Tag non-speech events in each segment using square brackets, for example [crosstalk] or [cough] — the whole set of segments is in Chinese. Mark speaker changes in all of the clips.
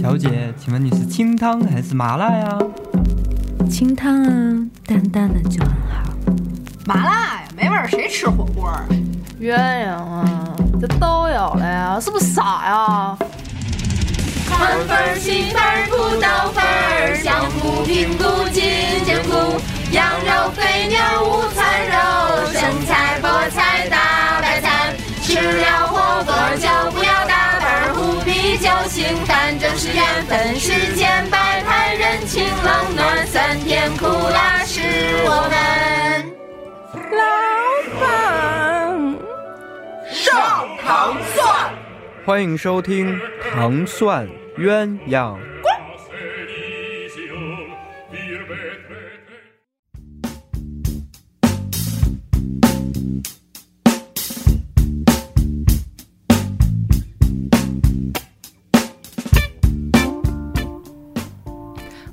Speaker 1: 小姐，请问你是清汤还是麻辣呀？
Speaker 2: 清汤啊，淡淡的就很好。
Speaker 3: 麻辣呀，没味儿，谁吃火锅啊？
Speaker 4: 鸳鸯啊，这都有了呀，是不是傻呀？
Speaker 5: 三分七分不到分儿，相互评估进京估，羊肉、肥牛、午餐肉、生菜、菠菜、大白菜，吃了火锅就不要打本儿，虎皮就行，反正是缘分，世间百态，人情冷暖，酸甜苦辣是我们。
Speaker 1: 欢迎收听《糖蒜鸳鸯》。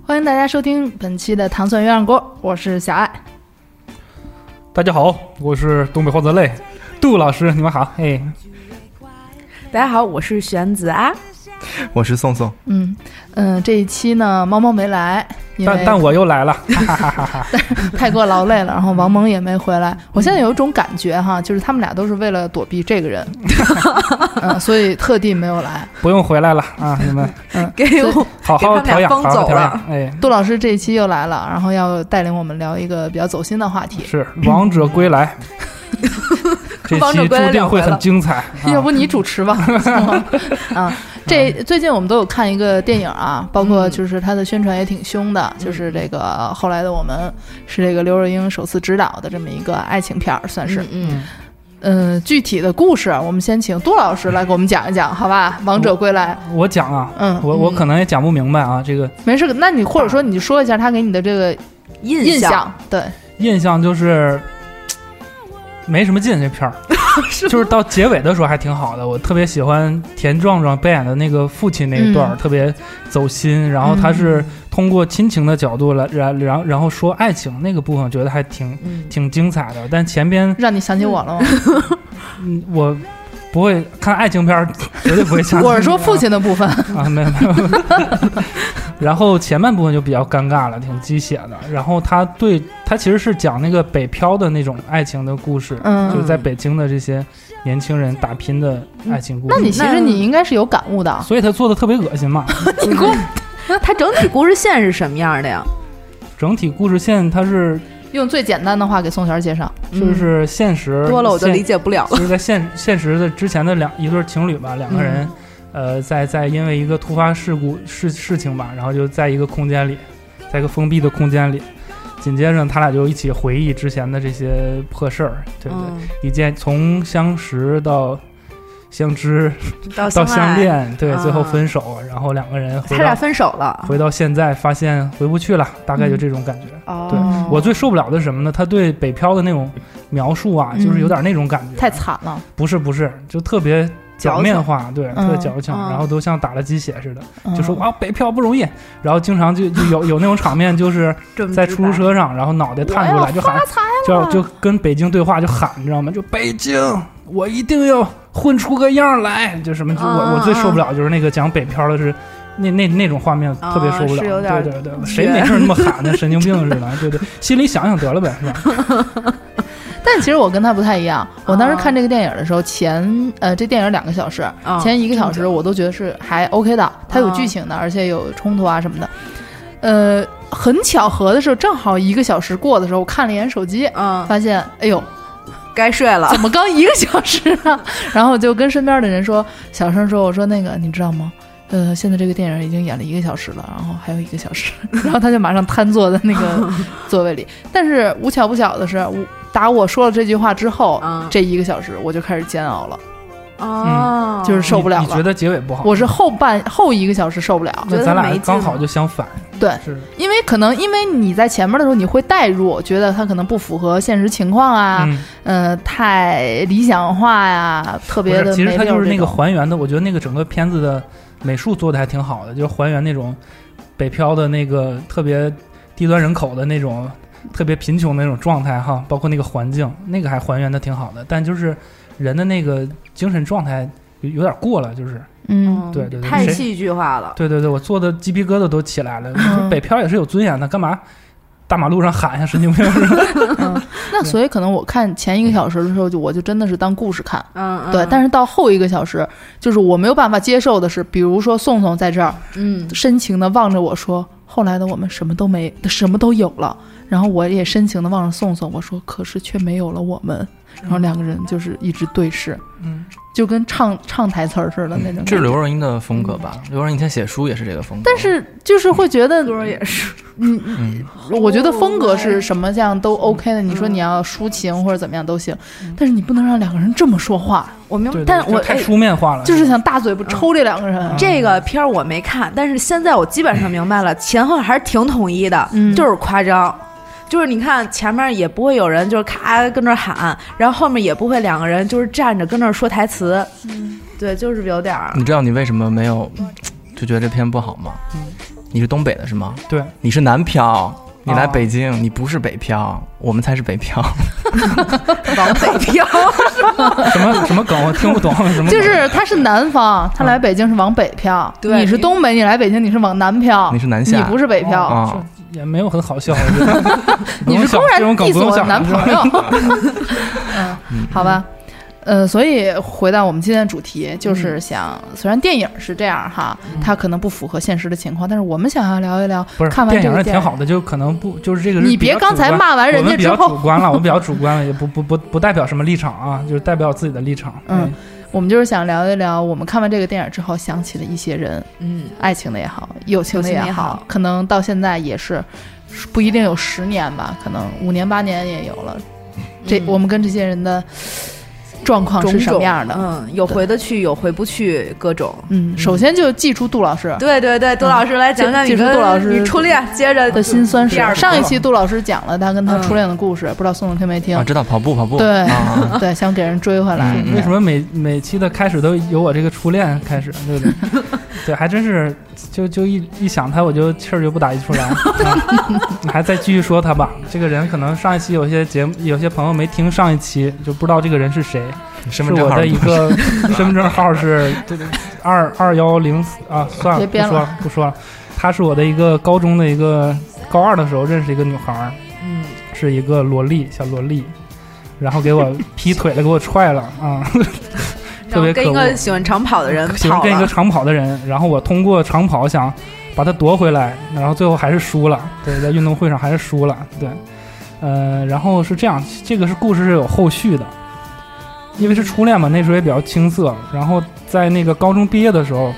Speaker 4: 欢迎大家收听本期的糖蒜鸳鸯锅，我是小爱。
Speaker 6: 大家好，我是东北花泽类杜老师，你们好，哎，
Speaker 7: 大家好，我是玄子啊。
Speaker 8: 我是宋宋，
Speaker 4: 嗯嗯、呃这一期呢，猫猫没来，因为
Speaker 6: 但但我又来了，
Speaker 7: [laughs]
Speaker 4: 太过劳累了，然后王蒙也没回来。我现在有一种感觉哈，就是他们俩都是为了躲避这个
Speaker 7: [laughs]
Speaker 4: 人，嗯、所以特地没有来。
Speaker 6: 不用回来了啊，你们
Speaker 7: 给我
Speaker 6: 好好调养，好好调养，哎，
Speaker 4: 杜老师这一期又来了，然后要带领我们聊一个比较走心的话题。
Speaker 6: 是王者
Speaker 7: [laughs]
Speaker 6: 归来，这
Speaker 7: 王者
Speaker 6: 期
Speaker 7: 归来
Speaker 6: 注定
Speaker 7: 两
Speaker 6: 会
Speaker 7: 回
Speaker 6: 很
Speaker 7: 了
Speaker 6: 精彩，啊
Speaker 4: [laughs] 要不你主持
Speaker 6: [laughs]
Speaker 4: 吧？啊，这
Speaker 6: 嗯
Speaker 4: 最近我们都有看一个电影啊，包括就是它的宣传也挺凶的，
Speaker 6: 嗯
Speaker 4: 就是这个后来的我们是这个刘若英首次执导的这么一个爱情片儿，算是。
Speaker 7: 嗯，
Speaker 4: 嗯，具体的故事我们先请杜老师来给我们讲一讲，好吧？王者归来，
Speaker 6: 啊我讲啊，
Speaker 4: 嗯，
Speaker 6: 我我可能也讲不明白啊，这个
Speaker 4: 没事，那你或者说你就说一下他给你的这个
Speaker 7: 印
Speaker 4: 印象，对，
Speaker 6: 印象就是没什么劲，这片儿就是到结尾的时候还挺好的，我特别喜欢田壮壮扮演的那个父亲那一段儿，
Speaker 4: 嗯
Speaker 6: 特别走心。然后他是通过亲情的角度来，然然然后说爱情那个部分，我觉得还挺
Speaker 7: 嗯
Speaker 6: 挺精彩的。但前边
Speaker 4: 让你想起我了吗？。
Speaker 6: 嗯我不会看爱情片儿，绝对不会
Speaker 4: [laughs]
Speaker 6: 想
Speaker 4: 我是
Speaker 6: [laughs]
Speaker 4: 说父亲的部分，
Speaker 6: 啊，没有没有。 [laughs] 然后前半部分就比较尴尬了，挺鸡血的。然后他对他其实是讲那个北漂的那种爱情的故事，就
Speaker 4: 嗯
Speaker 6: 是。在北京的这些年轻人打拼的爱情故事。
Speaker 4: 那你其实你应该是有感悟的，
Speaker 6: 所以他做的特别恶心嘛。
Speaker 7: 你给我，
Speaker 6: 嗯
Speaker 7: [laughs] 它整体故事线是什么样
Speaker 6: [laughs]
Speaker 7: 的呀？
Speaker 6: 整体故事线它是
Speaker 4: 用最简单的话给宋璇介绍。
Speaker 6: 就是现实
Speaker 7: 嗯多了我就
Speaker 6: 现
Speaker 7: 理解不了了。
Speaker 6: 就是在现现实的之前的两一对情侣吧，两个
Speaker 7: 嗯
Speaker 6: 人，呃，在在因为一个突发事故事事情吧，然后就在一个空间里，在一个封闭的空间里，紧接着他俩就一起回忆之前的这些破事儿，对不对？
Speaker 7: 嗯，
Speaker 6: 一见从相识到相知
Speaker 7: 到
Speaker 6: 到相恋，对，
Speaker 7: 啊
Speaker 6: 最后分手，然后两个人
Speaker 7: 他
Speaker 6: 回
Speaker 7: 俩
Speaker 6: 到
Speaker 7: 分手了。
Speaker 6: 回到现在，发现回不去了，大概就这种感觉。对
Speaker 7: 哦，
Speaker 6: 我最受不了的是什么呢？他对北漂的那种描述啊，就是有点那种感觉，啊
Speaker 4: 太惨了，
Speaker 6: 不是不是，就特别表面化，对，
Speaker 4: 嗯
Speaker 6: 特别矫情，
Speaker 7: 嗯
Speaker 6: 然后都像打了鸡血似的，
Speaker 4: 嗯
Speaker 6: 就说啊北漂不容易，然后经常就就有有那种场面，就是
Speaker 7: 这么
Speaker 6: 在
Speaker 7: 直
Speaker 6: 出租
Speaker 7: 白，
Speaker 6: 车上，然后脑袋探出来就喊，就就跟北京对话就喊，你知道吗？就北京，我一定要混出个样来，就什么，就我、
Speaker 7: 嗯
Speaker 4: 啊
Speaker 6: 我最受
Speaker 7: 嗯
Speaker 6: 不了就是那个讲北漂的是。那那那种画面
Speaker 7: 啊
Speaker 6: 特别受不了，
Speaker 7: 是有点儿
Speaker 6: 对对对，谁没事儿那么喊呢？神经病似的， [laughs] 对对，心里想想得了呗，是吧？
Speaker 4: 但其实我跟他不太一样，我
Speaker 6: 啊
Speaker 4: 当时
Speaker 7: 哦
Speaker 4: 看这个电影的时候，前呃这电影两个小时，
Speaker 7: 嗯
Speaker 4: 前一个小时我都觉得是还 OK 的，它
Speaker 6: 啊
Speaker 4: 有剧情的，而且有冲突啊什么的。呃，很巧合的是，正好一个小时过的时候，我看了一眼手机，
Speaker 7: 嗯，
Speaker 4: 发现哎呦，
Speaker 7: 该睡了。
Speaker 4: 怎么刚一个小时啊？ [laughs] 然后我就跟身边的人说，小声说，我说那个你知道吗？呃，现在这个电影已经演了一个小时了，然后还有一个小时， [laughs] 然后他就马上瘫坐在那
Speaker 7: [laughs]
Speaker 4: 个座位里。但是无巧不巧的是，我打我说了这句话之后，
Speaker 7: 嗯
Speaker 4: 这一个小时我就开始煎熬了，
Speaker 6: 嗯
Speaker 7: 哦，
Speaker 4: 就是受不了
Speaker 6: 你
Speaker 4: 了
Speaker 6: 觉得结尾不好？
Speaker 4: 我是后半后一个小时受不了，
Speaker 6: 那咱
Speaker 7: 哦觉得
Speaker 6: 俩
Speaker 7: 没劲
Speaker 6: 刚好就相反，
Speaker 4: 对
Speaker 6: 是
Speaker 4: 因为可能因为你在前面的时候你会代入，觉得他可能不符合现实情况啊，
Speaker 6: 嗯
Speaker 4: 嗯、呃，太理想化呀、特
Speaker 6: 不
Speaker 4: 别
Speaker 6: 是，
Speaker 4: 的
Speaker 6: 其实
Speaker 4: 没
Speaker 6: 它
Speaker 4: 溜
Speaker 6: 就
Speaker 4: 儿
Speaker 6: 是
Speaker 4: 这
Speaker 6: 那个
Speaker 4: 种
Speaker 6: 还原的，我觉得那个整个片子的美术做的还挺好的，就是还原那种北漂的那个特别低端人口的那种特别贫穷的那种状态哈，包括那个环境，那个还还原的挺好的，但就是人的那个精神状态有有点过了，就是
Speaker 4: 嗯
Speaker 7: 嗯，
Speaker 6: 对对对
Speaker 7: 太
Speaker 6: 谁
Speaker 7: 戏剧化了。
Speaker 6: 对对对，我做的鸡皮疙瘩都起来了。
Speaker 4: 嗯
Speaker 6: 北漂也是有尊严的，干嘛大马路上喊呀，
Speaker 4: [laughs]
Speaker 6: 神经病似的？
Speaker 7: [laughs]
Speaker 4: 嗯，那所以可能我看前一个小时的时候，就我就真的是当故事看。
Speaker 7: 嗯，嗯
Speaker 4: 对，但是到后一个小时，就是我没有办法接受的是，比如说宋宋在这儿
Speaker 7: 嗯，
Speaker 4: 深情的望着我说：“后来的我们什么都没，什么都有了。”然后我也深情的望着宋宋，我说：“可是却没有了我们。”然后两个人就是一直对视，
Speaker 6: 嗯，
Speaker 4: 就跟唱唱台词儿似的那种感觉。
Speaker 8: 这是刘若英的风格吧？刘若英以前写书也是这个风格，
Speaker 4: 但是就是会觉得，
Speaker 7: 歌也是，
Speaker 8: 嗯，
Speaker 4: 我觉得风格
Speaker 7: 哦
Speaker 4: 是什么样
Speaker 7: 嗯
Speaker 4: 都 OK 的。你说你要抒情或者怎么样都行，但是你不能让两个人这么说话，
Speaker 7: 我明白
Speaker 6: 对，对，
Speaker 7: 但
Speaker 6: 就
Speaker 7: 我
Speaker 6: 太
Speaker 7: 嗯哎
Speaker 6: 书面化了，
Speaker 4: 就是想大嘴巴抽这两个人。
Speaker 7: 这个片儿我没看，但是现在我基本上明白了，前后还是挺统一的，
Speaker 4: 嗯
Speaker 7: 就是夸张。就是你看前面也不会有人就是咔跟那儿喊，然后后面也不会两个人就是站着跟那儿说台词，
Speaker 4: 嗯
Speaker 7: 对，就是有点儿
Speaker 6: 嗯
Speaker 8: 你知道你为什么没有就觉得这片不好吗？你是东北的是吗？
Speaker 6: 对，
Speaker 8: 你是南漂，你来
Speaker 6: 哦
Speaker 8: 北京，你不是北漂，我们才是北漂。
Speaker 7: 往北
Speaker 4: [laughs]
Speaker 7: 飘。
Speaker 6: 什么什么梗我听不懂，什么梗
Speaker 4: 就是他是南方，他来北京是往北漂；
Speaker 7: 对
Speaker 4: 你是东北，你来北京你是往南漂，
Speaker 8: 你是南下
Speaker 4: 哦你不是北漂，
Speaker 8: 啊
Speaker 6: 哦这也没有很好
Speaker 8: [laughs]
Speaker 6: 笑，我觉得不
Speaker 4: 你
Speaker 6: 用
Speaker 4: 是
Speaker 6: 想
Speaker 4: 公然
Speaker 6: 这种梗
Speaker 4: diss
Speaker 6: 不用
Speaker 4: 我的
Speaker 6: 想
Speaker 4: 男朋友。嗯，好吧。呃，所以回到我们今天的主题，
Speaker 7: 嗯
Speaker 4: 就是想，虽然电影是这样哈，它可能不符合现实的情况，但是我们想要聊一聊
Speaker 6: [laughs] 不是
Speaker 4: 看完
Speaker 6: 电
Speaker 4: 这
Speaker 6: 影
Speaker 4: 个
Speaker 6: 也
Speaker 4: 电
Speaker 6: 挺好的，就可能不就是这个是
Speaker 4: 你
Speaker 6: 比
Speaker 4: 别
Speaker 6: 较
Speaker 4: 刚
Speaker 6: 主
Speaker 4: 才
Speaker 6: 观
Speaker 4: 骂完人
Speaker 6: 我
Speaker 4: 家
Speaker 6: 们比
Speaker 4: 之
Speaker 6: 较
Speaker 4: 后
Speaker 6: 主，观了，我比较主观了，也不不不不代表什么立场啊，就是代表自己的立场。
Speaker 4: 嗯，我们就是想聊一聊我们看完这个电影之后想起的一些人，
Speaker 7: 嗯，
Speaker 4: 爱情的也好，友情的也
Speaker 7: 友情
Speaker 4: 好，
Speaker 7: 的也好
Speaker 4: 可能到现在也是不一定有十年吧，可能五年八年也有了。这、我们跟这些人的状况
Speaker 7: 种
Speaker 4: 是
Speaker 7: 种
Speaker 4: 什么样的？
Speaker 7: 嗯，有回得去，有回不去，各种。
Speaker 4: 嗯，首先就记住杜老师
Speaker 7: 对对对，杜老师来讲讲
Speaker 4: 记
Speaker 7: 你
Speaker 4: 记住
Speaker 7: 跟
Speaker 4: 嗯杜老师
Speaker 7: 你初恋，接着
Speaker 4: 的辛酸史
Speaker 7: 第二。个
Speaker 4: 上一期杜老师讲了他跟他
Speaker 7: 嗯
Speaker 4: 初恋的故事，不知道宋总听没听
Speaker 8: 啊，？知道跑步跑步，
Speaker 4: 对
Speaker 8: 啊，
Speaker 4: 对，想给人追回来。
Speaker 8: 嗯
Speaker 6: 为什么每每期的开始都由我这个初恋开始，对
Speaker 4: [laughs]
Speaker 6: 不对？对，还真是，就就一一想他，我就气儿就不打一
Speaker 4: [laughs]
Speaker 6: 处来。嗯你还再继续说他吧，这个人可能上一期有些节目，有些朋友没听上一期，就不知道这个人是谁。
Speaker 8: 身
Speaker 6: 是
Speaker 8: 份证
Speaker 6: 我
Speaker 8: 号
Speaker 6: 的一个 [laughs] 身份证
Speaker 4: [laughs]
Speaker 6: 号是二二幺零啊，算了，
Speaker 4: 别
Speaker 6: 不
Speaker 4: 编
Speaker 6: 说
Speaker 4: 了，
Speaker 6: 了，不说了。她是我的一个高中的一个高二的时候认识一个女孩儿，
Speaker 7: 嗯，
Speaker 6: 是一个萝莉小萝莉，然后给我劈腿了，给我踹了啊，
Speaker 7: 然后
Speaker 6: 特别
Speaker 7: 跟
Speaker 6: 可
Speaker 7: 一
Speaker 6: 恶
Speaker 7: 个。喜欢长跑的人
Speaker 6: 喜欢
Speaker 7: 跑
Speaker 6: 跟一个
Speaker 7: 了，
Speaker 6: 长跑的人，然后我通过长跑想把她夺回来，然后最后还是输了。对，在运动会上还是输了。对，呃，然后是这样，这个是故事是有后续的，因为是初恋嘛，那时候也比较青涩。然后在那个高中毕业的时候，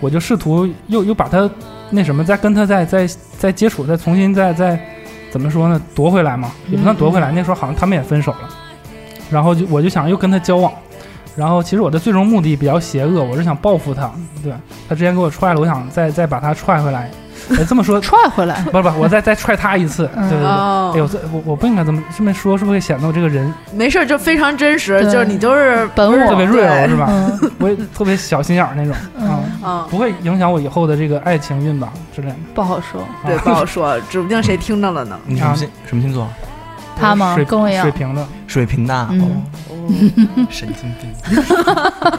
Speaker 6: 我就试图又又把她那什么，再跟她再再再接触，再重新再再怎么说呢，夺回来嘛，也不算夺回来。那时候好像他们也分手了，然后就我就想又跟她交往。然后其实我的最终目的比较邪恶，我是想报复她。对她之前给我踹了，我想再再把她踹回来。哎，这么说
Speaker 4: 踹回来，
Speaker 6: 不是不是，我再再踹她一次。对对对。
Speaker 7: 哦
Speaker 6: 哎呦，这我我不应该这么这么说，是不是会显得我这个人
Speaker 7: 没事儿，就非常真实，
Speaker 4: 对
Speaker 7: 就是你就是
Speaker 4: 本我
Speaker 6: 特别
Speaker 7: 哦
Speaker 6: real 是吧？
Speaker 4: 嗯
Speaker 6: 我也特别小心眼儿那种啊，
Speaker 4: 嗯，
Speaker 7: 嗯，
Speaker 6: 不会影响我以后的这个爱情运吧之类的。
Speaker 4: 不好说。
Speaker 6: [laughs]
Speaker 7: 对，
Speaker 6: 啊
Speaker 7: 不好说，指不定谁听着了呢。
Speaker 8: 你什
Speaker 4: 啊
Speaker 8: 么星什么星座？
Speaker 4: 他吗
Speaker 6: 水
Speaker 4: 跟我一样
Speaker 6: 水平的，哦
Speaker 8: 水瓶的，
Speaker 4: 嗯
Speaker 8: 哦神经病。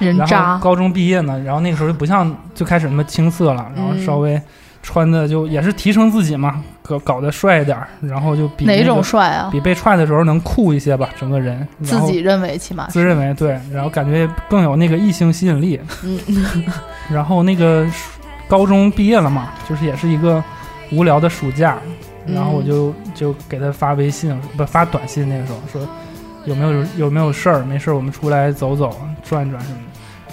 Speaker 4: 人
Speaker 6: 然
Speaker 4: 渣
Speaker 6: 后，高中毕业呢，然后那个时候就不像就开始那么青涩了，然后
Speaker 7: 嗯
Speaker 6: 稍微穿的就也是提升自己嘛，搞搞得帅一点儿，然后就比
Speaker 4: 哪
Speaker 6: 那个
Speaker 4: 种帅啊？
Speaker 6: 比被踹的时候能酷一些吧，整个人
Speaker 4: 自己认为起码
Speaker 6: 自
Speaker 4: 啊是
Speaker 6: 认为对，然后感觉更有那个异性吸引力。
Speaker 7: 嗯，
Speaker 6: [laughs] 然后那个暑高中毕业了嘛，就是也是一个无聊的暑假，然后我
Speaker 4: 嗯
Speaker 6: 就就给他发微信，不发短信，那个时候说有没有有没有事儿，没事儿我们出来走走转一转什么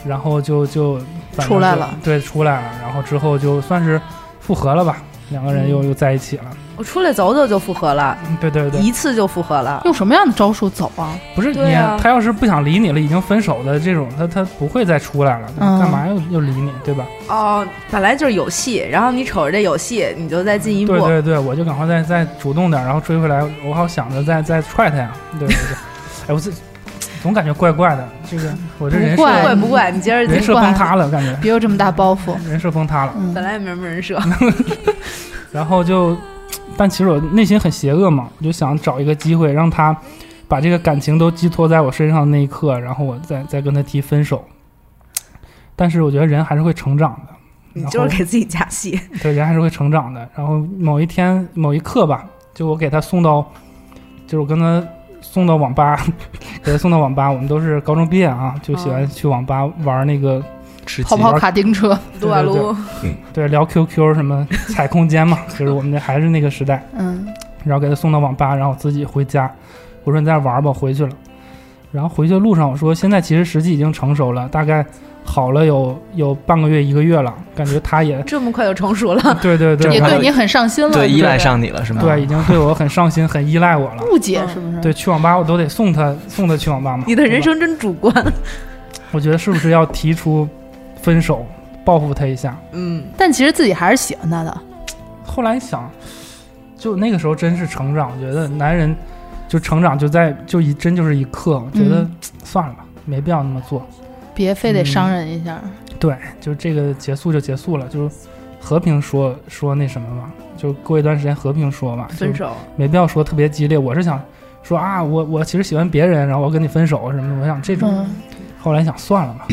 Speaker 6: 的，然后就就反正
Speaker 4: 出来
Speaker 6: 就
Speaker 4: 了
Speaker 6: 对，出来了，然后之后就算是复合了吧，两个人
Speaker 4: 嗯
Speaker 6: 又、又在一起了，
Speaker 7: 我出来走走就复合了，
Speaker 6: 嗯对对对，
Speaker 7: 一次就复合了。
Speaker 4: 用什么样的招数走啊？
Speaker 6: 不是
Speaker 7: 对
Speaker 6: 你，
Speaker 7: 啊
Speaker 6: 他要是不想理你了，已经分手的这种，他他不会再出来了，
Speaker 4: 嗯
Speaker 6: 干嘛又又理你，对吧？
Speaker 7: 哦，本来就是有戏，然后你瞅着这有戏，你就再进一步
Speaker 6: 对。对对，我就赶快再再主动点，然后追回来，我好想着再再踹他呀，对对对。哎，我这总感觉怪怪的，这个我这人
Speaker 4: 不怪
Speaker 6: 设
Speaker 7: 不怪不怪，你接着
Speaker 6: 人
Speaker 7: 进。
Speaker 6: 设崩塌了，感觉
Speaker 4: 别有这么大包袱。
Speaker 6: 人设崩塌了。
Speaker 4: 嗯
Speaker 7: 本，来也没什么人
Speaker 6: [laughs]
Speaker 7: 设，
Speaker 6: 然后就，但其实我内心很邪恶嘛，我就想找一个机会让他把这个感情都寄托在我身上的那一刻，然后我再再跟他提分手。但是我觉得人还是会成长的，
Speaker 7: 你
Speaker 6: 然
Speaker 7: 就
Speaker 6: 后
Speaker 7: 是给自己加戏。
Speaker 6: 对，人还是会成长的。然后某一天某一刻吧，就我给他送到，就是我跟他送到网吧， [laughs] 给他送到网吧。我们都是高中毕业啊，就喜欢去网吧玩那个，
Speaker 8: 吃鸡
Speaker 4: 跑跑卡丁车，
Speaker 6: [laughs] 对
Speaker 7: 撸啊
Speaker 6: 对
Speaker 7: 撸，
Speaker 6: 对，聊 QQ 什么踩空间嘛，就是我们那还是那个时代。
Speaker 4: 嗯，
Speaker 6: 然后给他送到网吧，然后我自己回家。我说你再玩吧，回去了。然后回去的路上，我说现在其实时机已经成熟了，大概好了有有半个月一个月了，感觉他也 [laughs]
Speaker 7: 这么快就成熟了，
Speaker 6: 对对对
Speaker 4: 也
Speaker 8: 这么
Speaker 4: 对你很上心了，
Speaker 8: 对依赖上你了是吗？
Speaker 6: 对，已经对我很上心，很依赖我了。
Speaker 4: 误解是不是？
Speaker 6: 嗯对，去网吧我都得送他送他去网吧嘛。
Speaker 7: 嗯你的
Speaker 6: 对
Speaker 7: 人
Speaker 6: 吧，
Speaker 7: 生真主观。
Speaker 6: 我觉得是不是要提出分手，报复他一下？
Speaker 7: 嗯，
Speaker 4: 但其实自己还是喜欢他的，
Speaker 6: 后来想，就那个时候真是成长，我觉得男人就成长就在就一真就是一刻，我觉得、
Speaker 4: 嗯
Speaker 6: 算了吧，没必要那么做。
Speaker 4: 别非得伤人一下。
Speaker 6: 对，就这个结束就结束了，就是和平说说那什么嘛，就过一段时间和平说嘛，
Speaker 7: 分，手，
Speaker 6: 没必要说特别激烈。我是想说啊，我我其实喜欢别人，然后我跟你分手什么的，我想这种。
Speaker 4: 嗯，
Speaker 6: 后来想算了吧，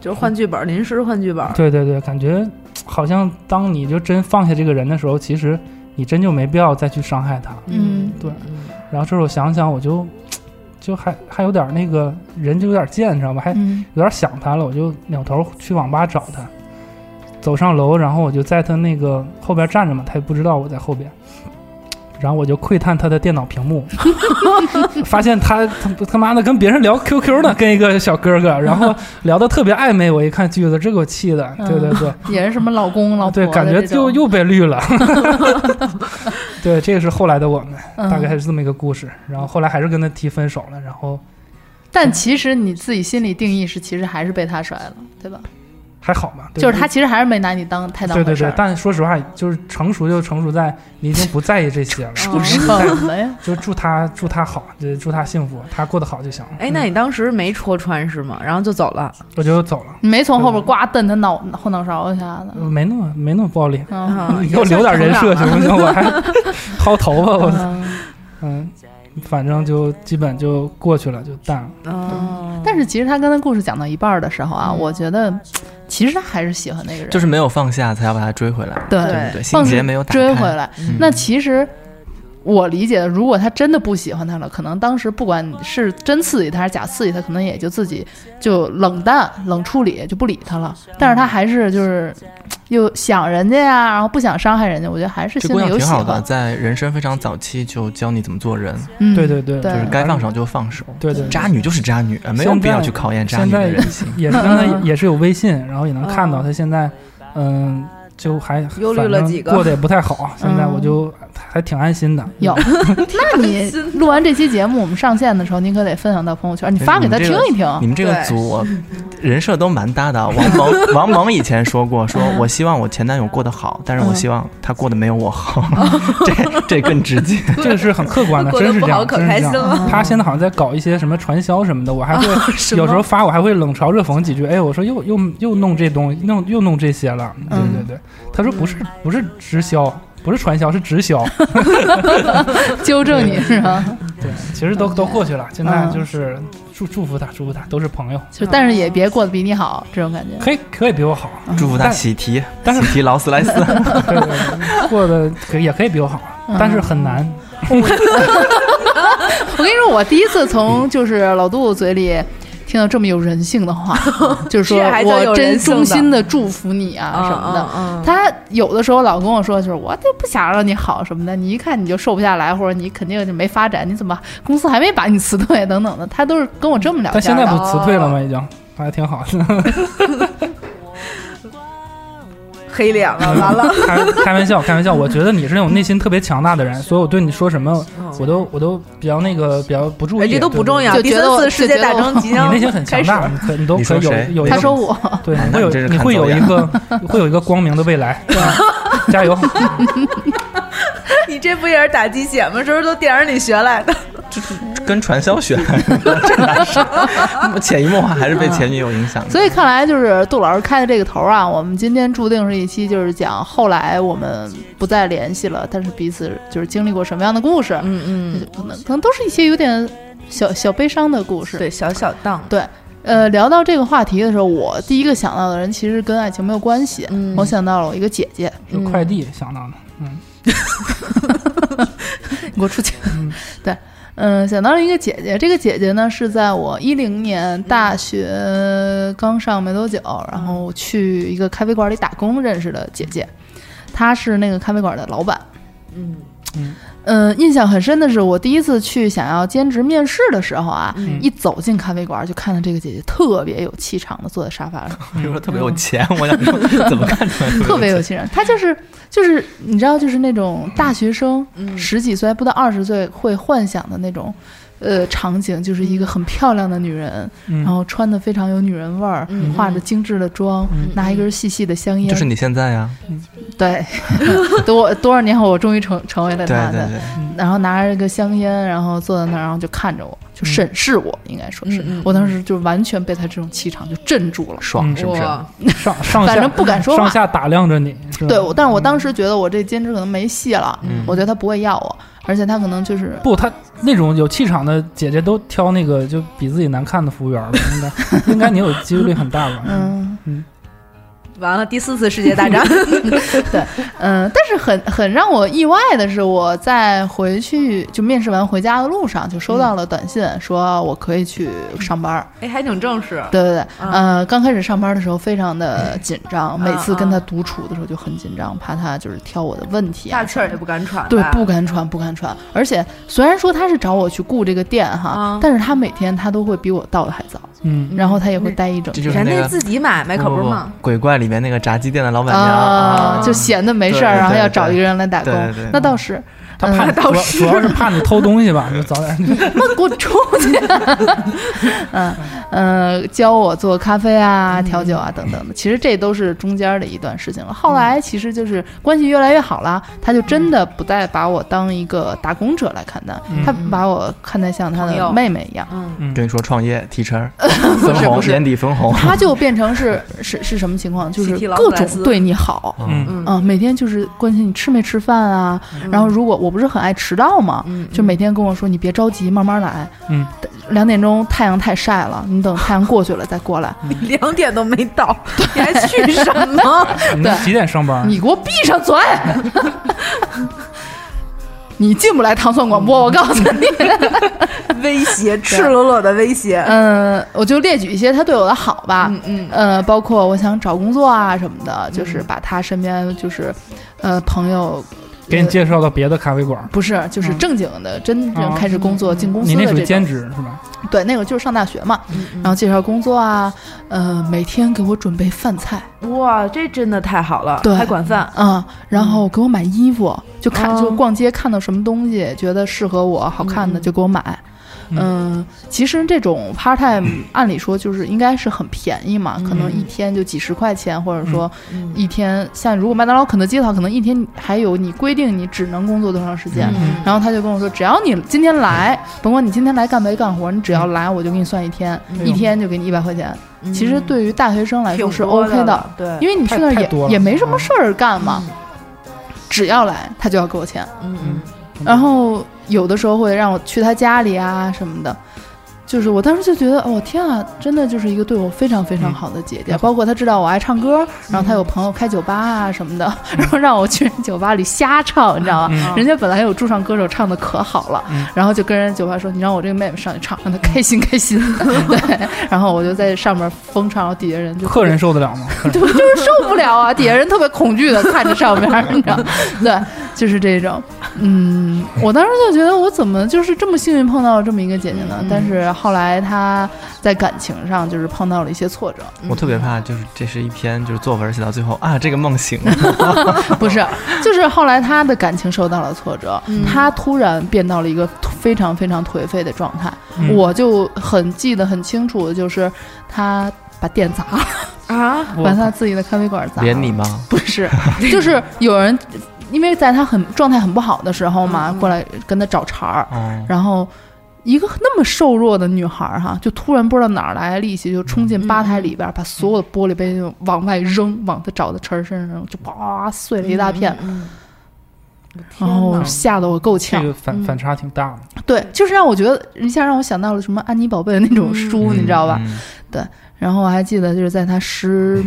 Speaker 7: 就是换剧本，临时换剧本。
Speaker 6: 对对对，感觉好像当你就真放下这个人的时候，其实你真就没必要再去伤害他。
Speaker 4: 嗯
Speaker 6: 对然后这时候想想，我就就还还有点那个人就有点贱，你知道吧？还
Speaker 4: 嗯，
Speaker 6: 有点想他了，我就扭头去网吧找他，走上楼，然后我就在他那个后边站着嘛，他也不知道我在后边。然后我就窥探他的电脑屏幕，发现他他他妈的跟别人聊 QQ 呢，跟一个小哥哥，然后聊得特别暧昧。我一看句子，这给我气的，对对对，
Speaker 4: 也是什么老公老婆哦
Speaker 6: 对，
Speaker 4: 的这种，
Speaker 6: 感觉就又被绿
Speaker 4: [laughs]
Speaker 6: 了。对，这个是后来的我们，
Speaker 4: 嗯
Speaker 6: 大概是这么一个故事。然后后来还是跟他提分手了，然后
Speaker 4: 但其实你自己心里定义是，其实还是被他甩了，对吧？
Speaker 6: 还好嘛，对
Speaker 4: 就是他其实还是没拿你当太当
Speaker 6: 对对
Speaker 4: 回事
Speaker 6: 对
Speaker 4: 儿，。
Speaker 6: 但说实话，就是成熟就成熟在你已经不在意这些了，
Speaker 4: 不 [laughs] 是什么呀？
Speaker 6: 就祝他祝他好，就祝他幸福，他过得好就行了。
Speaker 7: 哎，那你当时没戳穿是吗？然后就走了。
Speaker 6: 我就走了，呃
Speaker 4: 你没从
Speaker 6: 嗯
Speaker 4: 后边呱蹬他脑后脑勺一下子？
Speaker 6: 没那么没那么暴力，
Speaker 4: 嗯
Speaker 7: 啊
Speaker 6: [laughs] 你给我留点人设行
Speaker 7: [laughs]
Speaker 6: 不行？我
Speaker 4: [laughs]
Speaker 6: 还薅头发，我
Speaker 4: 嗯
Speaker 6: 嗯，反正就基本就过去了，就淡了。
Speaker 7: 哦，
Speaker 4: 但是其实他刚才故事讲到一半儿的时候啊，我觉得其实他还是喜欢那个人，
Speaker 8: 嗯就是没有放下，才要把它追回来，
Speaker 4: 对
Speaker 8: 对
Speaker 7: 对
Speaker 8: 不对？心
Speaker 4: 放
Speaker 8: 结没有打开
Speaker 4: 追回，来。
Speaker 8: 嗯
Speaker 4: 那其实我理解的，如果他真的不喜欢他了，可能当时不管是真刺激他还是假刺激他，可能也就自己就冷淡、冷处理，就不理他了。
Speaker 8: 嗯
Speaker 4: 但是他还是就是又想人家呀，然后不想伤害人家，我觉得还是
Speaker 8: 这
Speaker 4: 心
Speaker 8: 姑
Speaker 4: 里
Speaker 8: 娘
Speaker 4: 有
Speaker 8: 挺
Speaker 4: 喜
Speaker 8: 好的，
Speaker 4: 欢。
Speaker 8: 在人生非常早期就教你怎么做人，
Speaker 4: 嗯，
Speaker 6: 对对对，
Speaker 4: 对
Speaker 8: 就是该放手就放手。
Speaker 6: 对对，对
Speaker 8: 渣女就是渣女，呃没有必要去考验渣
Speaker 6: 现
Speaker 8: 女
Speaker 6: 在
Speaker 8: 的人 [laughs] 性。
Speaker 6: 也是刚才也是有微信，然后也能看到他现在，嗯，就还
Speaker 7: 忧虑了
Speaker 6: 反正
Speaker 7: 几个
Speaker 6: 过得也不
Speaker 7: [laughs]
Speaker 6: 太好。现在
Speaker 4: 嗯
Speaker 6: 我就还挺安心的。
Speaker 4: 有，那你录完这期节目，我们上线的时候，你可得分享到朋友圈，你发给他听一听。
Speaker 8: 你们这个
Speaker 7: 对
Speaker 8: 组人设都蛮搭的啊。王蒙王蒙以前说过， [laughs] 说我希望我前男友过得好，但是我
Speaker 4: 嗯
Speaker 8: 希望他过得没有我 [laughs] 好。这这更直接。
Speaker 6: [laughs] 这个是很客观的，
Speaker 7: 过得
Speaker 6: 真是这
Speaker 7: 不
Speaker 6: 样，
Speaker 7: 好可
Speaker 6: 真是
Speaker 7: 开
Speaker 6: 这
Speaker 7: 心
Speaker 6: 样。他现在好像在搞一些什么传销什么的，
Speaker 7: [laughs]
Speaker 6: 我还会有时候发，我还会冷嘲热讽几句。哎，我说又又又弄这东西，弄又弄这些了。对
Speaker 4: 嗯
Speaker 6: 对对，他说不
Speaker 7: 嗯
Speaker 6: 是不是直销，不是传销，是直
Speaker 7: [laughs]
Speaker 6: 销。
Speaker 4: 纠正你是吧？
Speaker 6: 对，其实都都过去了，现在
Speaker 4: 嗯
Speaker 6: 就是祝祝福他，祝福他，都是朋友，
Speaker 4: 就但是也别过得比你好，这种感觉。
Speaker 6: 可以可以比我好，
Speaker 8: 祝福他
Speaker 6: 但
Speaker 8: 喜提
Speaker 6: 但
Speaker 8: 喜
Speaker 6: 是
Speaker 8: 提劳斯莱斯。
Speaker 6: 对对对，过得可以也可以比我好，但是很难。
Speaker 4: 我跟你说，我第一次
Speaker 7: [laughs]
Speaker 4: 从就是老杜嘴里听到这么有人性的
Speaker 7: [laughs]
Speaker 4: 话，就是说
Speaker 7: 这还叫有
Speaker 4: 我
Speaker 7: 人
Speaker 4: 真
Speaker 7: 性
Speaker 4: 衷
Speaker 7: 的
Speaker 4: 心的祝福你啊什么的。
Speaker 7: 嗯嗯嗯
Speaker 4: 他有的时候老跟我说，就是我就不想让你好什么的，你一看你就瘦不下来，或者你肯定就没发展，你怎么公司还没把你辞退等等的，他都是跟我这么聊
Speaker 6: 但
Speaker 4: 天
Speaker 6: 现在不
Speaker 4: 的。
Speaker 6: 辞退了吗？已经还挺好的。
Speaker 7: 黑脸了，完了。
Speaker 6: 开开玩笑，开玩笑。我觉得你是那种内心特别强大的人，所以我对你说什么， [laughs] 我都我都比较那个比较不注
Speaker 7: 哎，
Speaker 6: 意。
Speaker 7: 这都不重要。
Speaker 4: 就
Speaker 7: 第
Speaker 4: 觉得
Speaker 7: 三
Speaker 4: 我
Speaker 7: 次世界大战即
Speaker 6: 对。对对
Speaker 7: 将
Speaker 6: 你内心很强
Speaker 7: 开始
Speaker 6: 大，
Speaker 7: [laughs]
Speaker 6: 你可你都
Speaker 8: 你
Speaker 6: 可
Speaker 8: 说
Speaker 6: 以有
Speaker 8: 谁
Speaker 6: 有一
Speaker 4: 他
Speaker 6: 个
Speaker 4: 说我，
Speaker 8: [laughs]
Speaker 6: 对，你
Speaker 8: 那
Speaker 6: 会有
Speaker 8: 你真是
Speaker 6: 你
Speaker 8: 看
Speaker 6: 会
Speaker 8: 走
Speaker 6: 有一
Speaker 8: 眼 [laughs]
Speaker 6: 个会有一个光明的未来，加油！
Speaker 7: 你这不也是打鸡血吗？这不是都电影里学来的？
Speaker 8: [laughs] 跟传销学来 [laughs] 的，这哪是？潜移默化还是被前女友影响的。
Speaker 4: 所以看来就是杜老师开的这个头啊，我们今天注定是一期就是讲后来我们不再联系了，但是彼此就是经历过什么样的故事，
Speaker 7: 嗯嗯，
Speaker 4: 可能可能都是一些有点小小悲伤的故事。
Speaker 7: [laughs] 对，小小档，
Speaker 4: 呃，聊到这个话题的时候，我第一个想到的人其实跟爱情没有关系，
Speaker 7: 嗯
Speaker 4: 我想到了我一个姐姐， [laughs]
Speaker 6: 就快递想到的，嗯，
Speaker 4: 你给我出去。
Speaker 6: 嗯
Speaker 4: [laughs] 对，嗯、想到了一个姐姐，这个姐姐呢是在我一零年大学刚上没多久，然
Speaker 7: 嗯
Speaker 4: 后去一个咖啡馆里打工认识的姐姐，她是那个咖啡馆的老板。
Speaker 7: 嗯
Speaker 4: 嗯，印象很深的是，我第一次去想要兼职面试的时候啊，
Speaker 6: 嗯
Speaker 4: 一走进咖啡馆就看到这个姐姐特别有气场的坐在沙发上，
Speaker 8: 比如说特别有钱，我想 [laughs] 说怎么看出来
Speaker 4: 特别有
Speaker 8: 钱？
Speaker 4: 气场。她就是就是你知道，就是那种大学生、
Speaker 7: 嗯
Speaker 4: 十几岁还不到二十岁会幻想的那种。呃，场景就是一个很漂亮的女人，
Speaker 6: 嗯
Speaker 4: 然后穿的非常有女人味儿，
Speaker 7: 嗯
Speaker 4: 化着精致的妆，
Speaker 6: 嗯
Speaker 4: 拿一根细细的香烟，
Speaker 8: 就是你现在呀，
Speaker 4: 对， [laughs] 多多少年后我终于成成为了
Speaker 8: 对
Speaker 4: 她
Speaker 8: 对
Speaker 4: 的
Speaker 8: 对，
Speaker 4: 然后拿着一个香烟，然后坐在那儿，然后就看着我，就审视我，应该说是、
Speaker 7: 嗯嗯
Speaker 4: 我当时就完全被他这种气场就镇住了。
Speaker 8: 爽
Speaker 6: 嗯
Speaker 8: 是不是？
Speaker 7: 哇
Speaker 6: 上上下
Speaker 4: 反正不敢说话
Speaker 6: 上嗯下打量着你，是吧
Speaker 4: 对，我但是我当时觉得我这兼职可能没戏了，
Speaker 8: 嗯
Speaker 4: 我觉得他不会要我，而且他可能就是
Speaker 6: 不，她那种有气场的姐姐都挑那个就比自己难看的服务员了，应该应该你有几率很大吧？
Speaker 4: 嗯
Speaker 7: 嗯完了，第四次世界大战， [laughs]
Speaker 4: 嗯，但是很很让我意外的是，我在回去就面试完回家的路上，就收到了短信说我可以去上班儿。
Speaker 7: 哎，还挺
Speaker 4: [laughs]
Speaker 7: 正式，
Speaker 4: 对对对，呃，刚开始上班的时候非常的紧张，每次跟他独处的时候就很紧张，怕他就是挑我的问题啊
Speaker 7: 大气儿也不敢喘吧，
Speaker 4: 对，不敢喘，不敢喘。而且虽然说他是找我去雇这个店哈，
Speaker 7: 啊
Speaker 4: 但是他每天他都会比我到的还早，
Speaker 6: 嗯，
Speaker 4: 然后他也会待一整
Speaker 8: 这
Speaker 4: 天。
Speaker 8: 就是
Speaker 7: 人
Speaker 8: 那
Speaker 7: 家
Speaker 8: 个
Speaker 7: 自己买卖可
Speaker 8: 不
Speaker 7: 是
Speaker 8: 不
Speaker 7: 嘛，
Speaker 8: 鬼怪里面那个炸鸡店的老板娘
Speaker 4: 啊，
Speaker 8: 嗯
Speaker 4: 就闲的没事儿，
Speaker 8: 对
Speaker 4: 然后
Speaker 8: 对
Speaker 4: 要找一个人来打工
Speaker 8: 对对对，
Speaker 4: 那倒是，
Speaker 6: 她怕你
Speaker 4: 嗯
Speaker 6: 主要主要是怕你偷东西吧，就早点。
Speaker 4: 那 [laughs] 给我出去！嗯呃，教我做咖啡
Speaker 7: 嗯
Speaker 4: 啊、调酒啊等等的，其实这都是中间的一段事情了。后
Speaker 7: 嗯
Speaker 4: 来其实就是关系越来越好了，他就真的不再把我当一个打工者来看待，
Speaker 6: 嗯
Speaker 4: 他把我看待像他
Speaker 7: 朋
Speaker 4: 的
Speaker 7: 友
Speaker 4: 妹妹一样。
Speaker 7: 嗯，
Speaker 6: 嗯
Speaker 8: 跟你说创业提成儿
Speaker 4: [laughs] 不
Speaker 8: 分
Speaker 4: 是不
Speaker 8: 红，
Speaker 4: 是
Speaker 8: 年底
Speaker 4: [laughs]
Speaker 8: 分红。
Speaker 4: 他就变成是是是什么情况？就是
Speaker 7: 集体劳
Speaker 4: 各
Speaker 7: 斯莱
Speaker 4: 种
Speaker 7: 斯
Speaker 4: 对你好，
Speaker 6: 嗯
Speaker 7: 嗯
Speaker 4: 嗯，每天就是关心你吃没吃饭啊。然后如果我不是很爱迟到嘛，
Speaker 7: 嗯
Speaker 4: 就每天跟我说你别着急，慢慢来。
Speaker 6: 嗯，
Speaker 4: 两点钟太阳太晒了，你等太阳过去了再
Speaker 6: [laughs]
Speaker 4: 过来。
Speaker 7: [laughs] 两点都没到，你还去什
Speaker 4: [laughs]
Speaker 7: 么？
Speaker 6: 你
Speaker 4: 对
Speaker 6: 几点上班？
Speaker 4: 你给我闭上
Speaker 6: [laughs]
Speaker 4: 嘴！ [laughs] 你进不来糖蒜广播，我告诉你。
Speaker 7: 威胁，赤裸裸的威胁。
Speaker 4: [laughs] 嗯，我就列举一些他对我的好吧。嗯嗯。呃，包括我想找工作啊什么
Speaker 6: 嗯
Speaker 4: 的，就是把他身边就是，呃，朋友
Speaker 6: 给你介绍到别的咖啡馆，
Speaker 4: 不是，就是
Speaker 6: 嗯
Speaker 4: 正经的，真正
Speaker 6: 啊
Speaker 4: 开始工作、进公司
Speaker 6: 你那
Speaker 4: 的
Speaker 6: 属于
Speaker 4: 这
Speaker 6: 兼
Speaker 4: 种。
Speaker 6: 职是吧？
Speaker 4: 对，那会儿就是上大学
Speaker 7: 嗯
Speaker 4: 嘛，然后介绍工作啊，呃，每天给我准备饭菜，
Speaker 7: 哇，这真的太好了，
Speaker 4: 对
Speaker 7: 还管饭，
Speaker 4: 啊，然后给我买衣服，就看
Speaker 7: 哦
Speaker 4: 就逛街看到什么东西，觉得适合我、好看的就给我买。嗯，其实这种 part time 按理说就是应该是很便宜嘛，可能一天就几十块钱，或者说
Speaker 7: 嗯
Speaker 4: 一天像如果麦当劳、肯德基的话，可能一天还有你规定你只能工作多长时
Speaker 7: 嗯
Speaker 4: 间。嗯然后他就跟我说，只要你今天来，甭管你今天来干没干活，你只要来我就给你算一天，一天就给你一百块钱。
Speaker 7: 嗯
Speaker 4: 其实对于大学生来说是 OK 的，
Speaker 7: 对，
Speaker 4: 因为你去那儿
Speaker 6: 太太多
Speaker 4: 也
Speaker 6: 了
Speaker 4: 也没什么事儿干嘛，只要来他就要给我钱。
Speaker 7: 嗯
Speaker 4: 然后有的时候会让我去他家里啊什么的，就是我当时就觉得，哦天啊，真的就是一个对我非常非
Speaker 6: 嗯
Speaker 4: 常好的姐姐。包括她知道我爱唱歌，然后她有朋友开酒吧啊什么的，然后让我去酒吧里瞎唱，你知道吗？
Speaker 6: 嗯
Speaker 4: 人家本来有驻唱歌手唱的可好了，
Speaker 6: 嗯
Speaker 4: 然后就跟人家酒吧说，你让我这个妹妹上去唱，让她开心开
Speaker 6: [laughs]
Speaker 4: 心。对，然后我就在上面疯唱，然后底下人就
Speaker 6: 客人受得了吗？客
Speaker 4: [laughs]
Speaker 6: 人
Speaker 4: 就就是受不了啊，底下人特别恐惧的看着上边儿，你知道？对，就是这种。嗯，我当时就觉得我怎么就是这么幸运碰到这么一个姐姐呢？但是后来她在感情上就是碰到了一些挫折， [laughs]
Speaker 8: 我特别怕，就是这是一篇就是作文写到最后啊，这个梦醒
Speaker 4: [laughs]
Speaker 8: 了，
Speaker 4: 不是，就是后来她的感情受到了挫折，她突然变到了一个非常非常颓废的状态。
Speaker 6: 嗯
Speaker 4: 我就很记得很清楚，就是她把店砸了，
Speaker 7: 啊，
Speaker 4: 把她自己的咖啡馆砸了。
Speaker 8: 连
Speaker 4: [laughs]
Speaker 8: 你吗？
Speaker 4: 不是，
Speaker 6: [laughs]
Speaker 4: 就是有人，
Speaker 6: 嗯
Speaker 4: 因为在他很状态很不好的时候嘛，过来跟他找茬儿，
Speaker 8: 哦，
Speaker 4: 然后一个那么瘦弱的女孩儿哈，就突然不知道哪儿来的力气，就冲
Speaker 6: 嗯
Speaker 4: 进吧台里边儿，把所有的玻璃杯就往外扔，往她找的陈儿身上扔，就啪碎了一大片，
Speaker 7: 嗯
Speaker 4: 然后吓得我够
Speaker 6: 嗯这
Speaker 4: 呛。
Speaker 6: 个反
Speaker 7: 嗯
Speaker 6: 反差挺大的。
Speaker 4: 对，就是让我觉得一下让我想到了什么安妮宝贝的那种书，你知道吧？
Speaker 8: 嗯？
Speaker 4: 然后我还记得就是在他失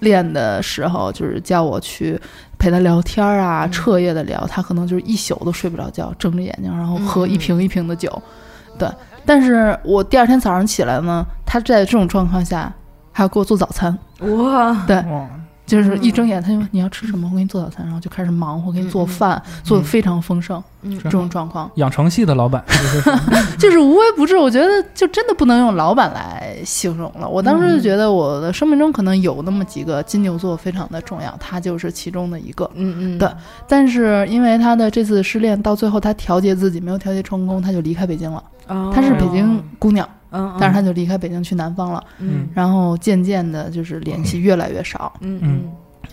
Speaker 4: 恋的时候，就是叫我去陪他聊天儿啊，彻夜的聊，他可能就是一宿都睡不着觉，睁着眼睛，然后喝一瓶一瓶的酒，对。但是我第二天早上起来呢，他在这种状况下还要给我做早餐，
Speaker 7: 哇，
Speaker 6: 哇，
Speaker 4: 就是一睁眼他就说你要吃什么，我给你做早餐，然后就开始忙活，给你做饭，做的非常丰盛，
Speaker 7: 嗯
Speaker 4: 这种状况
Speaker 6: 养成系的老板，
Speaker 4: 就是无微不至，我觉得就真的不能用老板来形容了。我当时
Speaker 7: 嗯
Speaker 4: 就觉得我的生命中可能有那么几个金牛座非常的重要，他就是其中的一个。
Speaker 7: 嗯嗯，
Speaker 4: 对但是因为他的这次失恋，到最后他调节自己没有调节成功，他就离开北京了。
Speaker 7: 哦，
Speaker 4: 他是北京姑娘，
Speaker 7: 嗯，嗯，
Speaker 4: 但是他就离开北京去南方了。
Speaker 7: 嗯
Speaker 4: 然后渐渐的，就是联系越来越少。
Speaker 7: 嗯
Speaker 6: 嗯
Speaker 7: 嗯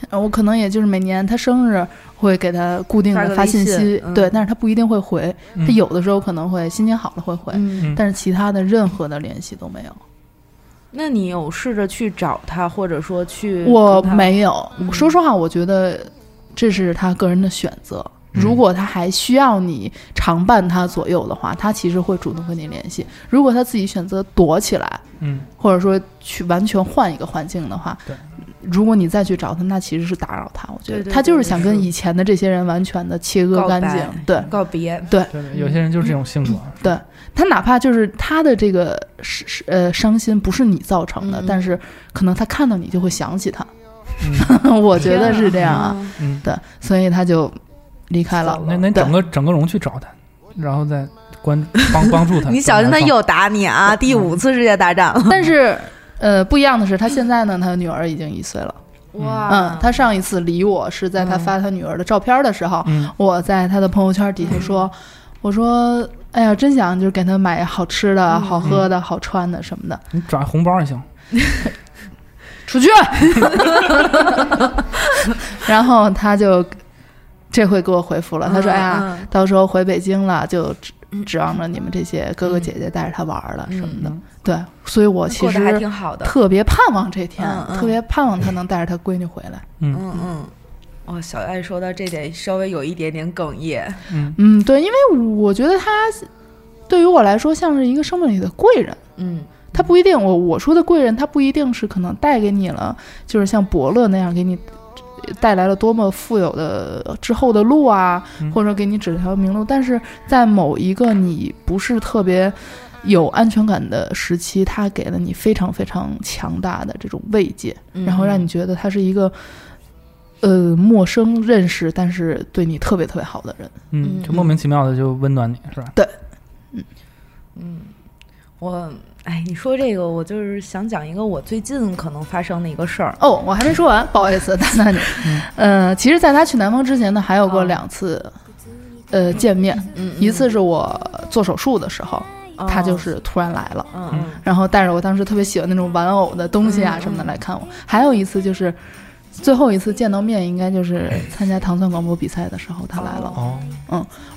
Speaker 4: 呃我可能也就是每年他生日会给他固定
Speaker 7: 发
Speaker 4: 的
Speaker 7: 个
Speaker 4: 发
Speaker 7: 微
Speaker 4: 信
Speaker 7: 信
Speaker 4: 息，
Speaker 7: 嗯
Speaker 4: 对，但是他不一定会回。他有的时候可能会心情好了会回，
Speaker 7: 嗯，
Speaker 4: 但是其他的任何的联系都没有。
Speaker 7: 那你有试着去找他，或者说去
Speaker 4: 我
Speaker 7: 跟他
Speaker 4: 没有，
Speaker 7: 嗯
Speaker 4: 说实话，我觉得这是他个人的选择。
Speaker 8: 嗯
Speaker 4: 如果他还需要你常伴他左右的话，他其实会主动跟你联系。如果他自己选择躲起来，
Speaker 6: 嗯，
Speaker 4: 或者说去完全换一个环境的话，
Speaker 6: 对
Speaker 4: 如果你再去找他，那其实是打扰他。我觉得
Speaker 7: 对对
Speaker 4: 他就是想
Speaker 7: 对
Speaker 4: 跟
Speaker 7: 是
Speaker 4: 以前的这些人完全的切割
Speaker 7: 告
Speaker 4: 干
Speaker 7: 白
Speaker 4: 净。对
Speaker 7: 告别，
Speaker 6: 对对，有些人就是这种性格。
Speaker 4: 对他，哪怕就是他的这个是是呃伤心不是你造成的，
Speaker 7: 嗯
Speaker 4: 但是可能他看到你就会想起他。[laughs]
Speaker 6: 嗯
Speaker 4: 我觉得是这样啊。
Speaker 7: 嗯，
Speaker 6: 嗯，
Speaker 4: 对，所以他就离开了。
Speaker 6: 那那你
Speaker 4: 对
Speaker 6: 整个整个容去找他，然后再关帮帮
Speaker 4: 啊
Speaker 6: 助他。
Speaker 7: 你小心他又打你
Speaker 4: 嗯
Speaker 7: 啊！第五次世界大战，
Speaker 4: 但是呃，不一样的是，他现在呢，他女儿已经一岁了。
Speaker 7: 啊
Speaker 4: 嗯，他上一次理我是在他发他女儿的照片的时候，
Speaker 6: 嗯
Speaker 4: 我在他的朋友圈底下说，我说。哎呀，真想就是给他买好吃的、好喝
Speaker 6: 嗯
Speaker 4: 的、好穿的什么的，
Speaker 6: 你转红包也行。
Speaker 4: 出去。 [laughs] 然后他就这回给我回复了，他说：“哎呀，
Speaker 7: 嗯，
Speaker 4: 到时候回北京了，就指指望着你们这些哥哥姐姐带着他玩儿了什么的。对，所以我
Speaker 7: 嗯
Speaker 4: 其
Speaker 7: 过得还
Speaker 4: 实
Speaker 7: 挺好的，
Speaker 4: 特别盼望这天，
Speaker 7: 嗯嗯
Speaker 4: 特别盼望他能带着他闺女回来。
Speaker 6: 嗯
Speaker 7: 嗯嗯。哦，小爱说到这点，稍微有一点点哽咽。
Speaker 6: 嗯
Speaker 4: 嗯，对，因为我觉得他对于我来说像是一个生命里的贵人。
Speaker 7: 嗯
Speaker 4: 他不一定，我我说的贵人，他不一定是可能带给你了，就是像伯乐那样给你带来了多么富有的之后的路啊，
Speaker 6: 嗯
Speaker 4: 或者给你指条明路。但是在某一个你不是特别有安全感的时期，他给了你非常非常强大的这种慰藉，
Speaker 7: 嗯
Speaker 4: 然后让你觉得他是一个。呃，陌生认识，但是对你特别特别好的人，
Speaker 6: 嗯，就莫名其妙的就温暖你是吧？
Speaker 7: 嗯我，哎，你说这个，我就是想讲一个我最近可能发生的一个事儿。
Speaker 4: 哦，我还没说完，不好意思， [laughs] 打断你。嗯、呃，其实，在他去南方之前呢，还有过
Speaker 7: 哦
Speaker 4: 两次，呃，见面。
Speaker 7: 嗯，
Speaker 4: 一次是我做手术的时候，
Speaker 7: 嗯
Speaker 4: 他就，是突然来了，
Speaker 7: 嗯嗯
Speaker 4: 然后带着我当时特别喜欢那种玩偶的东西啊
Speaker 7: 嗯
Speaker 4: 什么的来看我。还有一次就是。最后一次见到面，应该就是参加糖蒜广播比赛的时候，他来了。
Speaker 8: 哦，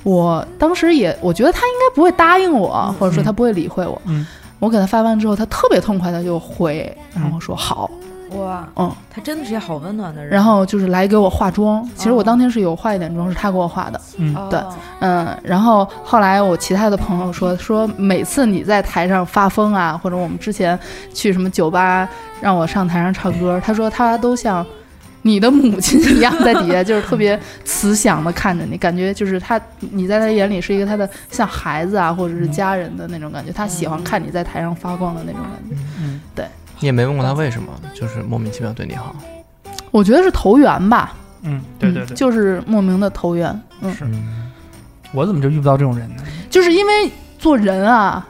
Speaker 4: 我当时也，我觉得他应该不会答应我，或者说他不会理会我。
Speaker 6: 嗯
Speaker 4: 我给他发完之后，他特别痛快的就回，然后说好，
Speaker 7: 嗯，哇，
Speaker 4: 嗯，
Speaker 7: 他真的是一个好温暖的人。
Speaker 4: 然后就是来给我化妆。其实我
Speaker 7: 哦
Speaker 4: 当天是有化一点妆，是他给我化的。
Speaker 6: 嗯，
Speaker 7: 哦 [laughs]
Speaker 4: 对嗯，然后后来我其他的朋友说说，每次你在台上发疯啊，或者我们之前去什么酒吧让我上台上唱歌，他说他都像你的母亲一样，在底下就是特别慈祥的看着你，感觉就是他你在他眼里是一个他的像孩子啊，或者是家人的那种感觉，他喜欢看你在台上发光的那种
Speaker 6: 嗯
Speaker 4: 感觉。
Speaker 8: 你也没问过他为什么，就是莫名其妙对你好。
Speaker 4: 我觉得是投缘吧，
Speaker 6: 嗯，对对
Speaker 4: 嗯
Speaker 6: 对，
Speaker 4: 就是莫名的投缘，嗯，
Speaker 8: 嗯，
Speaker 6: 我怎么就遇不到这种人呢？
Speaker 4: 就是因为做人啊，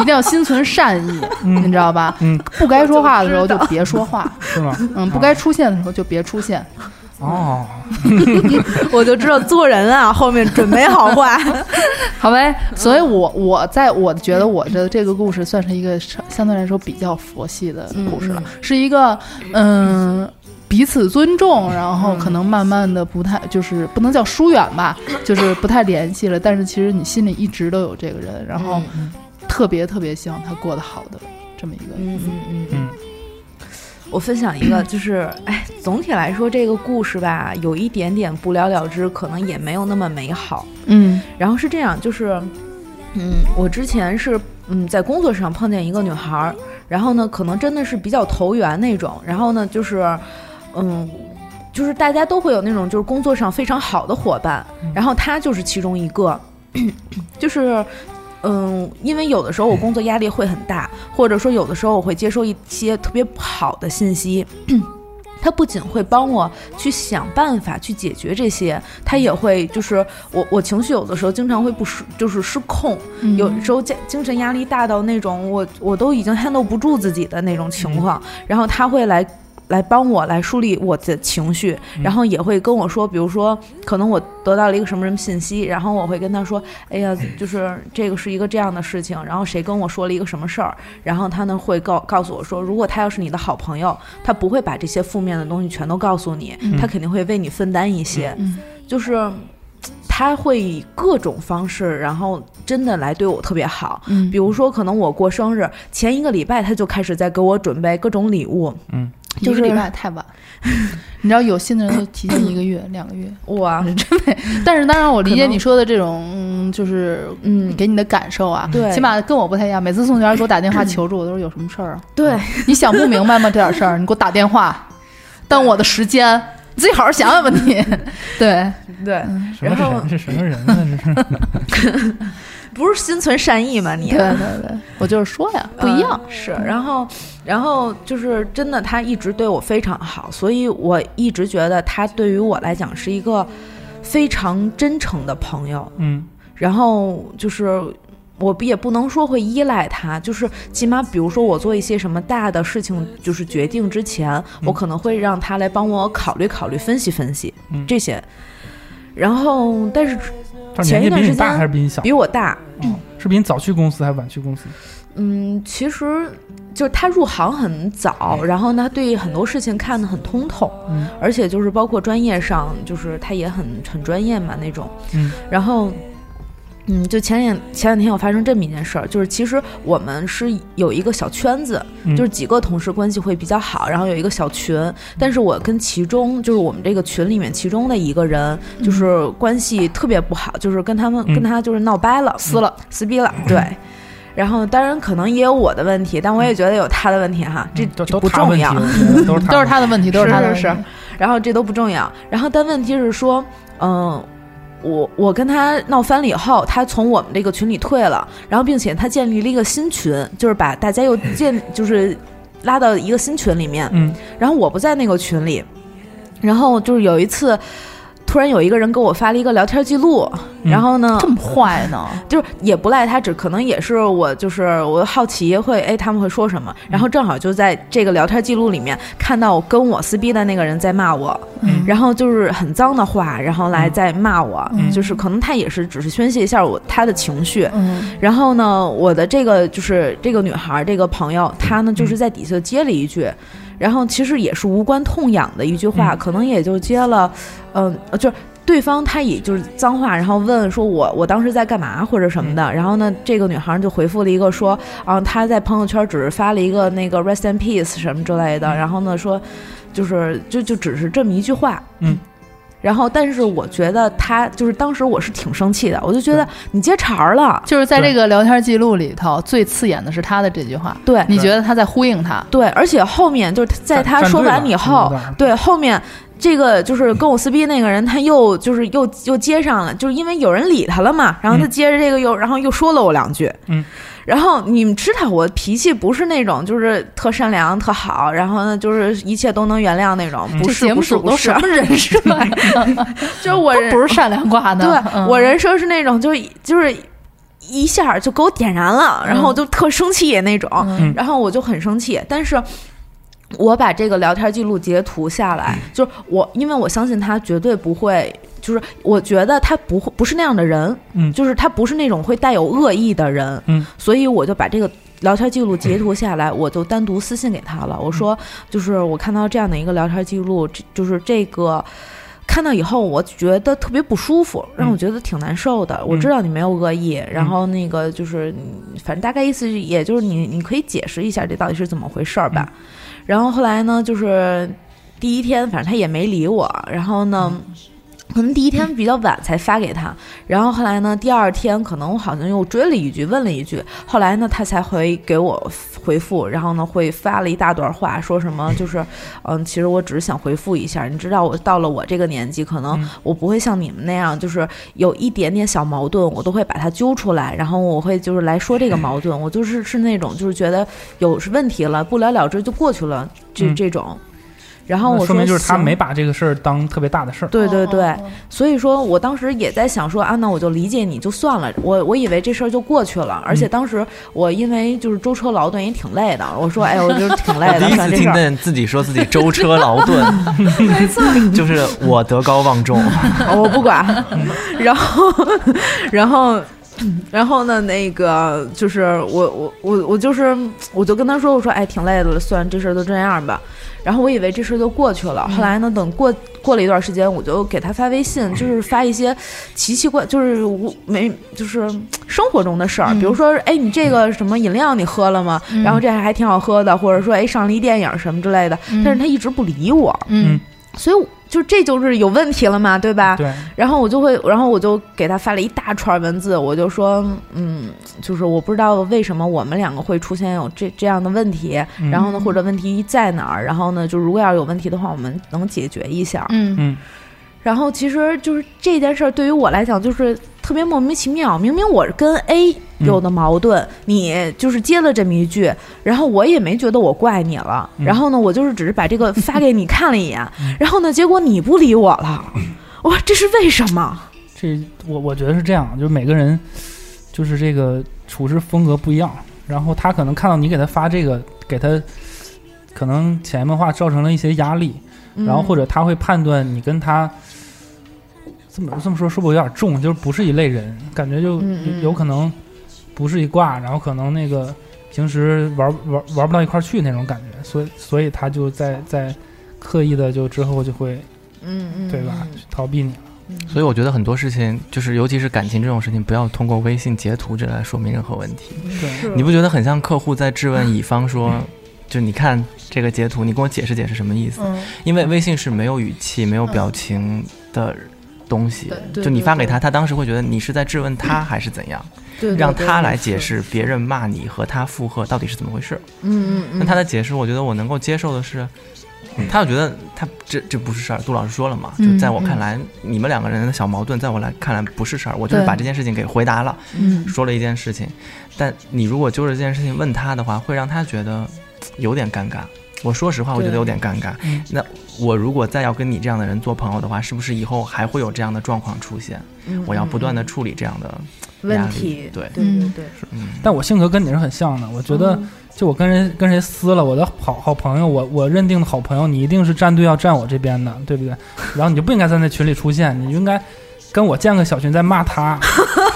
Speaker 4: 一定要心存善意，你
Speaker 6: 嗯
Speaker 4: 知道吧？
Speaker 6: 嗯，
Speaker 4: 不该说话的时候就别说话，
Speaker 6: 是吗？
Speaker 4: 嗯，不该出现的时候就别出现。
Speaker 6: 哦，
Speaker 7: 我就知道做人啊，后面准没好坏。
Speaker 4: 好呗，所以我我在我觉得我的这个故事算是一个相对来说比较佛系的故事了，是一个嗯。彼此尊重，然后可能慢慢的不太，就是不能叫 [laughs]
Speaker 7: 嗯
Speaker 4: 疏远吧，就是不太联系了。但是其实你心里一直都有这个人，然后特别特别希望他过得好的这么一个。
Speaker 7: 嗯嗯嗯
Speaker 6: 嗯。
Speaker 7: 我分享一个，就是，哎，总体来说这个故事吧，有一点点不了了之，可能也没有那么美好。
Speaker 4: 嗯
Speaker 7: 然后是这样，就是，嗯，我之前是嗯在工作上碰见一个女孩儿，然后呢，可能真的是比较投缘那种，然后呢，就是，嗯。就是大家都会有那种就是工作上非常好的伙伴，然后她就是其中一个， [clears throat] 就是，嗯，因为有的时候我工作压力会很大，或者说有的时候我会接收一些特别不好的信息，她不仅会帮我去想办法去解决这些，她也会就是我我情绪有的时候经常会不失就是失控，
Speaker 4: 嗯
Speaker 7: 有时候精精神压力大到那种我我都已经 handle 不住自己的那种情况，然后他会来来帮我来梳理我的情绪，然后也会跟我说，比如说可能我得到了一个什么什么信息，然后我会跟他说，哎呀，就是这个是一个这样的事情，然后谁跟我说了一个什么事儿，然后他呢会告告诉我说，如果他要是你的好朋友，他不会把这些负面的东西全都告诉你，他肯定会为你分担一些，
Speaker 4: 嗯
Speaker 7: 就是嘖他会以各种方式，然后真的来对我特别好。
Speaker 4: 嗯
Speaker 7: 比如说，可能我过生日前一个礼拜，他就开始在给我准备各种礼物。
Speaker 6: 嗯，
Speaker 7: 就是
Speaker 4: 一个礼拜太晚。 [laughs] 你知道有信的人都提前一个月、两个月，
Speaker 7: 哇，
Speaker 4: 真的。但是当然，我理解
Speaker 7: 嗯可能
Speaker 4: 你说的这种，嗯，就是
Speaker 7: 嗯，
Speaker 4: 给你的感受啊，
Speaker 7: 对
Speaker 4: 起码跟我不太一样。每次宋璇给我打电
Speaker 7: [clears throat]
Speaker 4: 话求助，我都是有什么事儿啊？
Speaker 7: 对，
Speaker 4: 你想不明白吗？这点事儿，你给我打电话，耽误我的时间，你自己好好想想吧，
Speaker 7: [laughs]
Speaker 4: 你。对，
Speaker 7: 嗯对，
Speaker 6: 什
Speaker 7: 然
Speaker 6: 么
Speaker 7: 后
Speaker 6: 人是什么人
Speaker 7: [laughs]
Speaker 6: 呢？这是
Speaker 7: 不是心存善意吗？你
Speaker 4: 对对对，我就是说呀，不一样。
Speaker 7: 嗯是，然后，然后就是真的，他一直对我非常好，所以我一直觉得他对于我来讲是一个非常真诚的朋友。
Speaker 6: 嗯
Speaker 7: 然后就是我也不能说会依赖他，就是起码比如说我做一些什么大的事情，就是决定之前，我可能会让他来帮我考虑考虑、分析分析
Speaker 6: 嗯，
Speaker 7: 这些。然后，但是
Speaker 6: 他年
Speaker 7: 前
Speaker 6: 纪
Speaker 7: 一段
Speaker 6: 比你
Speaker 7: 时
Speaker 6: 大
Speaker 7: 间
Speaker 6: 还是比你小？
Speaker 7: 比我大，
Speaker 6: 嗯是比你早去公司还是晚去公司？
Speaker 7: 嗯，其实就是他入行很早，然后呢，他对很多事情看得很通透，
Speaker 6: 嗯
Speaker 7: 而且就是包括专业上，就是他也很很专业嘛那种。
Speaker 6: 嗯，
Speaker 7: 然后。嗯，就前两前两天有发生这么一件事儿，就是其实我们是有一个小圈子，
Speaker 6: 嗯
Speaker 7: 就是几个同事关系会比较好，然后有一个小群，但是我跟其中就是我们这个群里面其中的一个人，就是关系特别不好，就是跟他们、
Speaker 6: 嗯
Speaker 7: 跟他就是闹掰了，撕了撕逼了，对。然后当然可能也有我的问题，但我也觉得有他的问题哈，这
Speaker 6: 嗯都
Speaker 7: 这
Speaker 6: 都
Speaker 7: 不
Speaker 6: 他问
Speaker 7: 重
Speaker 6: 题，
Speaker 7: 要。
Speaker 6: 我觉得
Speaker 7: [laughs]
Speaker 6: 都是
Speaker 4: 都是他的问题，都他的问题
Speaker 7: 嗯是是是然后这都不重要。然后但问题是说，嗯、我我跟他闹翻了以后，他从我们这个群里退了，然后并且他建立了一个新群，就是把大家又建就是拉到一个新群里面。
Speaker 6: 嗯
Speaker 7: 然后我不在那个群里，然后就是有一次。突然有一个人给我发了一个聊天记录，
Speaker 6: 嗯
Speaker 7: 然后呢，
Speaker 4: 这么坏呢？
Speaker 7: 就是也不赖他，只可能也是我就是我好奇会哎他们会说什么，然后正好就在这个聊天记录里面看到跟我撕逼的那个人在骂我，
Speaker 6: 嗯
Speaker 7: 然后就是很脏的话，然后来再骂我，
Speaker 6: 嗯
Speaker 7: 就是可能他也是只是宣泄一下我他的情绪。
Speaker 4: 嗯
Speaker 7: 然后呢，我的这个就是这个女孩儿这个朋友，她呢就是在底下接了一句。然后其实也是无关痛痒的一句话，
Speaker 6: 嗯
Speaker 7: 可能也就接了，嗯、呃就是对方他也就是脏话，然后问说我我当时在干嘛或者什么的，
Speaker 6: 嗯
Speaker 7: 然后呢，这个女孩就回复了一个说，啊、她在朋友圈只是发了一个那个 rest in peace 什么之类
Speaker 6: 嗯
Speaker 7: 的，然后呢说，就是就就只是这么一句话，
Speaker 6: 嗯。
Speaker 7: 然后，但是我觉得她就是当时我是挺生气的，我就觉得你接茬儿了，
Speaker 4: 就是在这个聊天记录里头，最刺眼的是他的这句话。
Speaker 7: 对
Speaker 4: 你觉得他在呼应他？
Speaker 7: 对，而且后面就是在
Speaker 6: 站
Speaker 7: 他说完以后，，
Speaker 6: 站队了
Speaker 7: 对，
Speaker 6: 嗯
Speaker 7: 后面这个就是跟我撕逼那个人，他又就是又又接上了，就是因为有人理他了嘛，然后他
Speaker 6: 嗯
Speaker 7: 接着这个又，然后又说了我两句，
Speaker 6: 嗯，
Speaker 7: 然后你们知道我脾气不是那种就是特善良特好，然后呢就是一切都能原谅那
Speaker 6: 嗯
Speaker 7: 种，不
Speaker 4: 这
Speaker 7: 是
Speaker 4: 节
Speaker 7: 不
Speaker 4: 目
Speaker 7: 是
Speaker 4: 组
Speaker 7: 不
Speaker 4: 都
Speaker 7: 是
Speaker 4: 什，么人设呀？
Speaker 7: [laughs] 就是我人
Speaker 4: 不是善良挂的。
Speaker 7: 对、
Speaker 4: 嗯
Speaker 7: 我人设是那种就是就是一下就给我点燃了，然
Speaker 6: 嗯
Speaker 7: 后我就特生气那种，
Speaker 4: 嗯
Speaker 7: 然后我就很生气，但是。我把这个聊天记录截图下来，
Speaker 6: 嗯
Speaker 7: 就是我，因为我相信他绝对不会，就是我觉得他不会不是那样的人，
Speaker 6: 嗯
Speaker 7: 就是他不是那种会带有恶意的人，
Speaker 6: 嗯，
Speaker 7: 所以我就把这个聊天记录截图下来，我就单独私
Speaker 6: 嗯
Speaker 7: 信给他了，我说，就是我看到这样的一个聊天记录，这就是这个看到以后，我觉得特别不舒服，让
Speaker 6: 嗯
Speaker 7: 我觉得挺难受的。我知道你没有恶意，然后那个就是你，反正大概意思是也就是你你可以解释一下这到底是怎么回事儿吧。然后后来呢，就是第一天，反正他也没理我。然后呢。可能第一天比较晚才发给他，然后后来呢，第二天可能我好像又追了一句，问了一句，后来呢，他才回给我回复，然后呢，会发了一大段话，说什
Speaker 6: [laughs]
Speaker 7: 么就是，嗯，其实我只是想回复一下，你知道我到了我这个年纪，可能
Speaker 6: 嗯
Speaker 7: 我不会像你们那样，就是有一点点小矛盾，我都会把它揪出来，然后我会就是来说这个矛
Speaker 6: [laughs]
Speaker 7: 盾，我就是是那种就是觉得有问题了，不了了之就过去了，这、
Speaker 6: 嗯
Speaker 7: 这种。然后我
Speaker 6: 那
Speaker 7: 说
Speaker 6: 说明就是他
Speaker 7: 行
Speaker 6: 没把这个事儿当特别大的事儿。
Speaker 7: 对对对，所以说我当时也在想说啊，那我就理解你就算了，我我以为这事儿就过去了，而
Speaker 8: 嗯
Speaker 7: 且当时我因为就是舟车劳顿也挺累的，我说哎，我就是挺累
Speaker 8: 我
Speaker 7: 的
Speaker 8: 第，一
Speaker 7: 算
Speaker 8: 次
Speaker 7: 这事
Speaker 8: 听
Speaker 7: 儿，
Speaker 8: 见自己说自己舟车劳顿，
Speaker 4: [laughs]
Speaker 8: [laughs] 就是我德高望重， [laughs]
Speaker 7: [laughs] 我不管，然后然后。然后呢，那个就是我我我我就是我就跟他说，我说哎，挺累的了，算了这事儿就这样吧。然后我以为这事儿就过去了，后来呢，等过过了一段时间，我就给他发微信，就是发一些奇奇怪，就是无没就是生活中的事儿，比如说哎，你这个什么饮料你喝了吗？
Speaker 4: 嗯
Speaker 7: 然后这还挺好喝的，或者说哎，上了一电影什么之类的，但是他一直不理我，
Speaker 4: 嗯
Speaker 7: 所以我就这就是有问题了嘛，对吧？
Speaker 6: 对，
Speaker 7: 然后我就会，然后我就给他发了一大串文字，我就说，嗯，就是我不知道为什么我们两个会出现有这这样的问题，
Speaker 6: 嗯
Speaker 7: 然后呢，或者问题在哪儿，然后呢，就如果要是有问题的话，我们能解决一下。
Speaker 4: 嗯
Speaker 6: 嗯
Speaker 7: 然后其实就是这件事儿对于我来讲，就是特别莫名其妙。明明我跟
Speaker 6: 嗯
Speaker 7: A 有的矛盾，你就是接了这么一句，然后我也没觉得我怪你了。
Speaker 6: 嗯
Speaker 7: 然后呢，我就是只是把这个发给你看了一
Speaker 6: [laughs]
Speaker 7: 眼，然后呢，结果你不理我了，
Speaker 6: 嗯
Speaker 7: 我说这是为什么？
Speaker 6: 这我我觉得是这样，就是每个人就是这个处事风格不一样，然后他可能看到你给他发这个，给他可能潜移默化造成了一些压力，然后或
Speaker 7: 者
Speaker 6: 者他会判断你跟他这么这么说，是不是有点重？就是不是一类人，感觉就
Speaker 7: 嗯嗯
Speaker 6: 有有可能不是一挂，然后可能那个平时玩玩玩不到一块儿去那种感觉，所以所以他就在在刻意的就之后就会
Speaker 7: 嗯嗯，
Speaker 6: 对吧、去逃避你了。
Speaker 8: 所以我觉得很多事情就是，尤其是感情这种事情，不要通过微信截图这来说明任何问题。
Speaker 6: 对，
Speaker 7: 嗯
Speaker 8: 你不觉得很像客户在质问乙方说， [laughs] 就你看这个截图，你给我解释解释什么意思？
Speaker 7: 嗯
Speaker 8: 因为微信是没有语气、没有表情的东西，就你发给他，他当时会觉得你是在质问他还是怎样，
Speaker 7: 对对
Speaker 8: 让
Speaker 7: 对
Speaker 8: 他来解释别人骂你和他附和到底是怎么回事。
Speaker 7: 嗯嗯嗯，
Speaker 8: 那他的解释，我觉得我能够接受的是，他就觉得他这这不是事儿。杜老师说了嘛，就在我看来，你们两个人的小矛盾，在我来看来不是事儿。我就是
Speaker 4: 对
Speaker 8: 把这件事情给回答了，
Speaker 4: 嗯
Speaker 8: 说了一件事情。但你如果揪着这件事情问他的话，会让他觉得有点尴尬。我说实话，我觉得有点尴尬
Speaker 6: 嗯。
Speaker 8: 那我如果再要跟你这样的人做朋友的话，是不是以后还会有这样的状况出现？
Speaker 7: 嗯
Speaker 8: 我要
Speaker 7: 嗯
Speaker 8: 不断的处理这样的压
Speaker 7: 问
Speaker 8: 力
Speaker 7: 题，
Speaker 8: 对
Speaker 7: 对对对，
Speaker 8: 嗯
Speaker 6: 但我性格跟你是很像的，我觉得
Speaker 7: 嗯
Speaker 6: 就我跟人跟谁撕了，我的好好朋友，我我认定的好朋友，你一定是站队要站我这边的，对不
Speaker 7: [laughs]
Speaker 6: 对？然后你就不应该在那群里出现，你就应该跟我建个小群再
Speaker 7: [laughs]
Speaker 6: 骂他，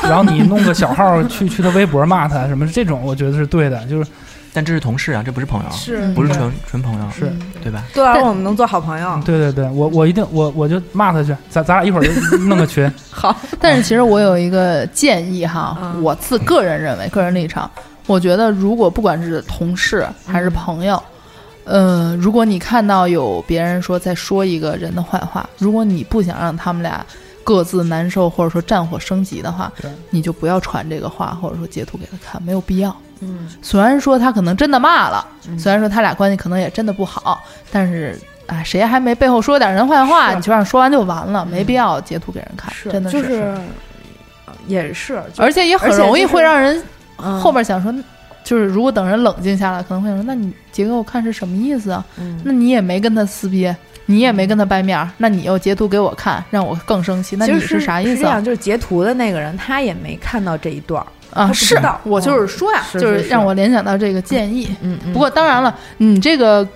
Speaker 6: 然后你弄个小号去去他微博骂他，什么这种我觉得是对的，就是
Speaker 8: 但这是同事啊，这不是朋友，
Speaker 7: 是
Speaker 8: 不是纯纯朋友，
Speaker 6: 是
Speaker 4: 嗯
Speaker 8: 对吧？
Speaker 7: 对啊，我们能做好朋友，
Speaker 6: 对对对，我我一定我我就骂他去，咱咱俩一会儿就弄
Speaker 7: [laughs]
Speaker 6: 个群，
Speaker 4: 但是其实我有一个建议哈，
Speaker 7: 嗯
Speaker 4: 我自个人认为，个人立场，我觉得如果不管是同事还
Speaker 7: 嗯
Speaker 4: 是朋友，呃，如果你看到有别人说在说一个人的坏话，如果你不想让他们俩各自难受或者说战火升级的话
Speaker 6: 对，
Speaker 4: 你就不要传这个话或者说截图给他看，没有必要。
Speaker 7: 嗯，
Speaker 4: 虽然说他可能真的骂了，虽然说他俩关系可能也真的不好，但是。啊，谁还没背后说点人坏话？你就让说完就完了，没必要截图给人看，真的
Speaker 7: 嗯就是是也是，就
Speaker 4: 而且也很
Speaker 7: 而且
Speaker 4: 容易
Speaker 7: 就是
Speaker 4: 会让人
Speaker 7: 嗯
Speaker 4: 后边想说，就是如果等人冷静下来，可能会想说，那你截给我看是什么意思啊？
Speaker 7: 嗯
Speaker 4: 那你也没跟他撕逼，你也没跟他掰面儿，那你又截图给我看，让我更生气，那
Speaker 7: 其
Speaker 4: 你
Speaker 7: 实
Speaker 4: 是啥意
Speaker 7: 是
Speaker 4: 思
Speaker 7: 这
Speaker 4: 啊
Speaker 7: 样，？就是截图的那个人他也没看到这一段儿，
Speaker 4: 啊，
Speaker 7: 不知
Speaker 4: 是
Speaker 7: 道嗯
Speaker 4: 我就是说呀，
Speaker 7: 是
Speaker 4: 就是
Speaker 7: 是
Speaker 4: 让我联想到这个建议。
Speaker 7: 嗯
Speaker 4: 不过当然了，你这个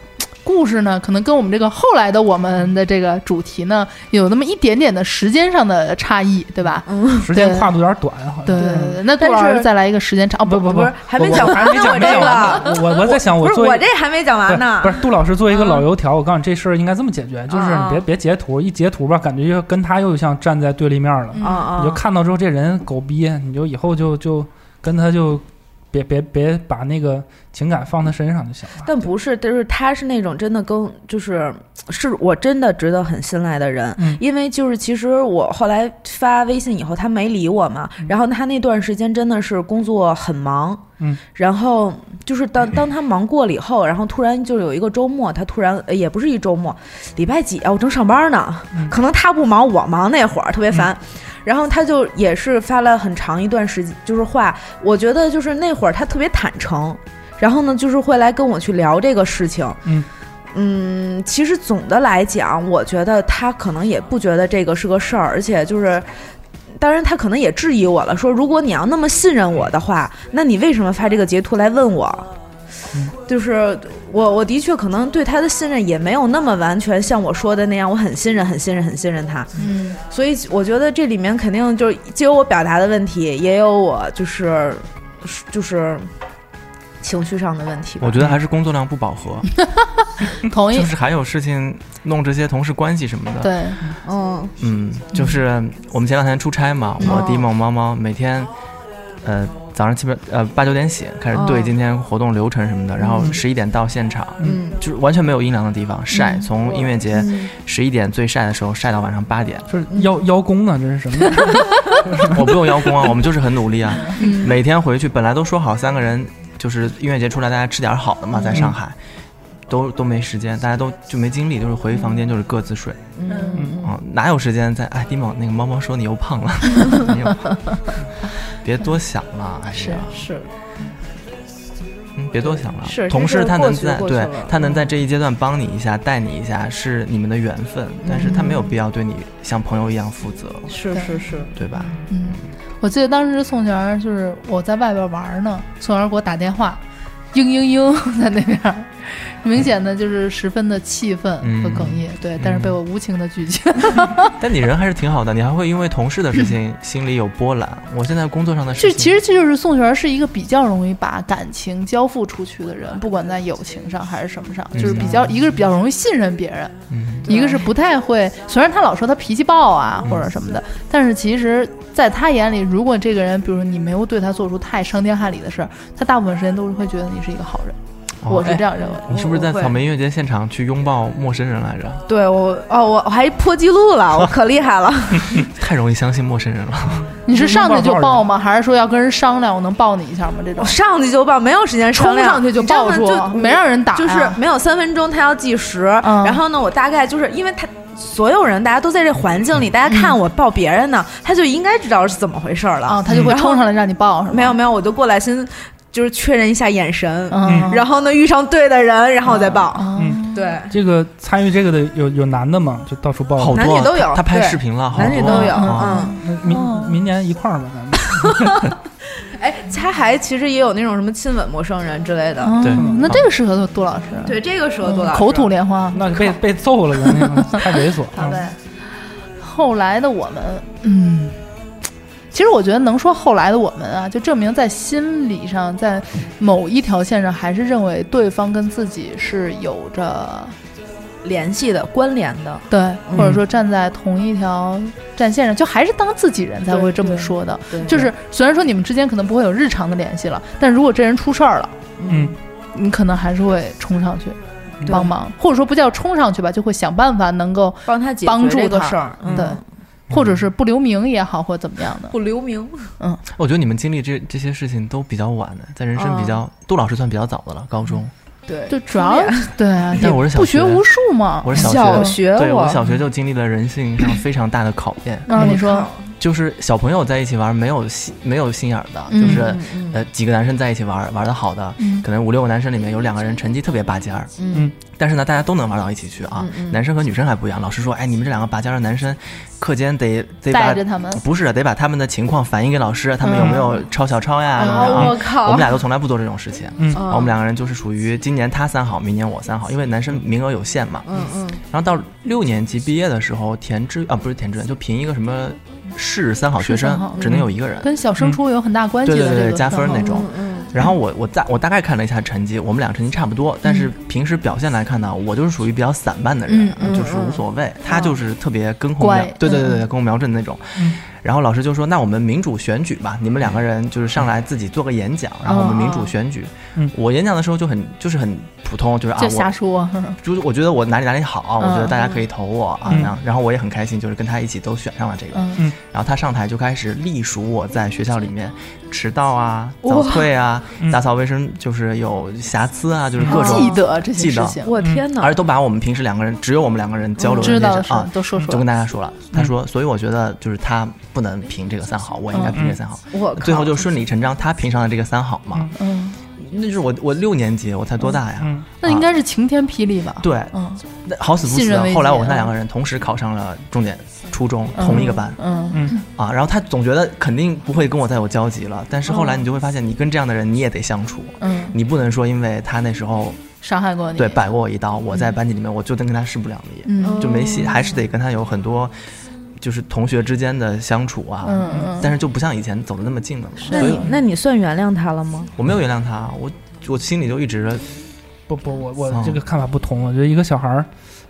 Speaker 4: 故事呢，可能跟我们这个后来的我们的这个主题呢，有那么一点点的时间上的差异，对吧？
Speaker 7: 嗯
Speaker 6: 时间跨度有点短，好像。
Speaker 4: 对对对对，那杜老
Speaker 7: 但
Speaker 4: 师
Speaker 7: 是
Speaker 4: 再来一个时间长哦，不不
Speaker 6: 不
Speaker 7: 不是还没讲完
Speaker 6: 我我还没
Speaker 7: 呢
Speaker 6: 讲
Speaker 7: 我
Speaker 6: 没
Speaker 7: 这
Speaker 6: 讲完
Speaker 7: 个
Speaker 6: 我我我在想，
Speaker 7: 不是
Speaker 6: 作为
Speaker 7: 我这还没讲完呢，
Speaker 6: 不是杜老师作为一个老油条，我告诉你这事儿应该这么解决，就是
Speaker 7: 嗯啊
Speaker 6: 你
Speaker 7: 啊
Speaker 6: 别别截图，一截图吧，感觉又跟他又像站在对立面
Speaker 4: 嗯
Speaker 6: 了。
Speaker 7: 啊啊，
Speaker 6: 你就看到之后这人狗逼，你就以后就就跟他就别别别把那个情感放他身上就行了。
Speaker 7: 但不是，就是他是那种真的跟就是是我真的值得很信赖的人，
Speaker 6: 嗯
Speaker 7: 因为就是其实我后来发微信以后，他没理我嘛，然后他那段时间真的是工作很忙，
Speaker 6: 嗯，
Speaker 7: 然后就是当当他忙过了以后，然后突然就有一个周末，他突然呃也不是一周末，礼拜几啊，我正上班呢，
Speaker 6: 嗯
Speaker 7: 可能他不忙我忙那会儿特别烦。然后他就也是发了很长一段时间，就是话，我觉得就是那会儿他特别坦诚，然后呢，就是会来跟我去聊这个事情。
Speaker 6: 嗯
Speaker 7: 嗯其实总的来讲，我觉得他可能也不觉得这个是个事儿，而且就是。当然，他可能也质疑我了，说如果你要那么信任我的话，那你为什么发这个截图来问我？
Speaker 6: 嗯
Speaker 7: 就是我，我的确可能对他的信任也没有那么完全像我说的那样，我很信任，很信任，很信任他。
Speaker 4: 嗯，
Speaker 7: 所以我觉得这里面肯定就是既有我表达的问题，也有我就是就是情绪上的问题吧。
Speaker 8: 我觉得还是工作量不饱和，
Speaker 4: 同
Speaker 7: 哎
Speaker 8: 是
Speaker 4: 意
Speaker 8: 不，是还有事情弄这些同事关系什么的？
Speaker 4: 对，
Speaker 7: 嗯
Speaker 8: 嗯，就是我们前两天出差嘛，我
Speaker 7: 嗯
Speaker 8: 迪梦猫猫每天，呃，早上七八呃八九点醒，开始
Speaker 7: 嗯
Speaker 8: 对今天活动流程什么的，然后
Speaker 6: 嗯
Speaker 8: 十一点到现场，
Speaker 7: 嗯
Speaker 8: 就是完全没有阴凉的地方晒，从音乐节
Speaker 7: 嗯
Speaker 8: 十一点最晒的时候晒到晚上
Speaker 7: [laughs]
Speaker 8: 八点，
Speaker 6: 就是邀邀功呢，这 [laughs] 是什么？
Speaker 8: 我不用邀功啊，我们就是很努力啊，
Speaker 7: 嗯
Speaker 8: 每天回去本来都说好三个人就是音乐节出来大家吃点好的嘛，在上海。
Speaker 7: 嗯
Speaker 8: 都都没时间，大家都就没精力，就是回房间就是各自睡
Speaker 7: 嗯
Speaker 8: 啊、哪有时间在哎，迪某那个猫猫说你又胖
Speaker 7: [laughs]
Speaker 8: 了，你又胖了别多想了，哎呀，
Speaker 7: 是
Speaker 8: 嗯，别多想了。
Speaker 7: 是
Speaker 8: 同事他能在
Speaker 7: 这事儿过去了
Speaker 8: 对
Speaker 7: 过去了
Speaker 8: 他能在这一阶段帮你一下、带你一下，是你们的缘分，但
Speaker 7: 嗯
Speaker 8: 是他没有必要对你像朋友一样负责，
Speaker 7: 是是是，
Speaker 8: 对吧？
Speaker 4: 嗯，我记得当时宋璇儿就是我在外边玩儿呢，宋璇儿给我打电话，嘤嘤嘤在那边儿，明显的就是十分的气愤和哽咽，对，但是被我无情的拒绝。
Speaker 8: 但你人还是挺好的，你还会因为同事的
Speaker 7: [laughs]
Speaker 8: 事情心里有波澜。我现在工作上的事
Speaker 4: 这
Speaker 8: 情，
Speaker 4: 其实这就是宋璇儿是一个比较容易把感情交付出去的人，不管在友情上还是什么上，就是比较一个是比较容易信任别人，
Speaker 8: 嗯，
Speaker 4: 一个是不太会，虽然他老说他脾气暴啊或者什么的，但是其实在他眼里，如果这个人，比如说你没有对他做出太伤天害理的事儿，他大部分时间都是会觉得你是一个好人。
Speaker 8: 哦
Speaker 4: 我是这样认为。
Speaker 8: 你是不是在
Speaker 7: 我会
Speaker 8: 草莓音乐节现场去拥抱陌生人来着？
Speaker 7: 对我哦，我我还破纪录了，我可厉
Speaker 4: [laughs]
Speaker 7: 害了。
Speaker 8: 太容易相信陌生人了。
Speaker 4: 你是上去就抱吗？还是说要跟人商量？我能抱你一下吗？这
Speaker 7: 我
Speaker 4: 种
Speaker 7: 上去就抱，没有时间商
Speaker 4: 冲
Speaker 7: 量
Speaker 4: 上去就抱
Speaker 7: 你
Speaker 4: 住
Speaker 7: 知道吗，就啊
Speaker 4: 没让人打呀，啊
Speaker 7: 就是没有三分钟，他要计时。
Speaker 4: 嗯
Speaker 7: 然后呢，我大概就是因为他所有人大家都在这环境里，
Speaker 4: 嗯
Speaker 7: 大家看我抱别人呢，他就应该知道是怎么回事儿了。
Speaker 4: 啊，他就会
Speaker 7: 然后
Speaker 4: 冲上来让你抱，是吗？
Speaker 7: 没有，没有，我就过来先就是确认一下眼神，
Speaker 4: 嗯，
Speaker 7: 然后呢遇上对的人，然后我再抱。
Speaker 4: 嗯，
Speaker 7: 对，
Speaker 6: 这个参与这个的有有男的吗？就到处抱
Speaker 8: 好
Speaker 7: 哦
Speaker 6: 着。
Speaker 8: 多啊
Speaker 7: 男女都有
Speaker 8: 他拍
Speaker 7: 对
Speaker 8: 视频了，好多
Speaker 7: 男女都有。
Speaker 8: 啊
Speaker 7: 嗯，
Speaker 6: 那明明年一块儿吧，咱
Speaker 7: [laughs]
Speaker 6: 们。
Speaker 7: 哎，他还其实也有那种什么亲吻陌生人之类的。
Speaker 4: 哦
Speaker 8: 对
Speaker 4: 那这个适合杜老师，
Speaker 7: 对，这个说
Speaker 4: 嗯
Speaker 7: 多了，
Speaker 4: 口吐莲花。
Speaker 6: 那被被揍了，咱
Speaker 7: [laughs]
Speaker 6: 那个太猥琐。
Speaker 4: 好
Speaker 6: 嗯
Speaker 4: 呗。后来的我们，嗯，其实我觉得能说后来的我们啊，就证明在心理上，在某一条线上，还是认为对方跟自己是有着
Speaker 7: 联系的、关联的。
Speaker 4: 对，或者说站在同一条战线上，就还是当自己人才会这么说的。
Speaker 7: 对，
Speaker 4: 就是虽然说你们之间可能不会有日常的联系了，但如果这人出事儿了，
Speaker 6: 嗯，
Speaker 4: 你可能还是会冲上去
Speaker 6: 嗯
Speaker 4: 帮忙，或者说不叫冲上去吧，就会想办法能够，
Speaker 7: 帮他解决
Speaker 4: 帮助
Speaker 7: 这个
Speaker 4: 他
Speaker 7: 事儿，嗯
Speaker 4: 对，或者是不留名也好，或者怎么样的。
Speaker 7: 不留名。
Speaker 8: 我觉得你们经历这这些事情都比较晚的，在人生比较，杜老师算比较早的了，高中。
Speaker 7: 对，
Speaker 4: 就主要对啊，也
Speaker 8: 但我是小
Speaker 4: 不学
Speaker 8: 学
Speaker 4: 无术嘛。。
Speaker 8: 我是小
Speaker 7: 小
Speaker 8: 学
Speaker 7: 哦学
Speaker 8: 对我
Speaker 7: 我
Speaker 8: 小学就经历了人性上非常大的考验
Speaker 4: 嗯，你说
Speaker 7: 我
Speaker 8: 就是小朋友在一起玩没有心没有心眼儿的，
Speaker 4: 嗯
Speaker 8: 就是
Speaker 7: 嗯嗯
Speaker 8: 呃几个男生在一起玩玩的好的，
Speaker 4: 嗯
Speaker 8: 可能五六个男生里面有两个人成绩特别拔尖儿，
Speaker 7: 嗯
Speaker 8: 但是呢大家都能玩到一起去啊，
Speaker 7: 嗯嗯
Speaker 8: 男生和女生还不一样，老师说哎你们这两个拔尖儿的男生，课间得得把
Speaker 4: 带着他们，
Speaker 8: 不是得把他们的情况反映给老师，他们有没有抄小抄呀？
Speaker 4: 嗯
Speaker 8: 怎么样
Speaker 7: 哦
Speaker 8: 啊
Speaker 7: 我靠
Speaker 8: 我们俩都从来不做这种事情。
Speaker 6: 嗯
Speaker 8: 然后我们两个人就是属于今年他三好，明年我三好，因为男生名额有限嘛。
Speaker 7: 嗯嗯
Speaker 8: 然后到六年级毕业的时候，填志啊不是填志愿，就评一个什么市三好学
Speaker 4: 市三
Speaker 8: 生
Speaker 4: 好，嗯
Speaker 8: 只能有一个人。
Speaker 4: 跟小升初有很大关系
Speaker 8: 对
Speaker 4: 的
Speaker 8: 嗯对
Speaker 4: 这个
Speaker 8: 对，对加分
Speaker 4: 然后
Speaker 8: 那种。
Speaker 7: 嗯
Speaker 8: 然后我我大我大概看了一下成绩，我们俩成绩差不多，但是平时表现来看呢，我就是属于比较散漫的人
Speaker 4: 嗯，嗯哦
Speaker 8: 就是无所谓。他就是特别根红
Speaker 4: 乖
Speaker 8: 苗，对对对
Speaker 4: 嗯
Speaker 8: 对，根红苗正那种。然后老师就说：“那我们民主选举吧，你们两个人就是上来自己做个演讲，然后我们民
Speaker 4: 哦
Speaker 8: 主选举。
Speaker 6: 嗯
Speaker 8: 我演讲的时候就很就是很普通，就是啊
Speaker 4: 就瞎
Speaker 8: 我。
Speaker 4: 说， [laughs]
Speaker 8: 就是我觉得我哪里哪里好，啊我觉得
Speaker 4: 嗯
Speaker 8: 大家可以投我啊，
Speaker 6: 嗯
Speaker 8: 然后然后我也很开心，就是跟他一起都选上了这个。
Speaker 4: 嗯
Speaker 8: 然后他上台就开始隶属我在学校里面迟到啊、早退啊、
Speaker 6: 嗯
Speaker 8: 打扫卫生就是有瑕疵啊，就是 [laughs] 各
Speaker 4: 嗯，
Speaker 8: 种
Speaker 4: 记，得这些
Speaker 8: 记得
Speaker 4: 事情，
Speaker 7: 我天哪
Speaker 8: 而！且都把我们平时两个人只有我们两个人交流
Speaker 4: 啊嗯知
Speaker 8: 的
Speaker 4: 道嗯
Speaker 8: 那
Speaker 4: 的
Speaker 8: 些
Speaker 4: 事
Speaker 8: 事儿啊，
Speaker 4: 都说出
Speaker 8: 就
Speaker 4: 来
Speaker 8: 跟。大家说了。他说，所以我觉得就是他不能评这个三好，我应该评这三好。
Speaker 7: 我靠
Speaker 8: 最后就顺理成章，他评上了这个三好嘛
Speaker 6: 嗯。
Speaker 4: 嗯，
Speaker 8: 那就是我我六年级，我才多大呀？
Speaker 6: 嗯
Speaker 4: 那应该是晴天霹雳吧？，
Speaker 8: 啊对，
Speaker 4: 嗯
Speaker 8: 那好死不
Speaker 4: 信
Speaker 8: 死
Speaker 4: 任危，机
Speaker 8: 后来我和
Speaker 4: 嗯
Speaker 8: 他两个人同时考上了重点初中同一个班。
Speaker 4: 嗯，
Speaker 6: 嗯
Speaker 8: 啊，然后他总觉得肯定不会跟我再有交集了，但是后来你就会发现，你跟这样的人你也得相处，
Speaker 4: 嗯
Speaker 8: 你不能说因为他那时候
Speaker 4: 伤害过你，
Speaker 8: 对摆过我一刀，我在班级里面我就能跟他势不两立，
Speaker 4: 嗯
Speaker 8: 就没戏，还是得跟他有很多就是同学之间的相处啊，
Speaker 4: 嗯嗯
Speaker 8: 但是就不像以前走的那么近了嘛，
Speaker 7: 那
Speaker 8: 所以
Speaker 7: 你那你算原谅他了吗？
Speaker 8: 我没有原谅他，我我心里就一直
Speaker 6: 不不，我
Speaker 8: 嗯
Speaker 6: 我这个看法不同，我觉得一个小孩儿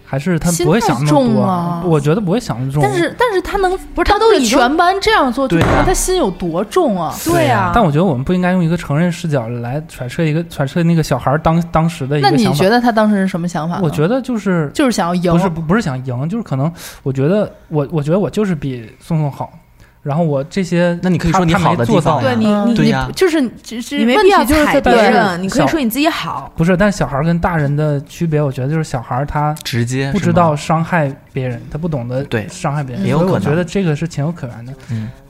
Speaker 6: 还是他
Speaker 4: 心
Speaker 6: 不会
Speaker 4: 太
Speaker 6: 想那么
Speaker 4: 重
Speaker 6: 多，
Speaker 4: 啊
Speaker 6: 我觉得不会想那么重。
Speaker 4: 但是但是他能不
Speaker 7: 是他都
Speaker 4: 对
Speaker 7: 已经
Speaker 4: 全班这样做，就
Speaker 8: 对啊
Speaker 4: 看他心有多重啊！
Speaker 7: 对呀
Speaker 6: 但我觉得我们不应该用一个成人视角来揣测一个揣测那个小孩儿当当时的一
Speaker 4: 那
Speaker 6: 个
Speaker 4: 你
Speaker 6: 想法
Speaker 4: 觉。得他当时是什么想法呢？
Speaker 6: 我觉得就是
Speaker 4: 就是想要赢，
Speaker 6: 不是不不是想赢，就是可能我觉得我我觉得我就是比宋宋好，然后我这些
Speaker 8: 那你可以
Speaker 6: 他
Speaker 8: 说你
Speaker 6: 他没
Speaker 8: 好的地
Speaker 6: 做
Speaker 8: 方
Speaker 6: 到
Speaker 8: 呀，
Speaker 7: 对你
Speaker 4: 嗯
Speaker 7: 你
Speaker 8: 对
Speaker 7: 你
Speaker 8: 呀，
Speaker 4: 就是只是
Speaker 7: 你没
Speaker 4: 问
Speaker 7: 必要
Speaker 4: 题就是
Speaker 7: 踩
Speaker 4: 在
Speaker 7: 别
Speaker 6: 对
Speaker 7: 人，你可以
Speaker 6: 小
Speaker 7: 说你自己好。
Speaker 6: 不是，但是小孩儿跟大人的区别，我觉得就是小孩儿他
Speaker 8: 直接
Speaker 6: 不
Speaker 8: 是
Speaker 6: 知
Speaker 8: 吗
Speaker 6: 道伤害别人，他不懂得
Speaker 8: 对
Speaker 6: 伤害别人，
Speaker 8: 也有
Speaker 6: 所以
Speaker 8: 可
Speaker 6: 我
Speaker 8: 能
Speaker 6: 觉得这个是情有可原的。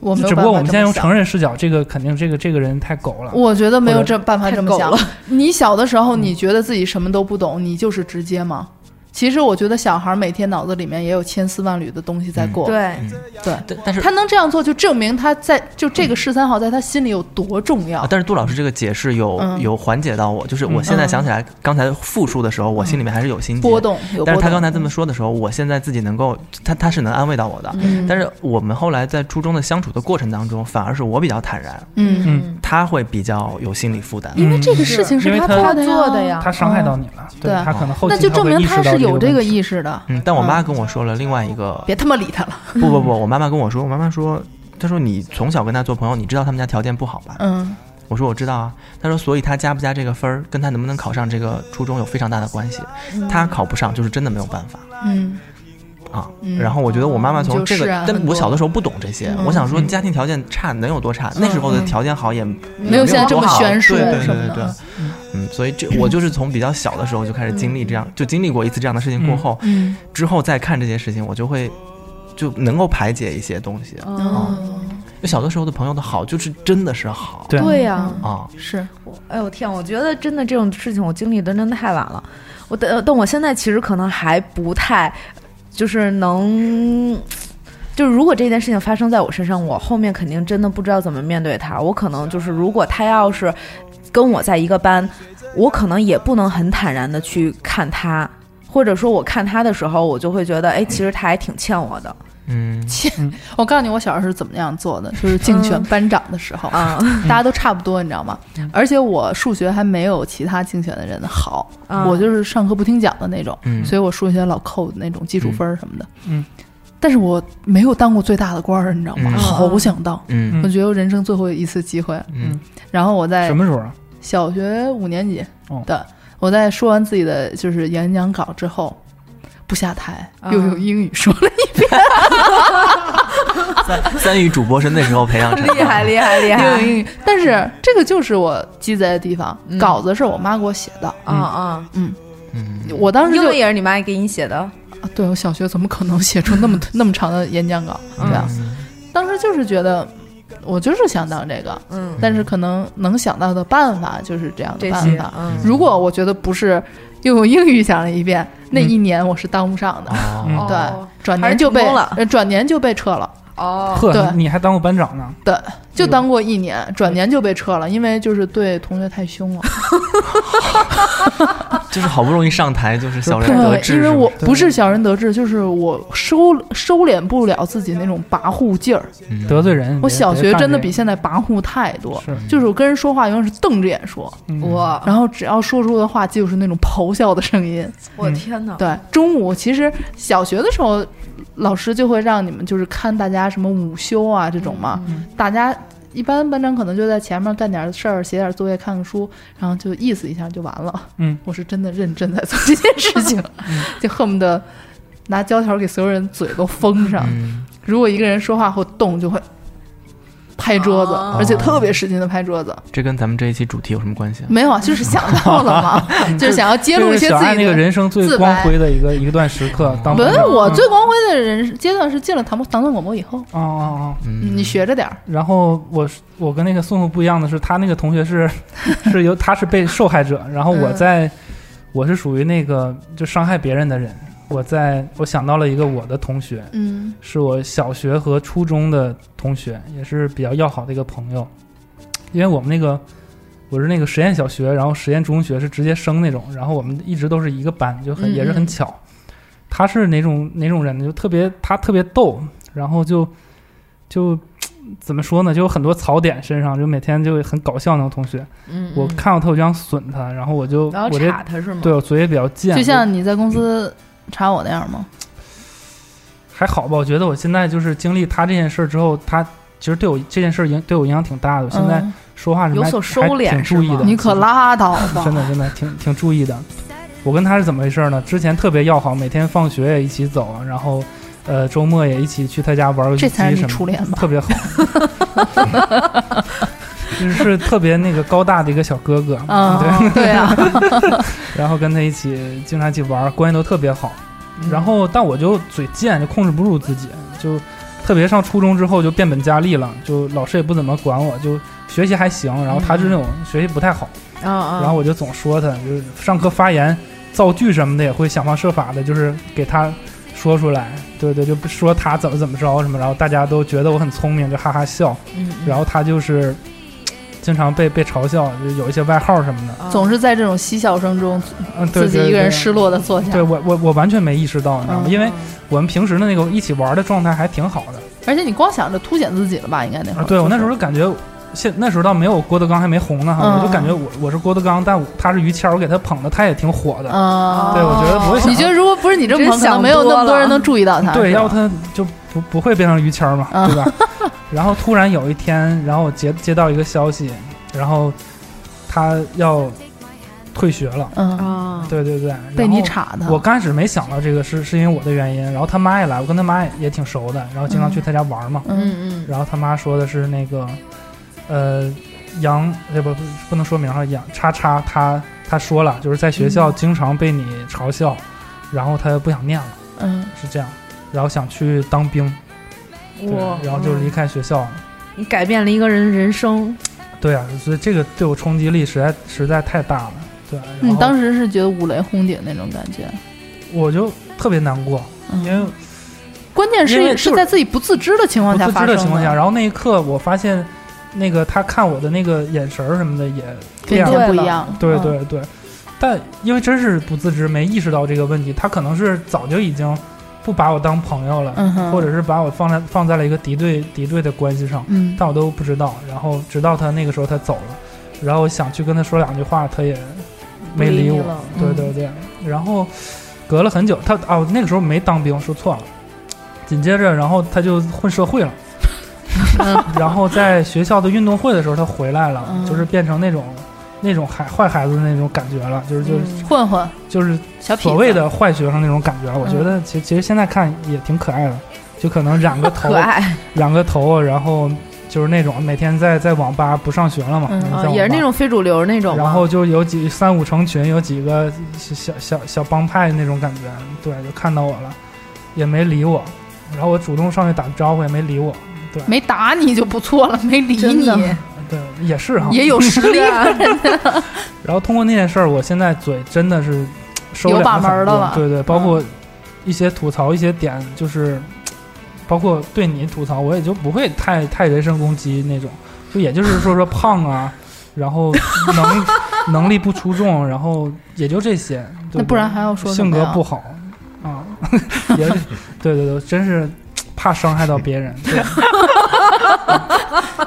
Speaker 4: 我没有
Speaker 6: 只不
Speaker 4: 办
Speaker 6: 过
Speaker 4: 法
Speaker 6: 我们现在用
Speaker 4: 这么想
Speaker 6: 成人视角，这个肯定这个这个人太狗了。
Speaker 4: 我觉得没有这办法
Speaker 7: 太
Speaker 4: 这么
Speaker 7: 狗
Speaker 4: 想
Speaker 7: 了。
Speaker 4: 你小的时候，
Speaker 6: 嗯
Speaker 4: 你觉得自己什么都不懂，你就是直接吗？其实我觉得小孩每天脑子里面也有千丝万缕的东西在
Speaker 6: 嗯
Speaker 4: 过，
Speaker 7: 对，
Speaker 4: 对
Speaker 8: 嗯但但是
Speaker 4: 他能这样做，就证明他在就这个十三号在他心里有多重要
Speaker 8: 啊，。但是杜老师这个解释有、
Speaker 4: 嗯
Speaker 8: 有缓解到我，就是我现在想起来刚才复述的时候，我心里面还是有心
Speaker 4: 嗯
Speaker 8: 结
Speaker 4: 波。动有波动，
Speaker 8: 但是他刚才这么说的时候，我现在自己能够，他他是能安慰到我的。
Speaker 4: 嗯
Speaker 8: 但是我们后来在初中的相处的过程当中，反而是我比较坦然，
Speaker 4: 嗯，
Speaker 6: 嗯，
Speaker 8: 他会比较有心理负担。
Speaker 4: 因为这个事情
Speaker 6: 因
Speaker 4: 是
Speaker 6: 为他
Speaker 4: 做
Speaker 7: 他做的呀
Speaker 6: 他伤害到你了，
Speaker 4: 对啊
Speaker 6: 他可能后期
Speaker 4: 那就
Speaker 6: 他
Speaker 4: 证
Speaker 6: 会
Speaker 4: 明
Speaker 6: 意识
Speaker 4: 他
Speaker 6: 到
Speaker 4: 是有这
Speaker 6: 这
Speaker 4: 个
Speaker 6: 问题。
Speaker 4: 意识的。
Speaker 8: 嗯，但我妈跟我说了另外一个，
Speaker 4: 别他妈理他了，
Speaker 8: 不不不，我妈妈跟我说，我妈妈说，她说你从小跟他做朋友，你知道他们家条件不好吧？
Speaker 4: 嗯
Speaker 8: 我说我知道啊。她说，所以他加不加这个分儿，跟他能不能考上这个初中有非常大的关系。嗯他考不上，就是真的没有办法。
Speaker 4: 嗯
Speaker 8: 啊
Speaker 4: 嗯，
Speaker 8: 然后我觉得我妈妈从这
Speaker 4: 就是
Speaker 8: 个，
Speaker 4: 啊很
Speaker 8: 但
Speaker 4: 多嗯
Speaker 8: 我小的时候不懂这些，我想说家庭条件差能有多差？那时候的条件好也没
Speaker 4: 有现在这么悬殊
Speaker 8: 对对
Speaker 4: 什
Speaker 8: 对
Speaker 4: 么的
Speaker 8: 对对，嗯，所以这我就是从比较小的时候就开始经历这样，就经历过一次这样的事情过后，
Speaker 4: 嗯
Speaker 8: 之后再看这些事情，我就会就能够排解一些东
Speaker 4: 哦
Speaker 8: 西。就小的时候的朋友的好，就是真的是好，
Speaker 6: 对
Speaker 7: 对呀。
Speaker 8: 啊，
Speaker 4: 是
Speaker 7: 哎呦天，我觉得真的这种事情我经历的真的太晚了。我呃但但我现在其实可能还不太，就是能，就是如果这件事情发生在我身上，我后面肯定真的不知道怎么面对他。我可能就是如果他要是跟我在一个班，我可能也不能很坦然的去看他。或者说，我看他的时候，我就会觉得，哎，其实他还挺欠我的
Speaker 8: 嗯，
Speaker 4: 我告诉你，我小时候是怎么样做的，就是竞选班长的时候，
Speaker 8: [laughs]
Speaker 7: 啊
Speaker 4: 大家都差不多，你知道吗？
Speaker 8: 嗯
Speaker 4: 而且我数学还没有其他竞选的人好，
Speaker 8: 啊
Speaker 7: 嗯
Speaker 4: 我就是上课不听讲的那种，
Speaker 8: 嗯
Speaker 4: 所以我数学老扣那种基础分儿什么的。
Speaker 6: 嗯，
Speaker 4: 但是我没有当过最大的官儿，你知道吗？
Speaker 8: 嗯
Speaker 4: 好想当，
Speaker 8: 嗯
Speaker 4: 我觉得我人生最后一次机会。
Speaker 8: 嗯，
Speaker 4: 然后我在
Speaker 6: 什么时候啊？
Speaker 4: 小学五年级
Speaker 6: 哦
Speaker 4: 的，我在说完自己的就是演讲稿之后。不下台，又用英语说了
Speaker 8: 三语主播是那时候培养成的，啊
Speaker 7: 厉害厉害厉
Speaker 4: [laughs] 一
Speaker 7: 害！
Speaker 4: 英语，嗯但是这个就是我鸡贼的地方，稿子是我妈给我写的，
Speaker 7: 啊啊！
Speaker 8: 嗯，
Speaker 4: 我当时
Speaker 7: 英
Speaker 4: 就
Speaker 7: 文也是你妈给你写的，
Speaker 4: [laughs] 啊对我小学怎么可能写出那么那么长的演讲稿，对吧？
Speaker 8: 嗯
Speaker 4: 当时就是觉得我就是想当这个，
Speaker 7: 嗯，
Speaker 4: 但是可能能想到的办法就是这样的
Speaker 7: 这
Speaker 4: 办
Speaker 7: 些
Speaker 4: 法。
Speaker 7: 嗯
Speaker 4: 如果我觉得不是又用英语想了一遍，那一年我是当不上的。
Speaker 8: 哦，
Speaker 4: 对
Speaker 7: 哦，
Speaker 4: 转
Speaker 7: 还是
Speaker 4: 年就
Speaker 7: 成
Speaker 4: 被
Speaker 7: 功了
Speaker 4: 呃转年就被撤了，
Speaker 7: 哦，
Speaker 6: 呵，
Speaker 4: 对
Speaker 6: 你还当过班长呢？
Speaker 4: 对，就当过一年，转年就被撤了，因为就是对同学太凶了。
Speaker 8: 就是好不容易上台，就是小人得
Speaker 4: 对，
Speaker 8: 志，
Speaker 4: 因为
Speaker 8: 是吗
Speaker 4: 我不是小人得志，就是我收收敛不了自己那种跋扈劲儿。
Speaker 8: 嗯
Speaker 6: 得罪人，
Speaker 4: 我
Speaker 6: 别
Speaker 4: 小学真的比
Speaker 6: 别
Speaker 4: 现在跋扈太多，
Speaker 6: 干这个是嗯
Speaker 4: 就是我跟人说话永远是瞪着眼说，
Speaker 7: 我
Speaker 4: 然后只要说出的话就是那种咆哮的声音。
Speaker 7: 我
Speaker 6: 嗯
Speaker 7: 天
Speaker 6: 啊
Speaker 7: 哪！
Speaker 4: 对，中午其实小学的时候，老师就会让你们就是看大家什么午休啊这种嘛，
Speaker 6: 嗯
Speaker 4: 大家一般班长可能就在前面干点事儿，写点作业，看看书，然后就意思一下就完了。
Speaker 6: 嗯，
Speaker 4: [laughs] 我是真的认真在做这件事情， [laughs] 就恨不得拿胶条给所有人嘴都封上。
Speaker 8: 嗯
Speaker 4: 如果一个人说话或动，就会拍桌子，
Speaker 6: 啊
Speaker 4: 而且特别使劲的拍桌子。
Speaker 8: 这跟咱们这一期主题有什么关系啊？
Speaker 4: 没有啊，就是想到了
Speaker 6: [laughs]
Speaker 4: 嘛，就是想要揭露一些
Speaker 6: 这是小
Speaker 4: 自
Speaker 6: 爱
Speaker 4: 己
Speaker 6: 那个
Speaker 4: 的
Speaker 6: 人生最
Speaker 4: 自
Speaker 6: 光
Speaker 4: 白
Speaker 6: 辉的一个一段时刻，当
Speaker 4: 不
Speaker 6: 班
Speaker 4: 是
Speaker 6: 长
Speaker 4: 我
Speaker 6: 嗯
Speaker 4: 最光辉的人阶段是进了唐唐顿广播以后，
Speaker 6: 哦哦哦，
Speaker 8: 嗯，
Speaker 4: 你学着点儿。
Speaker 6: 然后我是我跟那个宋宋不一样的是，他那个同
Speaker 4: [laughs]
Speaker 6: 学是是由他是被受害者，然后我
Speaker 4: 嗯
Speaker 6: 在、我是属于那个就伤害别人的人。我在我想到了一个我的同学，
Speaker 4: 嗯
Speaker 6: 是我小学和初中的同学，也是比较要好的一个朋友。因为我们那个我是那个实验小学，然后实验中学是直接升那种，然后我们一直都是一个班，就很
Speaker 4: 嗯
Speaker 6: 也是很巧。他是哪种哪种人呢？就特别他特别逗，然后就就怎么说呢？就有很多槽点身上，就每天就很搞笑那种同学。
Speaker 7: 嗯，
Speaker 6: 我
Speaker 7: 嗯
Speaker 6: 看到他我就想损他，然后我就
Speaker 7: 然后
Speaker 6: 我这
Speaker 7: 查他是吗？
Speaker 6: 对我嘴也比较贱，
Speaker 4: 就
Speaker 6: 我
Speaker 4: 像你在公司查我那样吗？
Speaker 6: 还好吧，我觉得我现在就是经历他这件事儿之后，他其实对我这件事儿影对我影响挺大的。我现在
Speaker 4: 嗯
Speaker 6: 说话什么
Speaker 7: 有
Speaker 6: 还
Speaker 7: 所收
Speaker 6: 还
Speaker 7: 敛
Speaker 6: 挺
Speaker 7: 是
Speaker 6: 注意
Speaker 7: 吗
Speaker 6: 的。
Speaker 4: 你可拉倒吧！
Speaker 6: 真的真的挺挺注意的。我跟他是怎么回事呢？之前特别要好，每天放学也一起走，然后呃周末也一起去他家玩游戏
Speaker 4: 这才是
Speaker 6: 机
Speaker 4: 你
Speaker 6: 什
Speaker 4: 初
Speaker 6: 么
Speaker 4: 恋
Speaker 6: 的，
Speaker 4: 吧？
Speaker 6: 特别好。
Speaker 4: [laughs]
Speaker 6: 就是特别那个高大的一个小哥哥，
Speaker 4: 嗯
Speaker 6: 对，，
Speaker 4: 对
Speaker 6: [laughs]
Speaker 4: 啊，
Speaker 6: 然后跟他一起经常一起玩，关系都特别好。
Speaker 7: 嗯
Speaker 6: 然后，但我就嘴贱，就控制不住自己，就特别上初中之后就变本加厉了，就老师也不怎么管我，就学习还行。然后他
Speaker 4: 嗯
Speaker 6: 是那种学习不太好，
Speaker 7: 啊啊，
Speaker 6: 然后我就总说他，就是上课发言、造句什么的也会想方设法的，就是给他说出来。对对，就不说他怎么怎么着什么，然后大家都觉得我很聪明，就哈哈笑。
Speaker 7: 嗯
Speaker 6: 然后他就是经常被被嘲笑，就有一些外号什么的。
Speaker 7: 后
Speaker 4: 总是在这种嬉笑声中，
Speaker 6: 嗯，对
Speaker 4: 自己
Speaker 6: 对
Speaker 4: 一个人
Speaker 6: 对
Speaker 4: 失落的坐下
Speaker 6: 对。我我我完全没意识到，你知道吗？
Speaker 4: 嗯
Speaker 6: 因为我们平时的那个一起玩的状态还挺好的。
Speaker 4: 而且你光想着凸显自己了吧？应该那会儿。
Speaker 6: 啊对我那时候感觉，现那时候倒没有郭德纲还没红呢哈，
Speaker 4: 嗯
Speaker 6: 我就感觉我我是郭德纲，但我他是于谦儿，我给他捧的，他也挺火的。
Speaker 7: 哦
Speaker 4: 嗯，
Speaker 6: 对，我觉得不会想
Speaker 4: 你觉得如果不是你这么
Speaker 7: 真
Speaker 4: 捧，可
Speaker 7: 想
Speaker 4: 能没有那么
Speaker 7: 多
Speaker 4: 多
Speaker 7: 了
Speaker 4: 人能注意到他。
Speaker 6: 对，
Speaker 4: 是吧啊
Speaker 6: 要他就不不会变成于谦儿嘛，
Speaker 4: 嗯
Speaker 6: 对吧？ [laughs] 然后突然有一天，然后我接接到一个消息，然后他要退学了。
Speaker 4: 嗯，
Speaker 7: 啊，
Speaker 6: 对对对，
Speaker 4: 被
Speaker 6: 然后
Speaker 4: 你查的。
Speaker 6: 我刚开始没想到这个是是因为我的原因，然后他妈也来，我跟他妈也也挺熟的，然后经常去他家玩嘛。
Speaker 4: 嗯
Speaker 7: 嗯嗯
Speaker 6: 然后他妈说的是那个，呃，杨这不不能说名哈，杨叉叉他他说了，就是在学校经常被你嘲笑，然后他不想念了，
Speaker 4: 嗯，
Speaker 6: 是这样，然后想去当兵，对，
Speaker 7: 哇，嗯
Speaker 6: 然后就离开学校了。
Speaker 4: 嗯
Speaker 7: 你改变了一个人人生，
Speaker 6: 对啊，所以这个对我冲击力实在实在太大了。对，然
Speaker 4: 你嗯
Speaker 6: 后
Speaker 4: 当时是觉得五雷轰顶那种感觉，
Speaker 6: 我就特别难过，
Speaker 4: 嗯
Speaker 6: 因为
Speaker 4: 关键
Speaker 6: 因
Speaker 4: 是
Speaker 6: 为就是
Speaker 4: 是在自己不自知的情况
Speaker 6: 不
Speaker 4: 下
Speaker 6: 自
Speaker 4: 发
Speaker 6: 知
Speaker 4: 生的
Speaker 6: 的情况下，然后那一刻我发现，那个他看我的那个眼神儿什么的也
Speaker 4: 跟
Speaker 6: 变
Speaker 4: 以前
Speaker 6: 了。
Speaker 4: 不一样。
Speaker 6: 对
Speaker 4: 嗯，
Speaker 6: 对对，但因为真是不自知，没意识到这个问题，他可能是早就已经不把我当朋友了，
Speaker 4: 嗯哼，
Speaker 6: 或者是把我放在放在了一个敌对敌对的关系上，
Speaker 4: 嗯，
Speaker 6: 但我都不知道。然后直到他那个时候他走了，然后我想去跟他说两句话，他也没
Speaker 7: 不理
Speaker 6: 理
Speaker 7: 你
Speaker 6: 我
Speaker 7: 了。
Speaker 6: 对对对，然后隔了很久，他哦那个时候没当兵，说错了。紧接着，然后他就混
Speaker 7: [laughs]
Speaker 6: 社会了。然后在学校的运动会的时候，他回来了，
Speaker 4: 嗯
Speaker 6: 就是变成那种那种孩坏孩子的那种感觉了，
Speaker 7: 嗯
Speaker 6: 就是就是、
Speaker 4: 混混
Speaker 6: 就是
Speaker 4: 小痞子
Speaker 6: 所谓的坏学生那种感觉了。我
Speaker 4: 嗯
Speaker 6: 觉得其其实现在看也挺可爱的，就可
Speaker 7: [laughs]
Speaker 6: 能染个头
Speaker 7: 可，爱，
Speaker 6: 染个头，然后就是那种每天在在网吧不上学了嘛，
Speaker 4: 嗯
Speaker 6: 每天在
Speaker 7: 啊
Speaker 6: 网吧
Speaker 7: 也是那。种非主流那种嘛，
Speaker 6: 然后就有几三五成群，有几个小小小帮派那种感觉，对，就看到我了，也没理我。然后我主动上去打招呼，也没理我，对
Speaker 4: 没打你就不错了，没理
Speaker 7: 真
Speaker 4: 你
Speaker 7: 的
Speaker 6: 对，也是
Speaker 4: [laughs]
Speaker 6: 哈。
Speaker 4: 也有实力，
Speaker 6: [laughs]
Speaker 4: 啊
Speaker 6: 然后通过那件事儿，我现在嘴真的是收
Speaker 4: 有
Speaker 6: 敛
Speaker 4: 把
Speaker 6: 了
Speaker 4: 门儿
Speaker 6: 很
Speaker 4: 的
Speaker 6: 多
Speaker 4: 了嗯
Speaker 6: 对对，包括一些吐槽一些点，就是包括对你吐槽，我也就不会太太人身攻击那种，就也就是说说胖啊，然后能 [laughs] 能力不出众，然后也就这些。
Speaker 4: [laughs]
Speaker 6: 对
Speaker 4: 那
Speaker 6: 对
Speaker 4: 不然还要说什
Speaker 6: 性
Speaker 4: 么呀
Speaker 6: 格不好啊， [laughs] 也是对对对，真是怕伤害到别人。
Speaker 4: [laughs]
Speaker 6: 对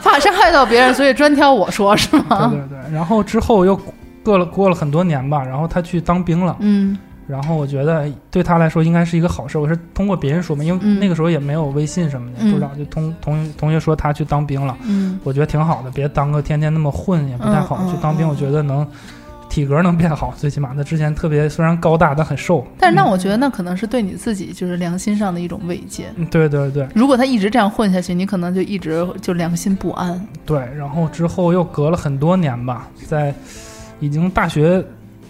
Speaker 4: 怕伤害到别人，所以专挑我说
Speaker 6: [laughs]
Speaker 4: 是吗？
Speaker 6: 对对对，然后之后又过了过了很多年吧，然后他去当兵了，
Speaker 4: 嗯
Speaker 6: 然后我觉得对他来说应该是一个好事。我是通过别人说嘛，因为
Speaker 4: 嗯
Speaker 6: 那个时候也没有微信什么的，
Speaker 4: 嗯
Speaker 6: 不知道就同同同学说他去当兵了，
Speaker 4: 嗯，
Speaker 6: 我觉得挺好的，别当个天天那么混也不太好。
Speaker 4: 嗯嗯
Speaker 6: 去当兵，
Speaker 4: 嗯
Speaker 6: 我觉得能体格能变好，最起码他之前特别虽然高大但很瘦。
Speaker 4: 但是那我觉得那可能是对你自己就是良心上的一种慰藉。
Speaker 6: 嗯对对对
Speaker 4: 如果他一直这样混下去，你可能就一直就良心不安。
Speaker 6: 对，然后之后又隔了很多年吧，在已经大学。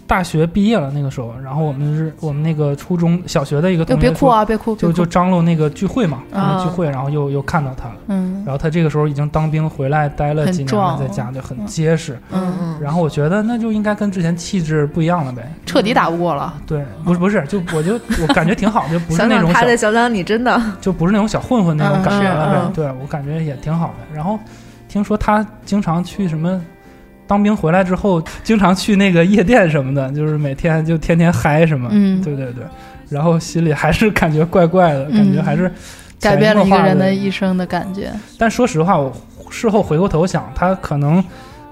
Speaker 6: 大学毕业了那个时候，然后我们是我们那个初中小学的一个
Speaker 4: 就
Speaker 6: 同学
Speaker 4: 别哭
Speaker 6: 说，
Speaker 4: 啊，别哭，别
Speaker 6: 就
Speaker 4: 哭
Speaker 6: 就张罗那个聚会嘛，
Speaker 4: 啊
Speaker 6: 聚会，然后又又看到他了。
Speaker 4: 嗯
Speaker 6: 然后他这个时候已经当兵回来待了
Speaker 4: 很
Speaker 6: 几年了，
Speaker 4: 壮
Speaker 6: 在家就很结实。
Speaker 4: 嗯，
Speaker 7: 嗯
Speaker 6: 然后我觉得那就应该跟之前气质不一样了呗。
Speaker 4: 彻底打不过了。
Speaker 6: 对，不是不是，就我就我感觉挺好，就不是
Speaker 7: 想
Speaker 6: 那
Speaker 7: 想
Speaker 6: 种小
Speaker 7: 他，再想想你，真的
Speaker 6: 就不是那种小混混那种
Speaker 4: 嗯
Speaker 6: 感觉了呗。
Speaker 7: 是嗯
Speaker 6: 对我感觉也挺好的。然后听说他经常去什么。当兵回来之后，经常去那个夜店什么的， [laughs] 就是每天就天天嗨什么，
Speaker 4: 嗯
Speaker 6: 对对对，然后心里还是感觉怪怪的，感觉
Speaker 4: 嗯
Speaker 6: 还是
Speaker 4: 改变了一
Speaker 6: 潜移
Speaker 4: 个
Speaker 6: 默化
Speaker 4: 人
Speaker 6: 的
Speaker 4: 的一生的感觉，
Speaker 6: 但说实话，我事后回过头想，他可能，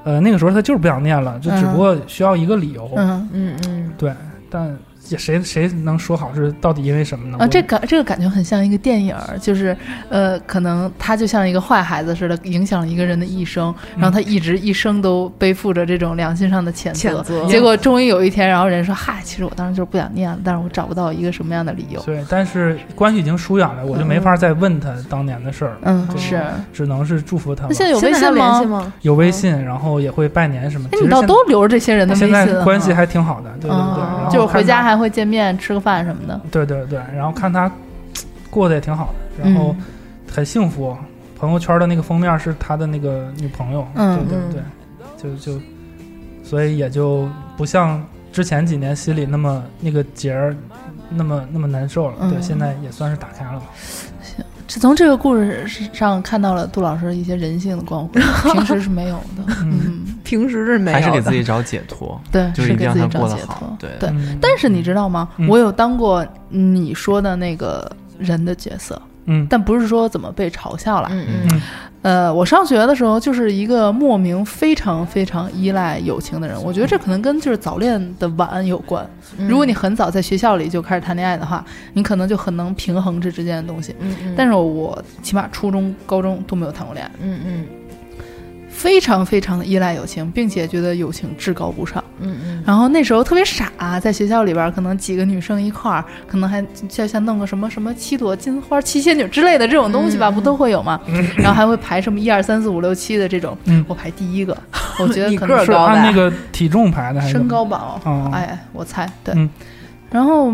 Speaker 6: 呃，那个时候他就是不想念了，就只不过需要一个理由。
Speaker 4: 嗯
Speaker 7: 嗯嗯，
Speaker 6: 对，但也谁谁能说好是到底因为什么呢？
Speaker 4: 啊，
Speaker 6: 我
Speaker 4: 这感这个感觉很像一个电影儿，就是呃，可能他就像一个坏孩子似的，影响了一个人的一生，然后他一直一生都背负着这种良心上的谴责，
Speaker 7: [laughs] 谴责
Speaker 4: 结果终于有一天，然后人说嗨，其实我当时就是不想念了，但是我找不到一个什么样的理由，
Speaker 6: 对，但是关系已经疏远了，我就没法再问他当年的事儿，
Speaker 4: 嗯，
Speaker 6: 对
Speaker 4: 是。
Speaker 6: 只能是祝福他
Speaker 4: 那现
Speaker 6: 吧。
Speaker 4: 在有微
Speaker 7: 现在还
Speaker 4: 信
Speaker 7: 联
Speaker 4: 吗
Speaker 7: 系？吗？
Speaker 6: 有微信，然后也会拜年什么。
Speaker 4: 哎，
Speaker 6: 其
Speaker 4: 你
Speaker 6: 实
Speaker 4: 倒
Speaker 6: 现
Speaker 4: 都留着这些人的微
Speaker 6: 现
Speaker 4: 信啊，
Speaker 6: 在关系还挺好的，对对对。
Speaker 7: 哦
Speaker 4: 嗯
Speaker 6: 然后
Speaker 4: 就是回
Speaker 6: 看
Speaker 4: 家
Speaker 6: 他
Speaker 4: 还会见面吃个饭什么的，
Speaker 6: 对对对，然后看他过得也挺好
Speaker 7: 嗯
Speaker 6: 的，然
Speaker 4: 嗯
Speaker 6: 后很幸福。朋友圈的那个封面是他的那个女朋友，
Speaker 4: 嗯
Speaker 6: 对对对，就就，所以也就不像之前几年心里那么那个结儿那么那么难受了。对，
Speaker 4: 嗯
Speaker 6: 现在也算是打开了吧。
Speaker 4: 这从这个故事上看到了杜老师一些人性的光辉，平时是没有的。
Speaker 6: [laughs]
Speaker 4: 嗯，
Speaker 7: 平时是没有
Speaker 8: 还
Speaker 7: 的，
Speaker 8: 是给自己找解
Speaker 4: [laughs]
Speaker 8: 脱，
Speaker 4: 对，
Speaker 8: 就是
Speaker 4: 是
Speaker 8: 一
Speaker 4: 给
Speaker 8: 定
Speaker 4: 自
Speaker 8: 让
Speaker 4: 己找
Speaker 8: 他过
Speaker 4: 解
Speaker 8: 得好
Speaker 4: 脱。。
Speaker 8: 对，
Speaker 4: 对
Speaker 6: 嗯
Speaker 4: 但是你知道吗？
Speaker 6: 嗯
Speaker 4: 我有当过你说的那个人的角色，
Speaker 6: 嗯
Speaker 4: 但不是说怎么被嘲笑了。
Speaker 7: 嗯
Speaker 8: 嗯
Speaker 7: 嗯，
Speaker 4: 呃，我上学的时候就是一个莫名非常非常依赖友情的人，我觉得这可能跟就是早恋的晚有关。
Speaker 7: 嗯
Speaker 4: 如果你很早在学校里就开始谈恋爱的话，你可能就很能平衡这之间的东西。
Speaker 7: 嗯嗯，
Speaker 4: 但
Speaker 7: 是
Speaker 4: 是我起码初中、高中都没有谈过恋爱。
Speaker 7: 嗯嗯
Speaker 4: 非常非常的依赖友情，并且觉得友情至高无上。
Speaker 7: 嗯
Speaker 6: [laughs]
Speaker 7: 嗯
Speaker 4: 然后那时候特别傻，在学校里边儿可能几个女生一块儿，可能还就像弄个什么什么七朵金花、七仙女之类的这种东西吧，
Speaker 7: 嗯
Speaker 4: 不都会有吗？然后还会排什么一二三四五六七的这种，
Speaker 6: 嗯
Speaker 4: 我排第一个，我觉得
Speaker 7: 嗯你
Speaker 4: 可
Speaker 7: 个
Speaker 4: 能是
Speaker 7: 儿
Speaker 6: 是
Speaker 7: 高
Speaker 6: 按
Speaker 7: 呗
Speaker 6: 那个体重排的还是
Speaker 4: 身高吧，哦
Speaker 6: 哦
Speaker 4: 哎，我猜对。
Speaker 6: 嗯
Speaker 4: 然后，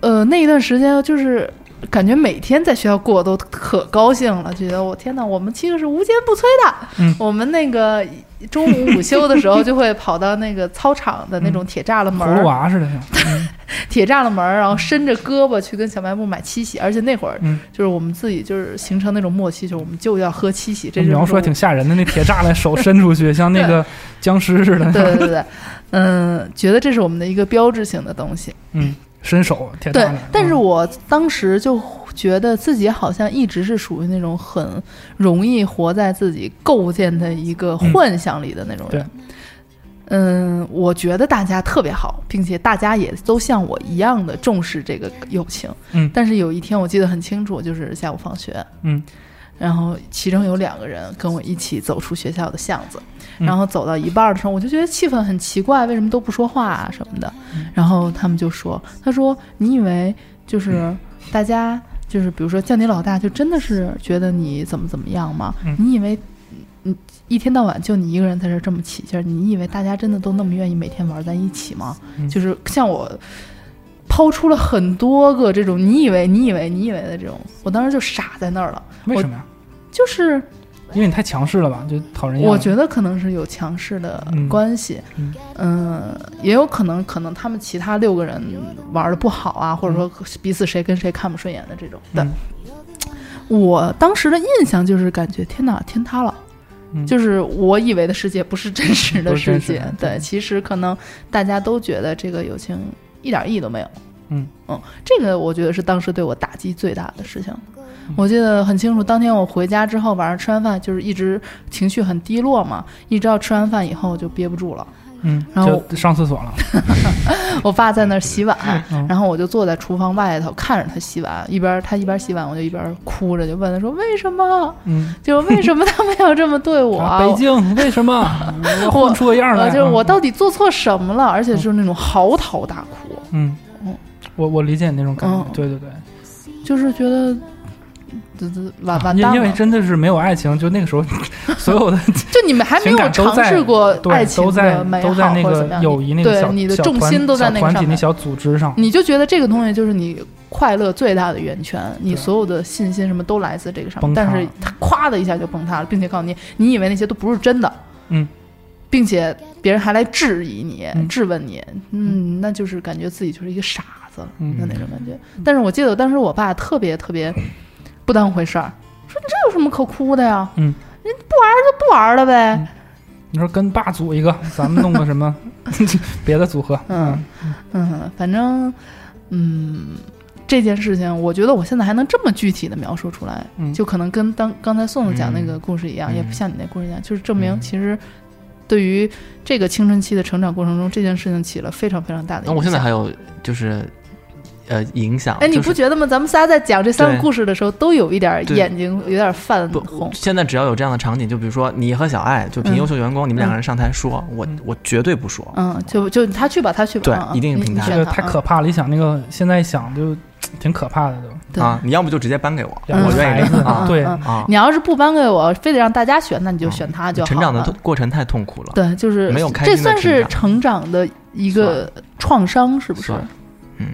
Speaker 4: 呃，那一段时间就是感觉每天在学校过得都可高兴了，觉得我天哪，我们七个是无坚不摧的。
Speaker 6: 嗯
Speaker 4: 我们那个中午午休的时候，就会跑到那个操场的那种铁栅栏门
Speaker 6: 嗯葫芦
Speaker 4: 儿，
Speaker 6: 娃似的？嗯
Speaker 4: 铁栅栏门儿，然后伸着胳膊去跟小卖部买七喜，而且那会儿
Speaker 6: 嗯
Speaker 4: 就是我们自己就是形成那种默契，就是我们就要喝七喜，这就
Speaker 6: 这
Speaker 4: 是
Speaker 6: 描述啊还挺吓人的，那铁栅栏手伸
Speaker 4: [laughs]
Speaker 6: 出去，像那个僵尸似的，
Speaker 4: 对对对对，嗯，觉得这是我们的一个标志性的东西。
Speaker 6: 伸手铁栅
Speaker 4: 对
Speaker 6: 栏。，
Speaker 4: 但是
Speaker 6: 嗯
Speaker 4: 我当时就觉得自己好像一直是属于那种很容易活在自己构建的一个
Speaker 6: 嗯
Speaker 4: 幻想里的那种人。嗯，我觉得大家特别好，并且大家也都像我一样的重视这个友情。
Speaker 6: 嗯
Speaker 4: 但是有一天我记得很清楚，就是下午放学，
Speaker 6: 嗯，
Speaker 4: 然后其中有两个人跟我一起走出学校的巷子，
Speaker 6: 嗯
Speaker 4: 然后走到一半儿的时候，我就觉得气氛很奇怪，为什么都不说话啊什么的。然后他们就说：“他说你以为就是大家就是比如说叫你老大，就真的是觉得你怎么怎么样吗？
Speaker 6: 嗯
Speaker 4: 你以为你一天到晚就你一个人在这儿这么起劲儿，你以为大家真的都那么愿意每天玩在一起吗？
Speaker 6: 嗯
Speaker 4: 就是像我。”抛出了很多个这种你以为你以为你以为的这种，我当时就傻在那儿了。
Speaker 6: 为什么呀？
Speaker 4: 就是
Speaker 6: 因为你太强势了吧，就讨人厌了。
Speaker 4: 我觉得可能是有强势的
Speaker 6: 嗯
Speaker 4: 关系，
Speaker 6: 嗯
Speaker 4: 也有可能可能他们其他六个人玩的不好啊，或者说彼此谁跟谁看不顺眼的这种。但
Speaker 6: 嗯
Speaker 4: 我当时的印象就是感觉天哪，天塌了。
Speaker 6: 嗯
Speaker 4: 就是我以为的世界不是真实的
Speaker 6: 不是真
Speaker 4: 世
Speaker 6: 实的嗯
Speaker 4: 界，
Speaker 6: 对
Speaker 4: 对，其实可能大家都觉得这个友情一点意义都没有。
Speaker 6: 嗯
Speaker 4: 这个我觉得是当时对我打击最大的事情。我记得很清楚，当天我回家之后，晚上吃完饭就是一直情绪很低落嘛，一直到吃完饭以后我就憋不住了。
Speaker 6: 嗯，
Speaker 4: 然后
Speaker 6: 就上厕所
Speaker 4: [laughs]
Speaker 6: 了，
Speaker 4: 我爸在那儿洗碗，
Speaker 6: 嗯
Speaker 4: 然后我就坐在厨房外头看着他洗碗，一边他一边洗碗，我就一边哭着就问他说：“为什么？
Speaker 6: 嗯，
Speaker 4: 就为什么他们要这么对我？”
Speaker 6: 啊北京为什么
Speaker 4: [laughs]
Speaker 6: 我混出个样
Speaker 4: 呃，
Speaker 6: 来？
Speaker 4: 就是我
Speaker 6: 嗯
Speaker 4: 到底做错什么了？而且就是那种嚎啕大哭，
Speaker 6: 嗯
Speaker 4: 嗯，
Speaker 6: 我我理解你那种感觉，
Speaker 4: 嗯
Speaker 6: 对对对，
Speaker 4: 就是觉得这这完完
Speaker 6: 因
Speaker 4: 蛋
Speaker 6: 啊因为
Speaker 4: 了。
Speaker 6: 真的是没有爱情，就那
Speaker 4: [laughs]
Speaker 6: 个时候所有的
Speaker 4: 就你们还没
Speaker 6: 情
Speaker 4: 有
Speaker 6: 感都
Speaker 4: 尝
Speaker 6: 在
Speaker 4: 试过爱
Speaker 6: 对
Speaker 4: 情
Speaker 6: 都在
Speaker 4: 的美
Speaker 6: 都
Speaker 4: 好
Speaker 6: 在那
Speaker 4: 或者怎么
Speaker 6: 个
Speaker 4: 样，
Speaker 6: 友谊那个
Speaker 4: 对
Speaker 6: 小
Speaker 4: 你的
Speaker 6: 小
Speaker 4: 重
Speaker 6: 团
Speaker 4: 心都在
Speaker 6: 小
Speaker 4: 那个
Speaker 6: 团
Speaker 4: 上
Speaker 6: 体那
Speaker 4: 面
Speaker 6: 小组织上，
Speaker 4: 你就觉得这个东西就是你快乐最大的源泉，你
Speaker 6: 对
Speaker 4: 所有的信心什么都来自这个上面
Speaker 6: 崩，塌
Speaker 4: 但是它咵的一下就崩塌了，并且告诉你，你以为那些都不是真的，
Speaker 6: 嗯，
Speaker 4: 并且别人还来质疑你、
Speaker 6: 嗯
Speaker 4: 质问你，嗯，那就是感觉自己就是一个傻子
Speaker 6: 嗯
Speaker 4: 的那种感觉。但是我记得当时我爸特别特别 [coughs] 不当回事儿，说你这有什么可哭的呀？
Speaker 6: 嗯，
Speaker 4: 人不玩儿就不玩儿了呗。
Speaker 6: 你说跟爸组一个，咱们弄个什么 [laughs] 别的组合，
Speaker 4: 嗯嗯，反正嗯，这件事情，我觉得我现在还能这么具体的描述出来，
Speaker 6: 嗯
Speaker 4: 就可能跟当刚才宋宋讲那个故事一样，
Speaker 8: 嗯
Speaker 4: 也不像你那故事一样，就是证明
Speaker 8: 嗯
Speaker 4: 其实对于这个青春期的成长过程中，这件事情起了非常非常大的影
Speaker 8: 那
Speaker 4: 响。
Speaker 8: 我现在还有就是呃影响，
Speaker 4: 哎，你
Speaker 8: 就是
Speaker 4: 不觉得吗？咱们仨在讲这三个
Speaker 8: 对
Speaker 4: 故事的时候，都有一点
Speaker 8: 对
Speaker 4: 眼睛有点泛
Speaker 8: 不
Speaker 4: 红，，
Speaker 8: 现在只要有这样的场景，就比如说你和小爱，就
Speaker 4: 嗯
Speaker 8: 凭优秀员工，你们两个人上台说，我
Speaker 6: 嗯
Speaker 8: 我绝对不说。
Speaker 4: 嗯，就就他去吧，他去吧，
Speaker 8: 对
Speaker 4: 嗯
Speaker 8: 一定是
Speaker 4: 你
Speaker 8: 平
Speaker 4: 你
Speaker 8: 台
Speaker 6: 这
Speaker 4: 选
Speaker 6: 个
Speaker 4: 他
Speaker 6: 太
Speaker 4: 嗯
Speaker 6: 可怕了！一想那个，现在一想就挺可怕的，都
Speaker 4: 对
Speaker 8: 啊，你要不就直接颁给我，
Speaker 6: 养
Speaker 8: 我
Speaker 6: 个
Speaker 8: 愿
Speaker 6: 孩
Speaker 8: 意这
Speaker 6: 子
Speaker 8: 样啊
Speaker 4: 嗯
Speaker 6: 对
Speaker 4: 嗯
Speaker 8: 啊。
Speaker 4: 你要是不颁给我，非得让大家选，那你就选他就好了。
Speaker 8: 成长的过程太痛苦了，
Speaker 4: 对，就是
Speaker 8: 没有开心
Speaker 4: 这
Speaker 8: 的
Speaker 4: 算是成
Speaker 8: 成长
Speaker 4: 长的一个创伤，是不是？
Speaker 8: 算嗯，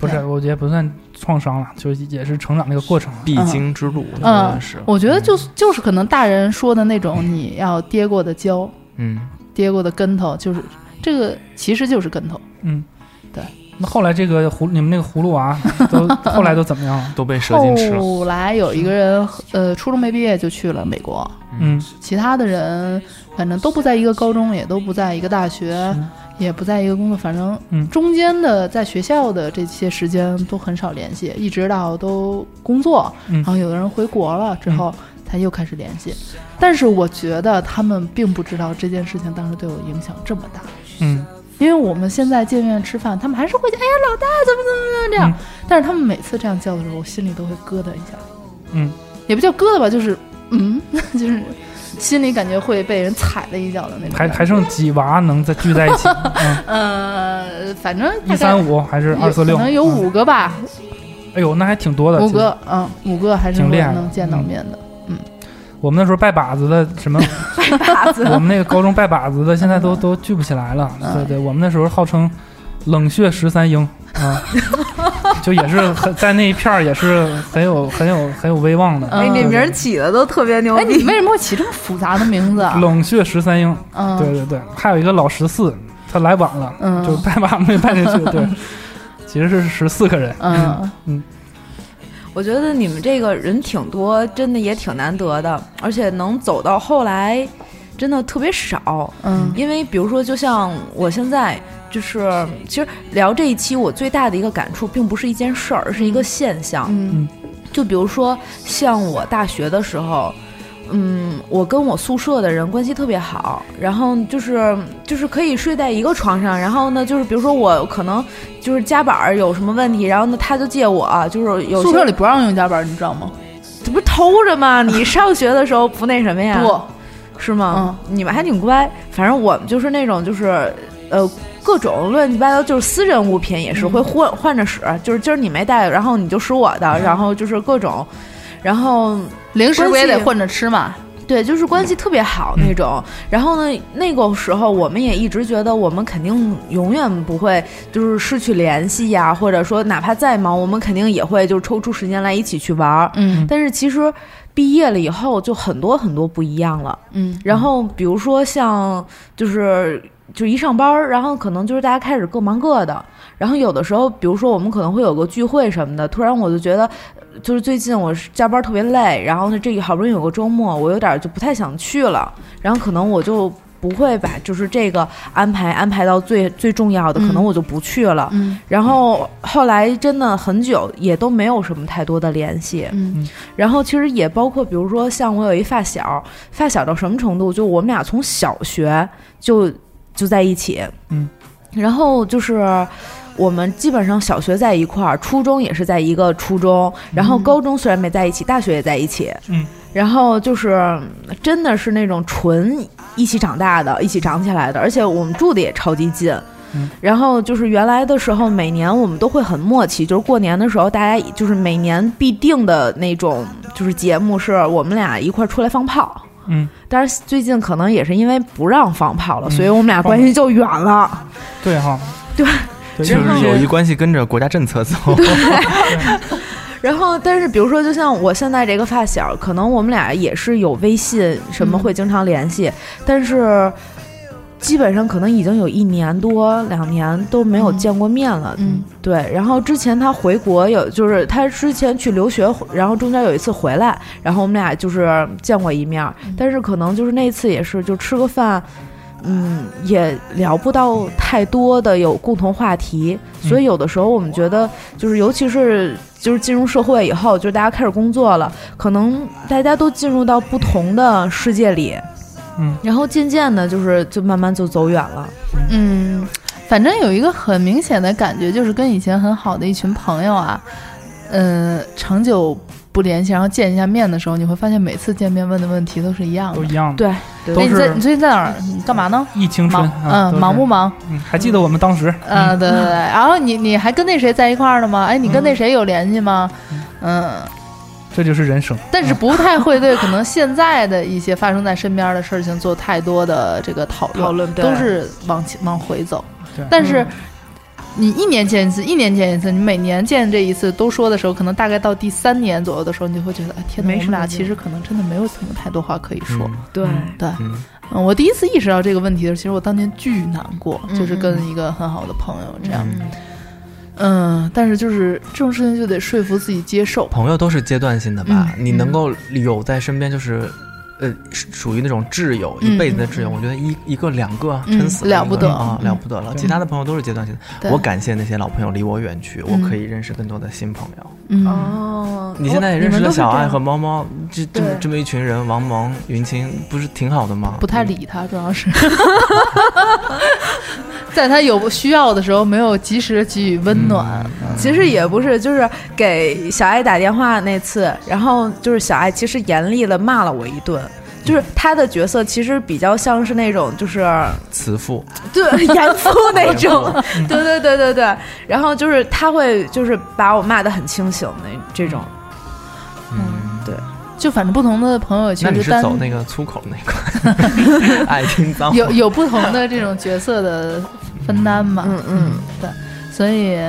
Speaker 6: 不是，我觉得不算创伤了，就也是成长那个过程了。
Speaker 8: 必经之路，我觉得
Speaker 4: 嗯
Speaker 8: 是，，
Speaker 4: 我觉得就是就是可能大人说的那种，你要跌过的跤，
Speaker 8: 嗯，
Speaker 4: 跌过的跟头，就是这个其实就是跟头。
Speaker 6: 嗯，
Speaker 4: 对。
Speaker 6: 那后来这个葫，你们那个葫芦娃
Speaker 4: [laughs]
Speaker 6: 都后来都怎么样了？
Speaker 8: 都被蛇精吃了，
Speaker 4: 后来有一个人，呃，初中没毕业就去了美国，
Speaker 6: 嗯，
Speaker 4: 其他的人反正都不在一个高中，也都不在一个大学
Speaker 6: 嗯，
Speaker 4: 也不在一个工作，反正
Speaker 6: 嗯
Speaker 4: 中间的在学校的这些时间都很少联系，一直到都工作，
Speaker 6: 嗯
Speaker 4: 然后有的人回国了之后，才又开始联系。但是我觉得他们并不知道这件事情当时对我影响这么大，
Speaker 6: 嗯，
Speaker 4: 因为我们现在见面吃饭，他们还是会讲，哎呀，老大怎么怎么怎么这样，但是他们每次这样叫的时候，我心里都会咯噔一下，
Speaker 6: 嗯，
Speaker 4: 也不叫咯噔吧，就是嗯， [laughs] 就是心里感觉会被人踩了一脚的那种感
Speaker 6: 还
Speaker 4: 觉。
Speaker 6: 还剩几娃能再聚
Speaker 4: [laughs]
Speaker 6: 在一起？嗯，
Speaker 4: 呃，反正大概
Speaker 6: 一三五还是
Speaker 4: 有
Speaker 6: 二四六？
Speaker 4: 可能有
Speaker 6: 嗯。
Speaker 4: 五个吧，
Speaker 6: 哎呦，那还挺多的。
Speaker 4: 五
Speaker 6: 其实
Speaker 4: 个，嗯，五个还是
Speaker 6: 挺
Speaker 4: 能
Speaker 6: 厉害的
Speaker 4: 能见到面的。
Speaker 6: 我们那时候拜把子的什么？
Speaker 7: 靶
Speaker 4: [laughs]
Speaker 7: 子
Speaker 6: 我们那个高中拜把子的，现在都都聚不起来了。
Speaker 4: 嗯
Speaker 6: 对对，我们那时候号称冷血十三英
Speaker 4: [laughs]
Speaker 6: 啊，就也是很在那一片儿也是很有很有很有威望的。
Speaker 4: 嗯
Speaker 7: 哎，你名儿起的都特别牛
Speaker 4: 哎，你
Speaker 7: 逼。
Speaker 4: 为什么会起这么复杂的名
Speaker 6: [laughs]
Speaker 4: 字啊？
Speaker 6: 冷血十三英，
Speaker 4: 嗯，
Speaker 6: 对对对，还有一个老十四，他来晚了，
Speaker 4: 嗯
Speaker 6: 就拜把没拜进去。
Speaker 4: [laughs]
Speaker 6: 对，其实是十四个人。
Speaker 4: 嗯，
Speaker 7: 我觉得你们这个人挺多，真的也挺难得的，而且能走到后来，真的特别少。
Speaker 4: 嗯
Speaker 7: 因为比如说，就像我现在就是，其实聊这一期，我最大的一个感触，并不是一件事儿，是一个现象。
Speaker 4: 嗯
Speaker 7: 就比如说，像我大学的时候，嗯，我跟我宿舍的人关系特别好，然后就是就是可以睡在一个床上，然后呢，就是比如说我可能就是夹板儿有什么问题，然后呢他就借我，啊就是有
Speaker 4: 嗯，
Speaker 7: 些
Speaker 4: 宿舍里不让用夹板，你知道吗？
Speaker 7: 这不是偷着吗？
Speaker 4: [laughs]
Speaker 7: 你上学的时候不那什么呀？
Speaker 4: 不，嗯
Speaker 7: 是吗？你们还挺乖，反正我们就是那种就是呃。各种乱七八糟，就是私人物品也是
Speaker 4: 嗯
Speaker 7: 会换、换着使，就是今儿你没带，然后你就使我的，然后就是各种，然后
Speaker 4: 零食不也
Speaker 7: 关系
Speaker 4: 得混着吃嘛？
Speaker 7: 对，就是关系特别好那种。嗯然后呢，那个时候我们也一直觉得我们肯定永远不会就是失去联系呀、或者说哪怕再忙，我们肯定也会就抽出时间来一起去玩儿。
Speaker 4: 嗯
Speaker 7: 但是其实毕业了以后，就很多很多不一样了。
Speaker 4: 嗯，
Speaker 7: 然后比如说像就是就一上班儿，然后可能就是大家开始各忙各的，然后有的时候，比如说我们可能会有个聚会什么的，突然我就觉得。就是最近我是加班特别累，然后呢，这好不容易有个周末，我有点就不太想去了，然后可能我就不会把就是这个安排安排到最最重要的，可能
Speaker 4: 嗯
Speaker 7: 我就不去了。
Speaker 4: 嗯
Speaker 7: 然后后来真的很久也都没有什么太多的联系，
Speaker 4: 嗯
Speaker 7: 然后其实也包括，比如说像我有一发小，发小到什么程度？就我们俩从小学就就在一起，
Speaker 6: 嗯，
Speaker 7: 然后就是。我们基本上小学在一块儿，初中也是在一个初中，然后高中虽然没在一起，大学也在一起，
Speaker 6: 嗯，
Speaker 7: 然后就是真的是那种纯一起长大的，一起长起来的，而且我们住的也超级近，
Speaker 6: 嗯
Speaker 7: 然后就是原来的时候，每年我们都会很默契，就是过年的时候，大家就是每年必定的那种就是节目，是我们俩一块儿出来放炮。
Speaker 6: 嗯，
Speaker 7: 但是最近可能也是因为不让放炮了，
Speaker 6: 嗯
Speaker 7: 所以我们俩关系就远了。
Speaker 6: 对哈，
Speaker 7: 对
Speaker 6: 对，
Speaker 8: 就
Speaker 6: 因为
Speaker 8: 是友谊关系跟着国家政策走。
Speaker 7: 然后，但是比如说，就像我现在这个发小，可能我们俩也是有微信什
Speaker 4: 嗯
Speaker 7: 么会经常联系，但是基本上可能已经有一年多两年都没有
Speaker 4: 嗯
Speaker 7: 见过面了。
Speaker 4: 嗯
Speaker 7: 对，然后之前他回国有，就是他之前去留学，然后中间有一次回来，然后我们俩就是见过一面儿，
Speaker 4: 嗯
Speaker 7: 但是可能就是那次也是就吃个饭，嗯，也聊不到太多的有共同话题，
Speaker 4: 嗯
Speaker 7: 所以有的时候我们觉得就是尤其是。就是进入社会以后，就是大家开始工作了，可能大家都进入到不同的世界里，
Speaker 6: 嗯，
Speaker 7: 然后渐渐的，就是就慢慢就走远了，
Speaker 4: 嗯，反正有一个很明显的感觉，就是跟以前很好的一群朋友啊，呃，长久不联系，然后见一下面的时候，你会发现每次见面问的问题都是一样
Speaker 6: 都
Speaker 4: 的。
Speaker 6: 一样的，
Speaker 7: 对，对
Speaker 6: 都
Speaker 4: 哎你在
Speaker 6: 是
Speaker 4: 你最近在哪儿？你干嘛呢？
Speaker 6: 一青春
Speaker 4: 忙，
Speaker 6: 啊
Speaker 4: 嗯，忙不？忙？
Speaker 6: 都是嗯还记得我们当时，
Speaker 4: 嗯，对对对。然后你你还跟那谁在一块儿了吗？哎，你跟那谁有联系吗？嗯，
Speaker 6: 这就是人生。
Speaker 4: 但是不太会对可能现在的一些发生在身边的事情做太多的这个讨论，
Speaker 7: 讨论对嗯
Speaker 4: 都是往前往回走
Speaker 6: 对。
Speaker 4: 但是你一年见一次，一年见一次，你每年见这一次都说的时候，可能大概到第三年左右的时候，你就会觉得，哎，天哪，
Speaker 7: 没
Speaker 4: 我
Speaker 7: 什
Speaker 4: 们
Speaker 7: 么
Speaker 4: 俩
Speaker 7: 劲
Speaker 4: 其实可能真的没有什么太多话可以 [laughs] 说。
Speaker 8: 嗯
Speaker 7: 对，
Speaker 6: 嗯
Speaker 4: 对，
Speaker 8: 嗯
Speaker 4: 嗯，我第一次意识到这个问题的时候，其实我当年巨难过，就是
Speaker 7: 嗯
Speaker 4: 跟一个很好的朋友这样。
Speaker 8: 嗯
Speaker 4: 嗯，但是就是这种事情就得说服自己接受。
Speaker 8: 朋友都是阶段性的吧？
Speaker 4: 嗯
Speaker 8: 你能够有在身边，就是呃，是属于那种挚友，一辈子的挚友。
Speaker 4: 嗯嗯
Speaker 8: 我觉得一一个两个
Speaker 4: 嗯
Speaker 8: 撑死
Speaker 4: 了不得
Speaker 8: 啊，
Speaker 6: 嗯
Speaker 8: 了不得了。
Speaker 6: 对
Speaker 8: 其他的朋友都是阶段性
Speaker 4: 对
Speaker 8: 的。我感谢那些老朋友离我远去，我
Speaker 4: 嗯
Speaker 8: 可以认识更多的新朋友。
Speaker 4: 嗯，
Speaker 7: 哦，
Speaker 8: 你现在也认识了小爱和
Speaker 7: 我
Speaker 8: 猫猫，这这
Speaker 7: 对
Speaker 8: 么这么一群人，王蒙、云清，不是挺好的吗？嗯
Speaker 4: 不太理他，主要是 [laughs] 在他有需要的时候没有及时给予温
Speaker 8: 嗯
Speaker 4: 暖。
Speaker 7: 你们都是这样其实也不是，就是给小爱打电话那次，然后就是小爱其实严厉的骂了我一顿。就是他的角色其实比较像是那种，
Speaker 4: [laughs]
Speaker 7: 就是
Speaker 8: 慈父，
Speaker 7: 对严肃那种，对对对对对。然后就是他会就是把我骂的很清醒那这种，
Speaker 8: 嗯，
Speaker 4: 就反正不同的朋友
Speaker 8: 那
Speaker 4: 其
Speaker 8: 你
Speaker 4: 实
Speaker 8: 是
Speaker 4: 单
Speaker 8: 走那个粗口那个， [laughs] 爱听
Speaker 6: 哦
Speaker 8: 脏话
Speaker 4: 有有不同的这种角色的分担嘛。
Speaker 7: 嗯嗯，
Speaker 4: 所以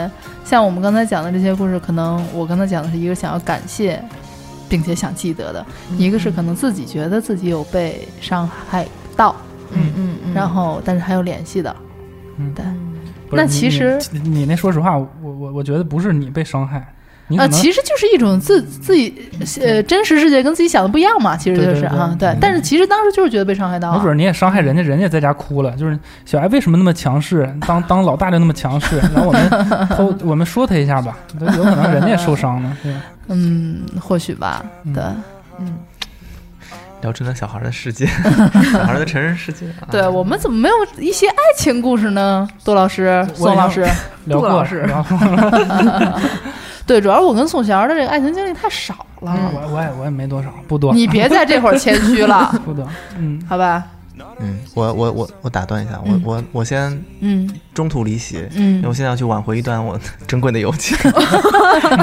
Speaker 4: 像我们刚才讲的这些故事，可能我刚才讲的是一个想要感谢，并且想记得的，嗯
Speaker 6: 嗯
Speaker 4: 一个是可能自己觉得自己有被伤害到，
Speaker 7: 嗯嗯嗯，
Speaker 4: 然后但是还有联系的，
Speaker 6: 嗯
Speaker 4: 对。
Speaker 6: 不是
Speaker 4: 那
Speaker 6: 你
Speaker 4: 其实
Speaker 6: 你你那说实话，我我我觉得不是你被伤害，你可
Speaker 4: 啊，
Speaker 6: 能
Speaker 4: 其实就是一种自自己呃真实世界跟自己想的不一样嘛，其实就
Speaker 6: 对
Speaker 4: 是
Speaker 6: 对对
Speaker 4: 啊，对
Speaker 6: 嗯。
Speaker 4: 但是其实当时就是觉得被伤害到
Speaker 6: 没
Speaker 4: 啊
Speaker 6: 准，儿你也伤害人家，人家在家哭了。就是小艾为什么那么强势，当当老大就那么强势，然后我们偷我们说他一下吧，有可能人家也受伤了，对吧？
Speaker 4: 嗯，或许吧，
Speaker 6: 嗯
Speaker 4: 对。
Speaker 8: 聊真的小孩的
Speaker 4: [laughs]
Speaker 8: 世界，小孩的成人世界。啊
Speaker 4: 对我们怎么没有一些爱情故事呢？杜老师、
Speaker 6: 我
Speaker 4: 宋
Speaker 6: 也
Speaker 4: 老
Speaker 6: 要
Speaker 4: 师，
Speaker 6: 聊
Speaker 7: 杜
Speaker 6: 过
Speaker 7: 老师
Speaker 6: 聊过，
Speaker 4: 对，主要是我跟宋璇的这个爱情经历太少了。
Speaker 6: [laughs]
Speaker 7: 嗯
Speaker 6: 我我也我也没多少，不多， [laughs]
Speaker 4: 你别在这会儿谦虚了，
Speaker 6: 不多，嗯，
Speaker 4: 好吧？
Speaker 8: 嗯，我我我我打断一下，我、
Speaker 4: 嗯
Speaker 8: 我我先
Speaker 4: 嗯
Speaker 8: 中途离席，因为我
Speaker 4: 嗯
Speaker 8: 现在要去挽回一段我 [laughs] 珍贵的友
Speaker 4: [laughs]
Speaker 8: 情。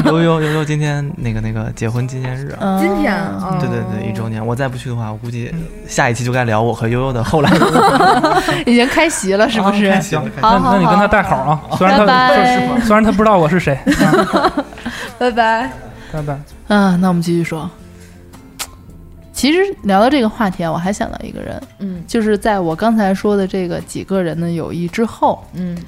Speaker 8: 悠悠悠悠，今天那个那个结婚纪念日啊，
Speaker 4: 嗯，
Speaker 7: 今天
Speaker 4: 啊，
Speaker 7: 哦
Speaker 8: 对对对，一周年，我再不去的话，我估计下一期就该聊我和悠悠的后来。
Speaker 4: 已经开席了，哦是不
Speaker 8: [laughs]
Speaker 4: 是？
Speaker 8: 哦开心了开心了
Speaker 4: 好
Speaker 6: 那那你跟他带好啊，虽然
Speaker 4: 拜
Speaker 6: 他
Speaker 4: 拜
Speaker 6: 说实话，虽然他不知道我
Speaker 4: [laughs]
Speaker 6: 是谁。嗯
Speaker 7: 拜拜。
Speaker 6: [laughs] 拜拜。
Speaker 4: 嗯，那我们继续说。其实聊到这个话题啊，我还想到一个人，
Speaker 7: 嗯
Speaker 4: 就是在我刚才说的这个几个人的友谊之后
Speaker 7: 嗯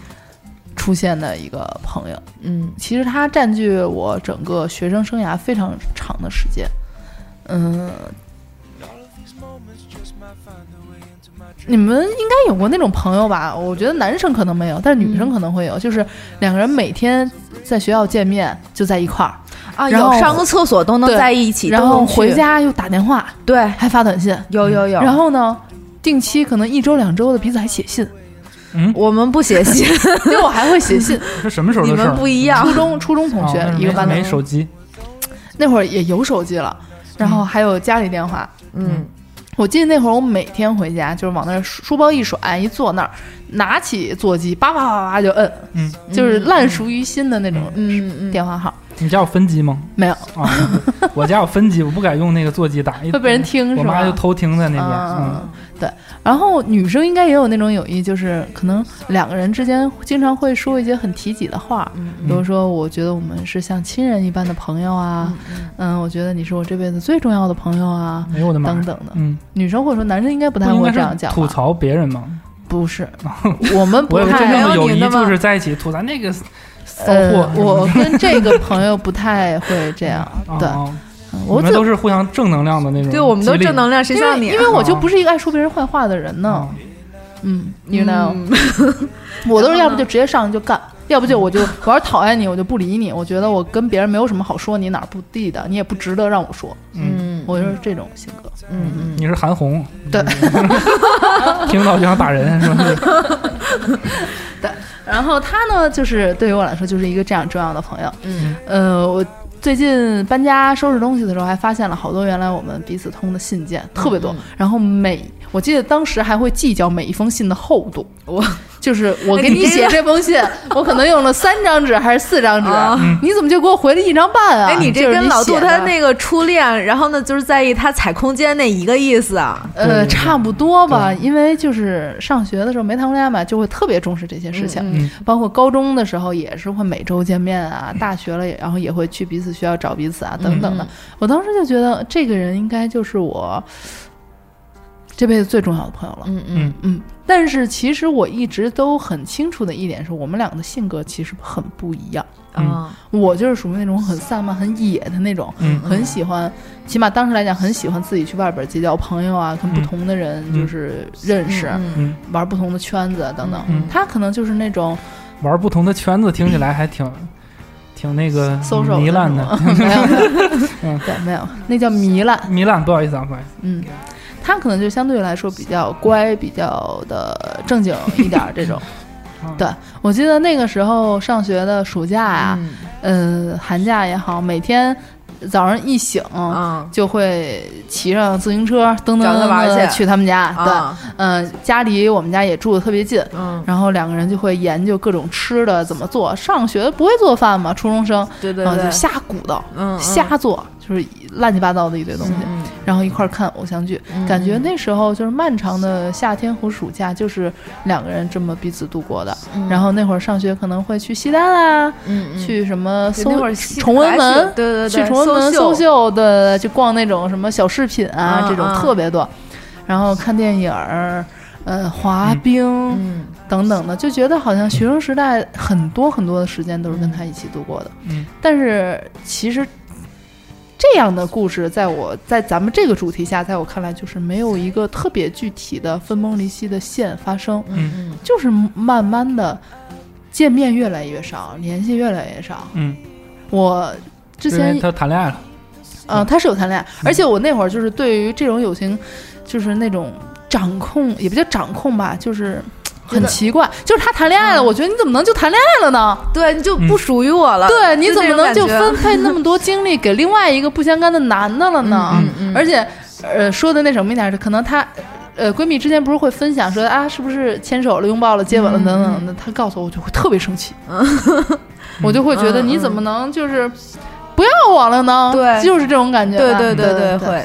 Speaker 4: 出现的一个朋友。
Speaker 7: 嗯
Speaker 4: 其实他占据我整个学生生涯非常长的时间。嗯，你们应该有过那种朋友吧？我觉得男生可能没有，但是女生可能
Speaker 6: 嗯
Speaker 4: 会有，就是两个人每天在学校见面就在一块儿，
Speaker 7: 啊，
Speaker 4: 然后
Speaker 7: 有上个厕所都能
Speaker 4: 对
Speaker 7: 在一起，
Speaker 4: 然
Speaker 7: 都能
Speaker 4: 后
Speaker 7: 去
Speaker 4: 回家又打电话，
Speaker 7: 对，
Speaker 4: 还发短信，
Speaker 6: 哦
Speaker 7: 有有有。
Speaker 4: 然后呢，定期可能一周两周的彼此还写
Speaker 6: [laughs]
Speaker 4: 信，
Speaker 7: 我们不
Speaker 4: [laughs]
Speaker 7: 写信，
Speaker 4: 因为我还会写
Speaker 6: [laughs]
Speaker 4: 信。
Speaker 6: 这什么时候
Speaker 7: [laughs] 你
Speaker 6: 的事
Speaker 7: 们
Speaker 6: 儿？啊
Speaker 7: 不一样
Speaker 4: 初。中初中同学、
Speaker 6: 哦那是
Speaker 4: 一个班的
Speaker 6: 没，没手机，
Speaker 4: 那会儿也有手机了，然
Speaker 6: 嗯
Speaker 4: 后还有家里电话，
Speaker 7: 嗯
Speaker 4: 我记得那会儿，我每天回家就是往那儿书书包一甩，一坐那儿，拿起座机，叭叭叭叭就摁，
Speaker 6: 嗯，
Speaker 4: 就是烂熟于心的那种
Speaker 7: 嗯嗯，
Speaker 4: 电话号，
Speaker 6: 你家有分机吗？
Speaker 4: 没有
Speaker 6: 啊， [laughs] 我家有分机，我不敢用那个座机打，一
Speaker 4: 会被人听
Speaker 6: 我
Speaker 4: 是
Speaker 6: 妈就
Speaker 4: 吧？
Speaker 6: 偷听在那边。
Speaker 4: 嗯
Speaker 6: 嗯，
Speaker 4: 对。然后女生应该也有那种友谊，就是可能两个人之间经常会说一些很提己的话，
Speaker 6: 嗯
Speaker 4: 比如说我觉得我们是像亲人一般的朋友啊，嗯，我觉得你是我这辈子最重要的朋友啊，
Speaker 6: 哎呦我的妈！
Speaker 4: 等等的。
Speaker 6: 嗯，
Speaker 4: 女生或者说男生应该不
Speaker 6: 不
Speaker 4: 太
Speaker 6: 应
Speaker 4: 会
Speaker 6: 该
Speaker 4: 这样
Speaker 6: 是
Speaker 4: 讲吧，
Speaker 6: 吐槽别人吗？
Speaker 4: 不
Speaker 6: [laughs]
Speaker 4: 是，我们不
Speaker 6: 我有个真
Speaker 4: 太
Speaker 6: 正的友
Speaker 7: 还有你
Speaker 6: 谊
Speaker 7: 的吗
Speaker 6: 就是在一起吐槽那个骚
Speaker 4: 呃
Speaker 6: 货。，。
Speaker 4: 我跟这个朋友不太会这样
Speaker 6: [laughs]
Speaker 4: 对，
Speaker 6: 哦
Speaker 4: 嗯
Speaker 6: 你
Speaker 4: 我
Speaker 6: 们
Speaker 4: 怎
Speaker 6: 都是互相正能量的那种激励。
Speaker 7: 对，我们
Speaker 4: 嗯
Speaker 7: 都正能量，谁
Speaker 4: 因
Speaker 7: 像
Speaker 4: 为
Speaker 7: 你啊？
Speaker 4: 因为我就不是一个爱说别人坏话的人呢。
Speaker 6: 嗯。
Speaker 4: 嗯，you know，
Speaker 7: 嗯
Speaker 4: 我都是要不就直接上来就干，要不就我就我要是讨厌你，我就不理你。我觉得我跟别人没有什么好说你哪儿不地的，你也不值得让我说。
Speaker 6: 嗯，
Speaker 4: 我就是这种性格。
Speaker 7: 嗯
Speaker 6: 你是韩红，
Speaker 4: 对，
Speaker 6: [laughs] 听到就想打人，是吧？
Speaker 4: 然后他呢，就是对于我来说就是一个这样重要的朋友。
Speaker 7: 嗯
Speaker 4: 呃，我最近搬家收拾东西的时候，还发现了好多原来我们彼此通的信件，特别
Speaker 7: 嗯
Speaker 4: 多。然后每我记得当时还会计较每一封信的厚度，
Speaker 7: 我
Speaker 4: 就是我给
Speaker 7: 哎你
Speaker 4: 你
Speaker 7: 这
Speaker 4: 写
Speaker 7: 个
Speaker 4: 这封信，我可能用了三张纸还是四张纸，
Speaker 7: 啊
Speaker 4: 你怎么就给我回了一张半啊？
Speaker 7: 哎，你
Speaker 4: 就
Speaker 7: 这
Speaker 4: 是
Speaker 7: 跟老杜
Speaker 4: 写的
Speaker 7: 他那个初恋，然后呢，就是在意他踩空间那一个意思啊。
Speaker 4: 呃，差不多吧，因为就是上学的时候没谈过恋爱嘛，就会特别重视这些事情，
Speaker 6: 嗯
Speaker 4: 包括高中的时候也是会每周见面啊，大学了也然后也会去彼此学校找彼此啊，等
Speaker 7: 嗯
Speaker 4: 等的。我当时就觉得这个人应该就是我这辈子最重要的朋友了。
Speaker 7: 嗯
Speaker 6: 嗯
Speaker 4: 嗯，但是其实我一直都很清楚的一点是，我们两个的性格其实很不一样。
Speaker 6: 嗯
Speaker 7: 啊
Speaker 4: 我就是属于那种很散漫、很野的那种，
Speaker 6: 嗯
Speaker 4: 很喜欢，起码当时来讲很喜欢自己去外边结交朋友啊，跟不
Speaker 6: 嗯
Speaker 4: 同的人
Speaker 6: 嗯
Speaker 4: 就是认识，
Speaker 7: 嗯
Speaker 6: 嗯，
Speaker 4: 玩不同的圈子啊等等。
Speaker 6: 嗯
Speaker 4: 他可能就是那种
Speaker 6: 玩不同的圈子，听起来还挺挺那个
Speaker 4: social
Speaker 6: 糜烂
Speaker 4: 的
Speaker 6: 的。 [laughs]
Speaker 4: 那种，没有，没有 [laughs]
Speaker 6: 嗯
Speaker 4: 对，没有，那叫糜烂。
Speaker 6: 糜烂，不好意思啊，不好意思。
Speaker 4: 嗯，他可能就相对来说比较乖，比较的正经一点儿这
Speaker 7: [laughs]
Speaker 4: 种
Speaker 6: 嗯。
Speaker 4: 对，我记得那个时候上学的暑假哎呀、
Speaker 7: 嗯
Speaker 4: 呃，寒假也好，每天早上一醒，
Speaker 7: 啊
Speaker 4: 就会骑上自行车噔噔
Speaker 7: 找他
Speaker 4: 噔
Speaker 7: 玩
Speaker 4: 地
Speaker 7: 去
Speaker 4: 去他们家。
Speaker 7: 啊
Speaker 4: 对，嗯、家离我们家也住的特别近，
Speaker 7: 嗯，
Speaker 4: 然后两个人就会研究各种吃的怎么做。上学不会做饭嘛，初中生，
Speaker 7: 对对
Speaker 4: 然后
Speaker 7: 对
Speaker 4: 就，瞎鼓捣，
Speaker 7: 嗯嗯
Speaker 4: 瞎做，就是乱七八糟的一堆东西，
Speaker 7: 嗯
Speaker 4: 然后一块儿看偶像剧，感觉那时候就是漫长的夏天和暑假，就是两个人这么彼此度过的。然后那会儿上学可能会去西单啊，
Speaker 7: 嗯嗯，
Speaker 4: 去什么
Speaker 7: 就
Speaker 4: 搜
Speaker 7: 那会儿西
Speaker 4: 崇文
Speaker 7: 还
Speaker 4: 门
Speaker 7: 去，对对对，
Speaker 4: 去崇文门
Speaker 7: 搜
Speaker 4: 搜秀的，去逛那种什么小饰品啊，
Speaker 7: 嗯
Speaker 4: 这种
Speaker 7: 嗯
Speaker 4: 特别多。然后看电影儿，呃，滑冰、
Speaker 7: 嗯
Speaker 4: 等等的，就觉得好像学生时代很多很多的时间都是跟他一起度过的。
Speaker 6: 嗯，
Speaker 4: 但是其实这样的故事，在我在咱们这个主题下，在我看来就是没有一个特别具体的分崩离析的线发生，
Speaker 7: 嗯
Speaker 4: 就是慢慢的见面越来越少，联系越来越少。
Speaker 6: 嗯，
Speaker 4: 我之
Speaker 6: 因为
Speaker 4: 前
Speaker 6: 他谈恋爱了，
Speaker 7: 嗯
Speaker 4: 呃，他是有谈恋爱，而且我那会儿就是对于这种友情，就是那种掌控，也不叫掌控吧，就是很奇怪，就是他谈恋爱了，我觉得你怎么能就谈恋爱了呢？
Speaker 7: 嗯，对，你就不
Speaker 6: 嗯
Speaker 7: 属于我了，
Speaker 4: 对，你
Speaker 7: 啊就
Speaker 4: 怎
Speaker 7: 那
Speaker 4: 么能
Speaker 7: 种感
Speaker 4: 就
Speaker 7: 觉
Speaker 4: 分配那么多精力给另外一个不相干的男的了呢？
Speaker 7: 嗯嗯嗯
Speaker 4: 而且，呃，说的那什么一点，是可能他。呃，闺蜜之间不是会分享说啊，是不是牵手了、拥抱了、接
Speaker 7: 嗯
Speaker 4: 吻了等等的？她告诉我，我就会特别生气， [laughs] 我就会觉得
Speaker 7: 嗯
Speaker 4: 你怎么能就是不要我了呢？
Speaker 7: 对
Speaker 4: 就是这种感觉吧。嗯
Speaker 7: 对对对
Speaker 4: 对
Speaker 7: 对，会，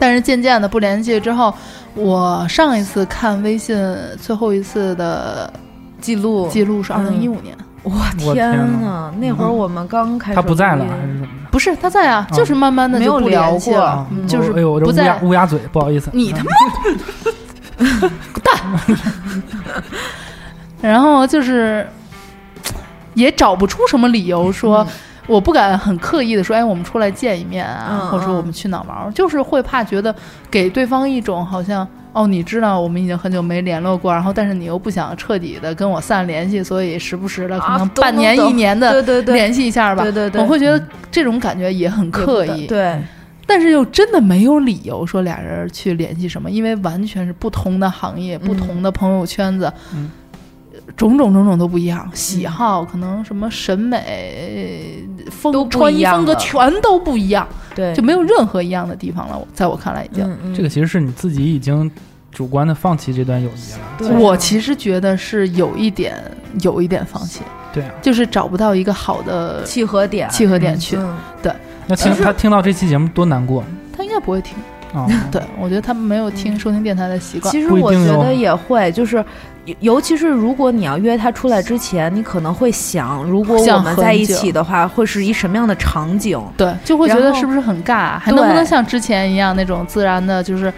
Speaker 4: 但是渐渐的不联系之后，我上一次看微信最后一次的
Speaker 7: 记录
Speaker 4: 记录是二
Speaker 7: 嗯
Speaker 4: 零一五年，
Speaker 7: 我
Speaker 6: 我
Speaker 7: 天
Speaker 6: 天
Speaker 7: 呐，那
Speaker 4: 嗯
Speaker 7: 会儿我们刚开始，
Speaker 6: 他不在了还是怎么着？
Speaker 4: 不是他在啊，
Speaker 6: 啊
Speaker 4: 就是慢慢的
Speaker 7: 嗯没有聊过
Speaker 4: 了，
Speaker 6: 啊
Speaker 7: 嗯
Speaker 6: 我
Speaker 4: 就是
Speaker 6: 哎呦，我这
Speaker 4: 不
Speaker 6: 乌
Speaker 4: 在
Speaker 6: 鸦乌鸦嘴，不好意思，啊
Speaker 3: 你他妈
Speaker 4: 然后就是也找不出什么理由说。
Speaker 7: 嗯
Speaker 4: 我不敢很刻意的说，哎，我们出来见一面啊，
Speaker 7: 嗯
Speaker 4: 或者说我们去哪儿玩儿，就是会怕觉得给对方一种好像，哦，你知道我们已经很久没联络过，然后但是你又不想彻底的跟我散联系，所以时不时的可
Speaker 7: 啊
Speaker 4: 能
Speaker 7: 懂
Speaker 4: 半年
Speaker 7: 懂
Speaker 4: 一年的
Speaker 7: 对对对，
Speaker 4: 联系一下吧。
Speaker 7: 对对对
Speaker 4: 我会觉得这种感觉也很刻意，
Speaker 7: 对，
Speaker 4: 但是又真的没有理由说俩人去联系什么，因为完全是不同的行业、不同的朋友圈子，
Speaker 6: 嗯
Speaker 4: 种种种种都不一样，喜好、可能什么审美、
Speaker 7: 都
Speaker 4: 风
Speaker 7: 不
Speaker 4: 穿
Speaker 7: 一
Speaker 4: 衣
Speaker 7: 样
Speaker 4: 风格
Speaker 7: 了
Speaker 4: 全都不一样，
Speaker 7: 对，
Speaker 4: 就没有任何一样的地方了。在我看来，已经。
Speaker 7: 嗯嗯
Speaker 6: 这个其实是你自己已经主观的放弃这段友谊了。
Speaker 7: 对
Speaker 4: 我其实觉得是有一点，有一点放弃，
Speaker 6: 对啊，
Speaker 4: 就是找不到一个好的
Speaker 7: 契合点，
Speaker 4: 契合点去。
Speaker 7: 嗯
Speaker 6: 那听他听到这期节目多难过
Speaker 4: 他应该不会听，
Speaker 6: 啊！
Speaker 4: 对我觉得他没有听收听电台的习惯。
Speaker 7: 其实
Speaker 6: 不一
Speaker 7: 我
Speaker 6: 定
Speaker 7: 觉
Speaker 6: 哟
Speaker 7: 得也会，就是尤尤其是如果你要约他出来之前，你可能会想，如果我
Speaker 4: 想
Speaker 7: 们
Speaker 4: 很
Speaker 7: 在一
Speaker 4: 久
Speaker 7: 起的话，会是一什么样的场景？
Speaker 4: 对，就会觉
Speaker 7: 然
Speaker 4: 得
Speaker 7: 后
Speaker 4: 是不是很尬，啊还能不
Speaker 7: 对
Speaker 4: 能像之前一样那种自然的，就是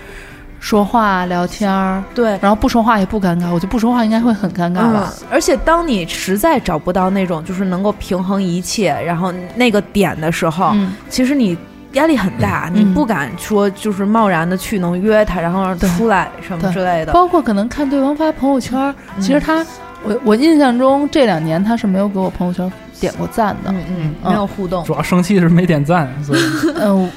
Speaker 4: 说话聊天儿，
Speaker 7: 对，
Speaker 4: 然后不说话也不尴尬，我觉得不说话应该会很尴尬吧。
Speaker 7: 嗯。而且当你实在找不到那种就是能够平衡一切，然后那个点的时候，
Speaker 4: 嗯，
Speaker 7: 其实你压力很大，
Speaker 4: 嗯
Speaker 7: 你不敢说就是贸然的去能约他，然后让他
Speaker 4: 对
Speaker 7: 出来什么
Speaker 4: 对
Speaker 7: 之类的。嗯
Speaker 4: 包括可能看对方发朋友圈儿，其实他，我我印象中这两年他是没有给我朋友圈儿点过赞的，
Speaker 7: 嗯嗯，
Speaker 4: 嗯
Speaker 7: 没有互动
Speaker 6: 主。要生气是没
Speaker 4: [laughs]
Speaker 6: 点赞，所以
Speaker 4: 嗯、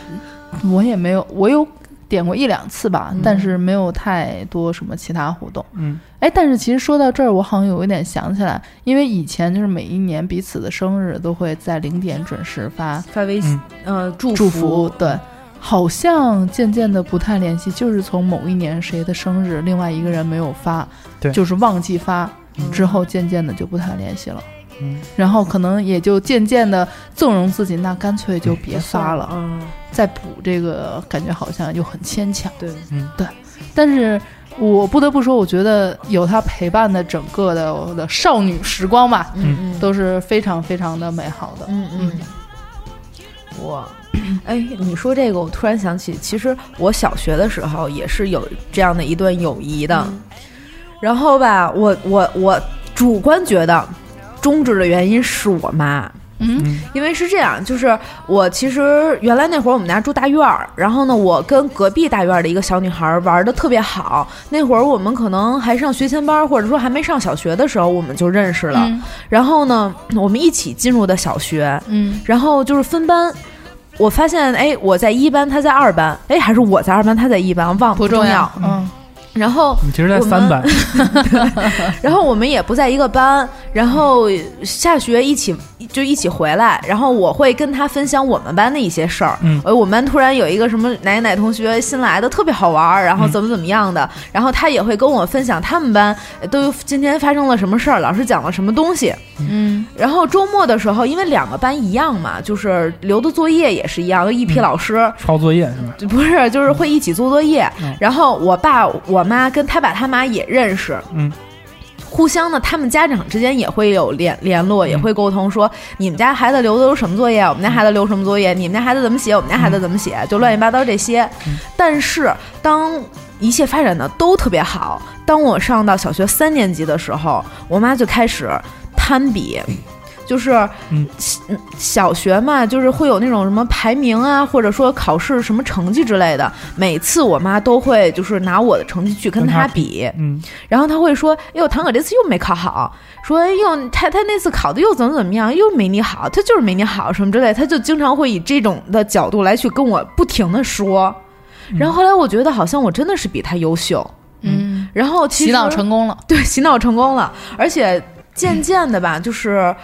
Speaker 4: 我也没有，我有点过一两次吧，
Speaker 7: 嗯
Speaker 4: 但是没有太多什么其他活动。
Speaker 6: 嗯，
Speaker 4: 哎，但是其实说到这儿，我好像有一点想起来，因为以前就是每一年彼此的生日都会在零点准时发
Speaker 7: 发微信，呃，祝
Speaker 4: 祝福，对，好像渐渐的不太联系，就是从某一年谁的生日，另外一个人没有发，
Speaker 6: 对
Speaker 4: 就是忘记发，
Speaker 6: 嗯
Speaker 4: 之后渐渐的就不太联系了，
Speaker 6: 嗯
Speaker 4: 然后可能也就渐渐的纵容自己，那干脆就别发了，
Speaker 7: 嗯，
Speaker 4: 再补这个感觉好像又很牵强，
Speaker 7: 对，
Speaker 4: 但是。我不得不说，我觉得有他陪伴的整个的我的少女时光吧，
Speaker 7: 嗯嗯，
Speaker 4: 都是非常非常的美好的。
Speaker 7: 嗯嗯，我，哎，你说这个，我突然想起，其实我小学的时候也是有这样的一段友谊的。
Speaker 4: 嗯
Speaker 7: 然后吧，我我我主观觉得终止的原因是我妈。
Speaker 4: 嗯
Speaker 6: 嗯
Speaker 7: 因为是这样，就是我其实原来那会儿我们家住大院儿，然后呢，我跟隔壁大院儿的一个小女孩儿玩的特别好。那会儿我们可能还上学前班儿，或者说还没上小学的时候，我们就认识了。
Speaker 4: 嗯
Speaker 7: 然后呢，我们一起进入的小学，
Speaker 4: 嗯
Speaker 7: 然后就是分班。我发现，哎，我在一班，他在二班，哎，还是我在二班，他在一班，忘了
Speaker 4: 不重
Speaker 7: 重
Speaker 4: 要。嗯 [laughs]
Speaker 7: 然后，
Speaker 6: 你其实
Speaker 7: 我
Speaker 6: 在
Speaker 7: 们
Speaker 6: 三班，
Speaker 7: 然后我们也不在一个班，然后下学一起就一起回来，然后我会跟他分享我们班的一些事儿。
Speaker 6: 嗯
Speaker 7: 哎，我们班突然有一个什么哪哪同学新来的，特别好玩儿，然
Speaker 4: 嗯
Speaker 7: 后怎么怎么样的，然后他也会跟我分享他们班呃都今天发生了什么事儿，老师讲了什么东西。
Speaker 4: 嗯
Speaker 7: 然后周末的时候，因为两个班一样嘛，就是留的作业也是一样，一批
Speaker 6: 嗯
Speaker 7: 老师。
Speaker 6: 抄作业是吧？
Speaker 7: 不是，就是会一起做作业。
Speaker 6: 嗯
Speaker 7: 然后我爸、我妈跟他爸他妈也认识，
Speaker 6: 嗯，
Speaker 7: 互相呢，他们家长之间也会有联联络，也会沟通说，你们家孩子留的都是什么作业，我们家孩子留什么作业，你们家孩子怎么写，我们家孩子怎么写，就乱七八糟这些。但是当一切发展的都特别好，当我上到小学三年级的时候，我妈就开始攀比。就是，
Speaker 6: 嗯
Speaker 7: 嗯小学嘛，就是会有那种什么排名啊，或者说考试什么成绩之类的。每次我妈都会就是拿我的成绩去跟
Speaker 6: 跟她
Speaker 7: 她比，
Speaker 6: 嗯，
Speaker 7: 然后他会说：“哎呦，唐可这次又没考好，说哎呦，他他那次考的又怎么怎么样，又没你好，他就是没你好什么之类的。”他就经常会以这种的角度来去跟我不停的说。然后后来我觉得好像我真的是比他优秀，
Speaker 4: 嗯，
Speaker 7: 然后其实
Speaker 4: 洗脑成功了。
Speaker 7: 对洗脑成功了，而且渐渐的吧，就是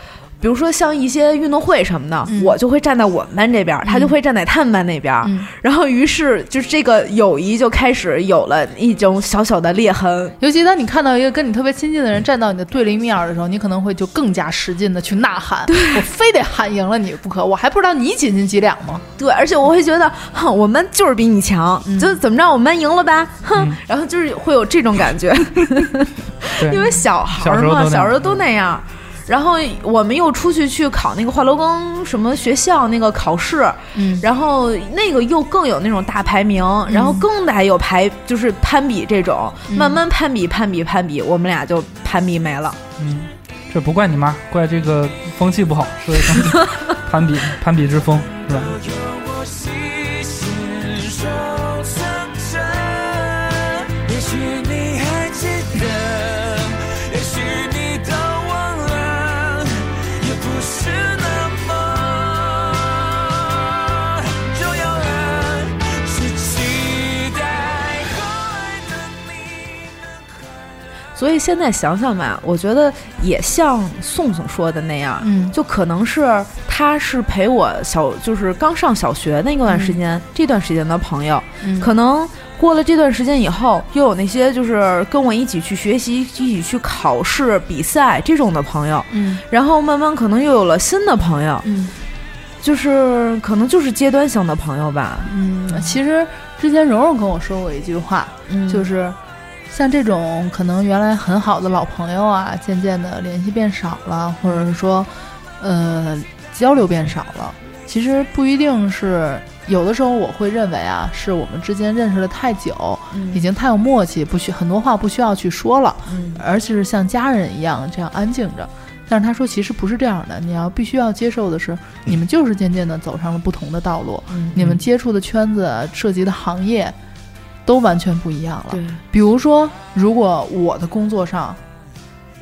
Speaker 7: 比如说像一些运动会什么的，
Speaker 4: 嗯
Speaker 7: 我就会站在我们班这边儿，他就
Speaker 4: 嗯
Speaker 7: 会站在他们班那边儿，
Speaker 4: 嗯
Speaker 7: 然后于是就是这个友谊就开始有了一种小小的裂痕。
Speaker 4: 尤其当你看到一个跟你特别亲近的人站到你的对立面儿的时候，你可能会就更加使劲的去呐喊，我非得喊赢了你不可，我还不知道你几斤几两吗？
Speaker 7: 对，而且我会觉得，哼，我们就是比你强，
Speaker 6: 嗯
Speaker 7: 就怎么着，我们班赢了吧，哼，然后就是会有这种感觉，
Speaker 6: [laughs] 对，
Speaker 7: 因为小孩
Speaker 6: 小
Speaker 7: 儿
Speaker 6: 时候
Speaker 7: 嘛，
Speaker 6: 都那
Speaker 7: 小时候
Speaker 6: 样
Speaker 7: 都那样。然后我们又出去去考那个华罗庚什么学校那个考试，
Speaker 4: 嗯，
Speaker 7: 然后那个又更有那种大排名，
Speaker 6: 嗯
Speaker 7: 然后更得有排就是攀比这种，慢慢攀比攀比攀比，我们俩就攀比没了。
Speaker 6: 嗯，这不怪你妈，怪这个风气不好，社会
Speaker 4: [laughs]
Speaker 6: 风气攀比攀比之风是吧？
Speaker 9: 也许你还记得，也许你都忘了，也不是那么重要了。只期待后来的你能快
Speaker 7: 所以现在想想吧，我觉得也像宋宋说的那样，
Speaker 4: 嗯
Speaker 7: 就可能是他是陪我小，就是刚上小学那段时间，这段时间的朋友，
Speaker 4: 嗯
Speaker 7: 可能过了这段时间以后，又有那些就是跟我一起去学习、一起去考试、比赛这种的朋友，
Speaker 4: 嗯
Speaker 7: 然后慢慢可能又有了新的朋友，
Speaker 4: 嗯
Speaker 7: 就是可能就是阶段性的朋友吧，
Speaker 4: 嗯，其实之前蓉蓉跟我说过一句话，
Speaker 7: 嗯就
Speaker 4: 就是是像这种可能原来很好的老朋友啊，渐渐的联系变少了，或者是说，呃，交流变少了。其实不一定是，有的时候我会认为啊，是我们之间认识的太久，已经太有默契，不需很多话不需要去说了，而是像家人一样这样安静着。但是他说，其实不是这样的，你要必须要接受的是，你们就是渐渐的走上了不同的道路，
Speaker 7: 嗯
Speaker 4: 你们接触的圈子、啊涉及的行业都完全不一样了。
Speaker 7: 对
Speaker 4: 比如说，如果我的工作上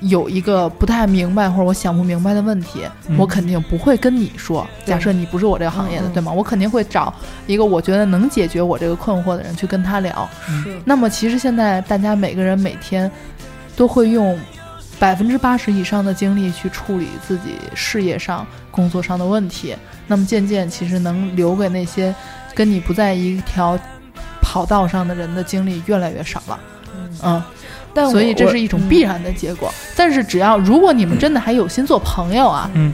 Speaker 4: 有一个不太明白或者我想不明白的问题，
Speaker 6: 嗯
Speaker 4: 我肯定不会跟你说。
Speaker 7: 对
Speaker 4: 假设你不是我这个行业的，
Speaker 7: 嗯嗯
Speaker 4: 对吗？我肯定会找一个我觉得能解决我这个困惑的人去跟他聊。
Speaker 7: 是
Speaker 4: 那么，其实现在大家每个人每天都会用百分之八十以上的精力去处理自己事业上、工作上的问题。那么，渐渐其实能留给那些跟你不在一条跑道上的人的精力越来越少了。嗯，
Speaker 7: 但我
Speaker 4: 所以这
Speaker 7: 我
Speaker 4: 是一种
Speaker 7: 嗯
Speaker 4: 必然的结果。但是只要如果你们真的还有心做朋友啊，
Speaker 6: 嗯，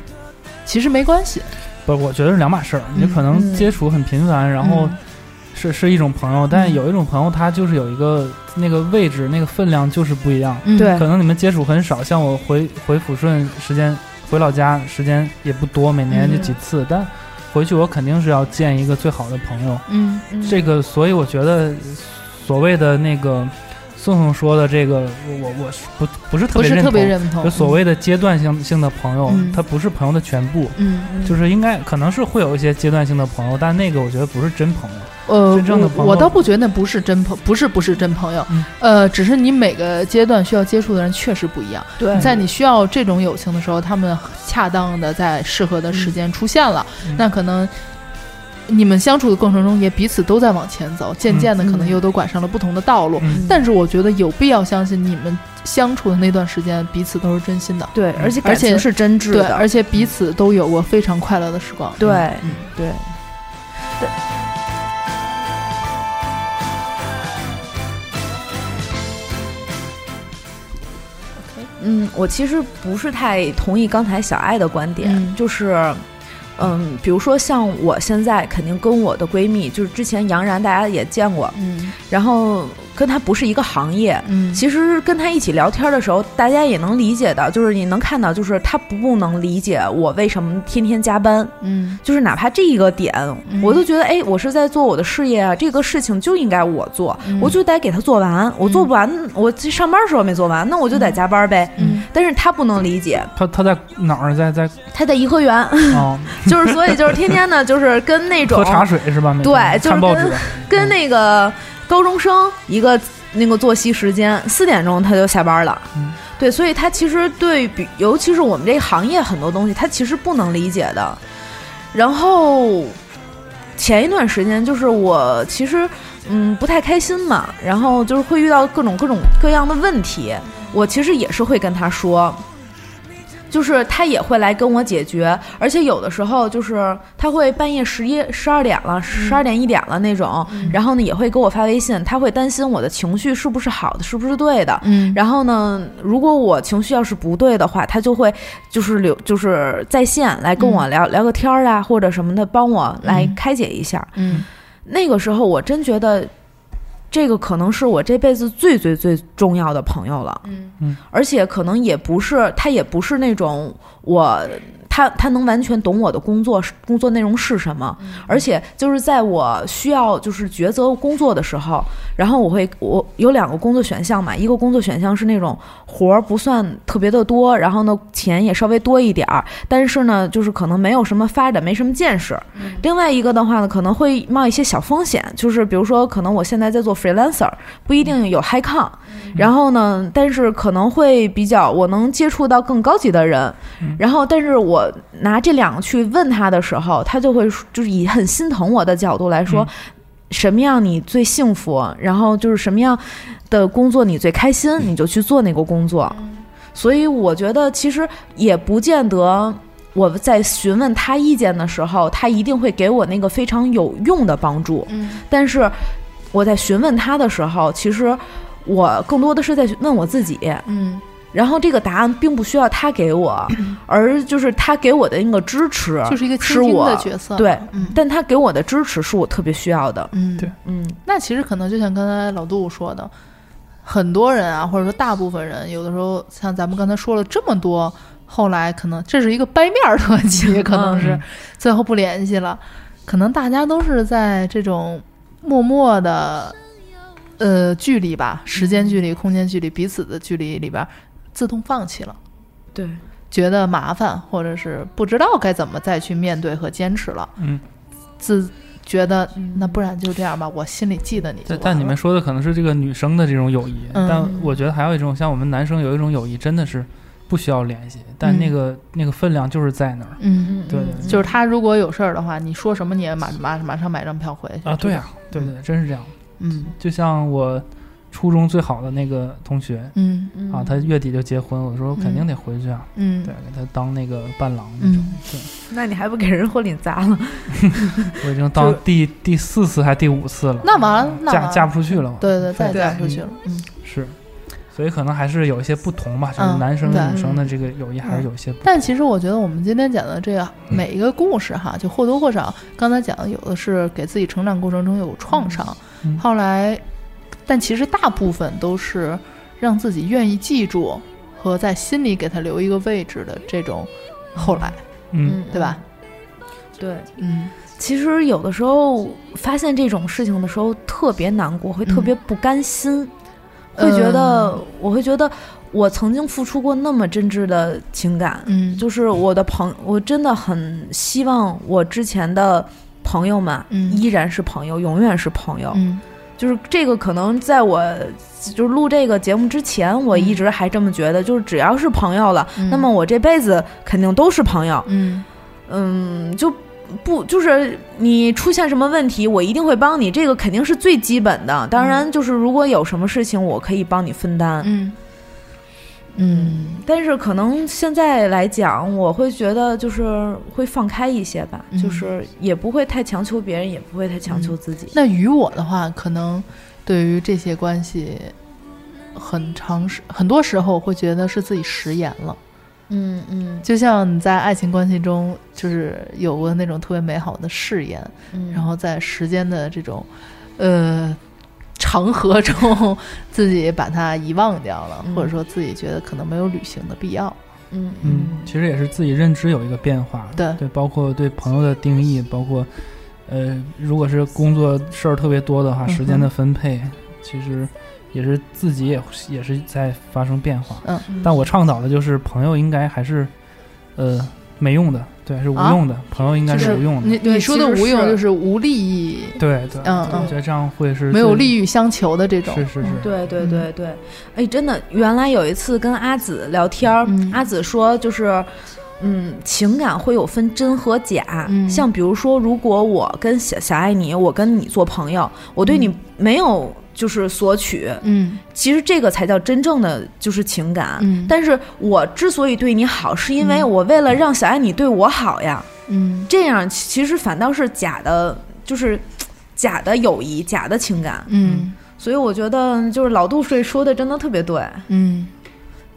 Speaker 4: 其实没关系。
Speaker 6: 不，我觉得是两码事儿。你
Speaker 4: 嗯
Speaker 6: 可能接触很频繁，然后
Speaker 4: 嗯
Speaker 6: 是是一种朋友，但有一种朋友他就是有一个那个位置、那个分量就是不一样。
Speaker 4: 嗯
Speaker 7: 对
Speaker 6: 可能你们接触很少，像我回回抚顺时间，回老家时间也不多，每年
Speaker 4: 嗯
Speaker 6: 就几次，但回去我肯定是要见一个最好的朋友。
Speaker 4: 嗯
Speaker 6: 这个，所以我觉得所谓的那个宋宋说的这个，我我我是不不是特
Speaker 4: 不
Speaker 6: 别
Speaker 4: 是
Speaker 6: 认
Speaker 4: 特
Speaker 6: 同，
Speaker 4: 别认同。
Speaker 6: 就所谓的阶段性性的朋友，
Speaker 4: 嗯
Speaker 6: 他不是朋友的全部。
Speaker 4: 嗯，嗯，
Speaker 6: 就是应该可能是会有一些阶段性的朋友，但那个我觉得不是真朋友。
Speaker 4: 呃
Speaker 6: 真正的，
Speaker 4: 我
Speaker 6: 朋友
Speaker 4: 我倒不觉得不是真朋，不是不是真朋友
Speaker 6: 嗯，
Speaker 4: 呃，只是你每个阶段需要接触的人确实不一样。
Speaker 7: 对
Speaker 4: 在你需要这种友情的时候，他们恰当的在适合的时间出现了，
Speaker 6: 嗯
Speaker 4: 那可能你们相处的过程中也彼此都在往前走，渐渐的可能又都拐上了不同的道路。
Speaker 6: 嗯
Speaker 4: 但是我觉得有必要相信你们相处的那段时间彼此都是真心的，
Speaker 7: 对，而且
Speaker 4: 而
Speaker 7: 感
Speaker 4: 且
Speaker 7: 情是真挚
Speaker 4: 对，
Speaker 7: 的，
Speaker 4: 而且彼此都有过非常快乐的时光。
Speaker 7: 对
Speaker 4: 嗯
Speaker 7: 对。嗯，我其实不是太同意刚才小爱的观点，
Speaker 4: 嗯
Speaker 7: 就是，嗯，比如说像我现在肯定跟我的闺蜜，就是之前杨然大家也见过，
Speaker 4: 嗯
Speaker 7: 然后跟她不是一个行业，
Speaker 4: 嗯，
Speaker 7: 其实跟他一起聊天的时候，大家也能理解的，就是你能看到，就是他不能理解我为什么天天加班，
Speaker 4: 嗯
Speaker 7: 就是哪怕这一个点，
Speaker 4: 嗯
Speaker 7: 我都觉得，哎，我是在做我的事业啊，这个事情就应该我做，
Speaker 4: 嗯
Speaker 7: 我就得给他做完，我做不完，我这上班时候没做完，那我就得加班呗。
Speaker 4: 嗯
Speaker 7: 但是他不能理解，
Speaker 6: 他他在哪儿
Speaker 4: [coughs]
Speaker 6: 在在
Speaker 7: 他在颐和园，
Speaker 6: 哦
Speaker 7: [laughs] 就是所以就是天天呢，就是跟那种
Speaker 6: 喝茶水是吧？每天
Speaker 7: 对就是
Speaker 6: 看报纸，
Speaker 7: 跟那个高中生一个那个作息时间，四点钟他就下班了。
Speaker 6: 嗯
Speaker 7: 对，所以他其实对比，尤其是我们这个行业很多东西，他其实不能理解的。然后前一段时间，就是我其实嗯不太开心嘛，然后就是会遇到各种各种各样的问题，我其实也是会跟他说。就是他也会来跟我解决，而且有的时候就是他会半夜十一、十二点了，十二点一点了那种，然后呢也会给我发微信，他会担心我的情绪是不是好的，是不是对的。
Speaker 4: 嗯，
Speaker 7: 然后呢，如果我情绪要是不对的话，他就会就是留就是在线来跟我聊、聊个天儿啊，或者什么的，帮我来
Speaker 4: 嗯
Speaker 7: 开解一下。
Speaker 4: 嗯
Speaker 7: 那个时候我真觉得，这个可能是我这辈子最最最重要的朋友了。
Speaker 4: 嗯
Speaker 6: 嗯，
Speaker 7: 而且可能也不是他，也不是那种我。他他能完全懂我的工作是工作内容是什么，而且就是在我需要就是抉择工作的时候，然后我会我有两个工作选项嘛，一个工作选项是那种活儿不算特别的多，然后呢钱也稍微多一点儿，但是呢就是可能没有什么发展，没什么见识，另外一个的话呢，可能会冒一些小风险，就是比如说，可能我现在在做 freelancer，不一定有 high con，、然后呢，但是可能会比较，我能接触到更高级的人，然后，但是我拿这两个去问他的时候，他就会说就是以很心疼我的角度来说，
Speaker 6: 嗯
Speaker 7: 什么样你最幸福，然后就是什么样的工作你最开心，你就去做那个工作。所以我觉得其实也不见得。我在询问他意见的时候，他一定会给我那个非常有用的帮助。
Speaker 4: 嗯，
Speaker 7: 但是我在询问他的时候，其实我更多的是在问我自己。
Speaker 4: 嗯
Speaker 7: 然后这个答案并不需要他
Speaker 4: [clears throat]
Speaker 7: 给我，而就是他给我的那个支持，
Speaker 4: 就是一个
Speaker 7: 是
Speaker 4: 倾听
Speaker 7: 我
Speaker 4: 的角色。
Speaker 7: 对
Speaker 4: 嗯
Speaker 7: 但他给我的支持是我特别需要的。
Speaker 4: 嗯，
Speaker 6: 对
Speaker 7: 嗯
Speaker 4: 那其实可能就像刚才老杜说的，很多人啊，或者说大部分人，有的时候像咱们刚才说了这么多，后来可能这是一个掰面儿特辑，可能是、
Speaker 6: 嗯
Speaker 4: 最后不联系了，可能大家都是在这种默默的呃距离吧，时间距离、空间距离、彼此的距离里边，自动放弃了。
Speaker 7: 对，
Speaker 4: 觉得麻烦，或者是不知道该怎么再去面对和坚持了，
Speaker 6: 嗯，
Speaker 4: 自觉得
Speaker 7: 嗯
Speaker 4: 那不然就这样吧，我心里记得你就
Speaker 6: 但
Speaker 4: 完
Speaker 6: 但你
Speaker 4: 了
Speaker 6: 们说的可能是这个女生的这种友谊，
Speaker 4: 嗯
Speaker 6: 但我觉得还有一种像我们男生有一种友谊真的是不需要联系，但那个、那个分量就是在那儿。
Speaker 4: 嗯，
Speaker 6: 对
Speaker 4: 就是他如果有事儿的话，你说什么你也马马马上买张票回去
Speaker 6: 啊，对
Speaker 4: 呀，
Speaker 6: 啊，对对，真是这样。
Speaker 4: 嗯
Speaker 6: 就像我初中最好的那个同学
Speaker 4: 嗯
Speaker 7: 嗯
Speaker 6: 啊，他月底就结婚，我说我肯定得回去啊，
Speaker 4: 嗯，
Speaker 6: 对，给他当那个伴郎那种。
Speaker 4: 嗯
Speaker 7: 那你还不给人婚礼砸了？
Speaker 6: 我已经当第第四次还第五次了，
Speaker 4: 那完了，那完
Speaker 6: 嫁
Speaker 4: 了
Speaker 6: 嫁不出去了。
Speaker 4: 对对，再也
Speaker 6: 对
Speaker 4: 嫁不出去了，嗯，
Speaker 6: 是，所以可能还是有一些不同吧，就是
Speaker 4: 嗯
Speaker 6: 男生跟
Speaker 4: 对
Speaker 6: 女生的这个友谊还是有一些不同。
Speaker 4: 但其实我觉得我们今天讲的这个
Speaker 6: 嗯
Speaker 4: 每一个故事哈，就或多或少，刚才讲的有的是给自己成长过程中有创伤，
Speaker 6: 嗯
Speaker 4: 后来，但其实大部分都是让自己愿意记住和在心里给他留一个位置的这种后来，
Speaker 6: 嗯，
Speaker 4: 对吧？？
Speaker 7: 对，
Speaker 4: 嗯
Speaker 7: 其实有的时候发现这种事情的时候特别难过，会特别不甘心，
Speaker 4: 嗯
Speaker 7: 会觉得我会觉得我曾经付出过那么真挚的情感，
Speaker 4: 嗯
Speaker 7: 就是我的朋，我真的很希望我之前的朋友们
Speaker 4: 嗯
Speaker 7: 依然是朋友，永远是朋友。
Speaker 4: 嗯
Speaker 7: 就是这个，可能在我就是录这个节目之前，我一直还这么觉得，就是只要是朋友了，
Speaker 4: 嗯
Speaker 7: 那么我这辈子肯定都是朋友。
Speaker 4: 嗯
Speaker 7: 嗯，就。不，就是你出现什么问题，我一定会帮你，这个肯定是最基本的。当然，就是如果有什么事情，我可以帮你分担。
Speaker 4: 嗯嗯，
Speaker 7: 但是可能现在来讲，我会觉得就是会放开一些吧，
Speaker 4: 嗯
Speaker 7: 就是也不会太强求别人，也不会太强求自己。
Speaker 4: 那与我的话，可能对于这些关系，很长时很多时候会觉得是自己食言了。
Speaker 7: 嗯嗯
Speaker 4: 就像你在爱情关系中，就是有过那种特别美好的誓言，
Speaker 7: 嗯
Speaker 4: 然后在时间的这种，呃，长河中，自己把它遗忘掉了，
Speaker 7: 嗯
Speaker 4: 或者说自己觉得可能没有履行的必要。
Speaker 7: 嗯
Speaker 6: 嗯，其实也是自己认知有一个变化，
Speaker 4: 对嗯
Speaker 6: 包括对朋友的定义，包括呃，如果是工作事儿特别多的话，
Speaker 4: 嗯哼
Speaker 6: 时间的分配，其实也是自己也也是在发生变化。
Speaker 4: 嗯，
Speaker 6: 但我倡导的就是朋友应该还是呃没用的，对，是无
Speaker 4: 啊
Speaker 6: 用的，朋友应该
Speaker 4: 就是
Speaker 6: 无用的，
Speaker 4: 你
Speaker 7: 对
Speaker 4: 你说的
Speaker 7: 其实
Speaker 4: 无用
Speaker 7: 是
Speaker 4: 就是无利益，
Speaker 6: 对对，
Speaker 4: 嗯
Speaker 6: 我
Speaker 4: 嗯
Speaker 6: 觉得这样会是
Speaker 4: 没有
Speaker 6: 最
Speaker 4: 利益相求的这种。嗯
Speaker 6: 是是是，
Speaker 7: 对对对对，哎，真的，原来有一次跟阿紫聊天儿，
Speaker 4: 嗯
Speaker 7: 阿紫说就是。嗯，情感会有分真和假。
Speaker 4: 嗯
Speaker 7: 像比如说，如果我跟小小爱你，我跟你做朋友，我对你没有就是索取，
Speaker 4: 嗯
Speaker 7: 其实这个才叫真正的就是情感。
Speaker 4: 嗯
Speaker 7: 但是我之所以对你好，是因为我为了让小爱你对我好呀。
Speaker 4: 嗯
Speaker 7: 这样其其实反倒是假的，就是假的友谊，假的情感。
Speaker 4: 嗯
Speaker 7: 所以我觉得就是老杜睡说的真的特别对，
Speaker 4: 嗯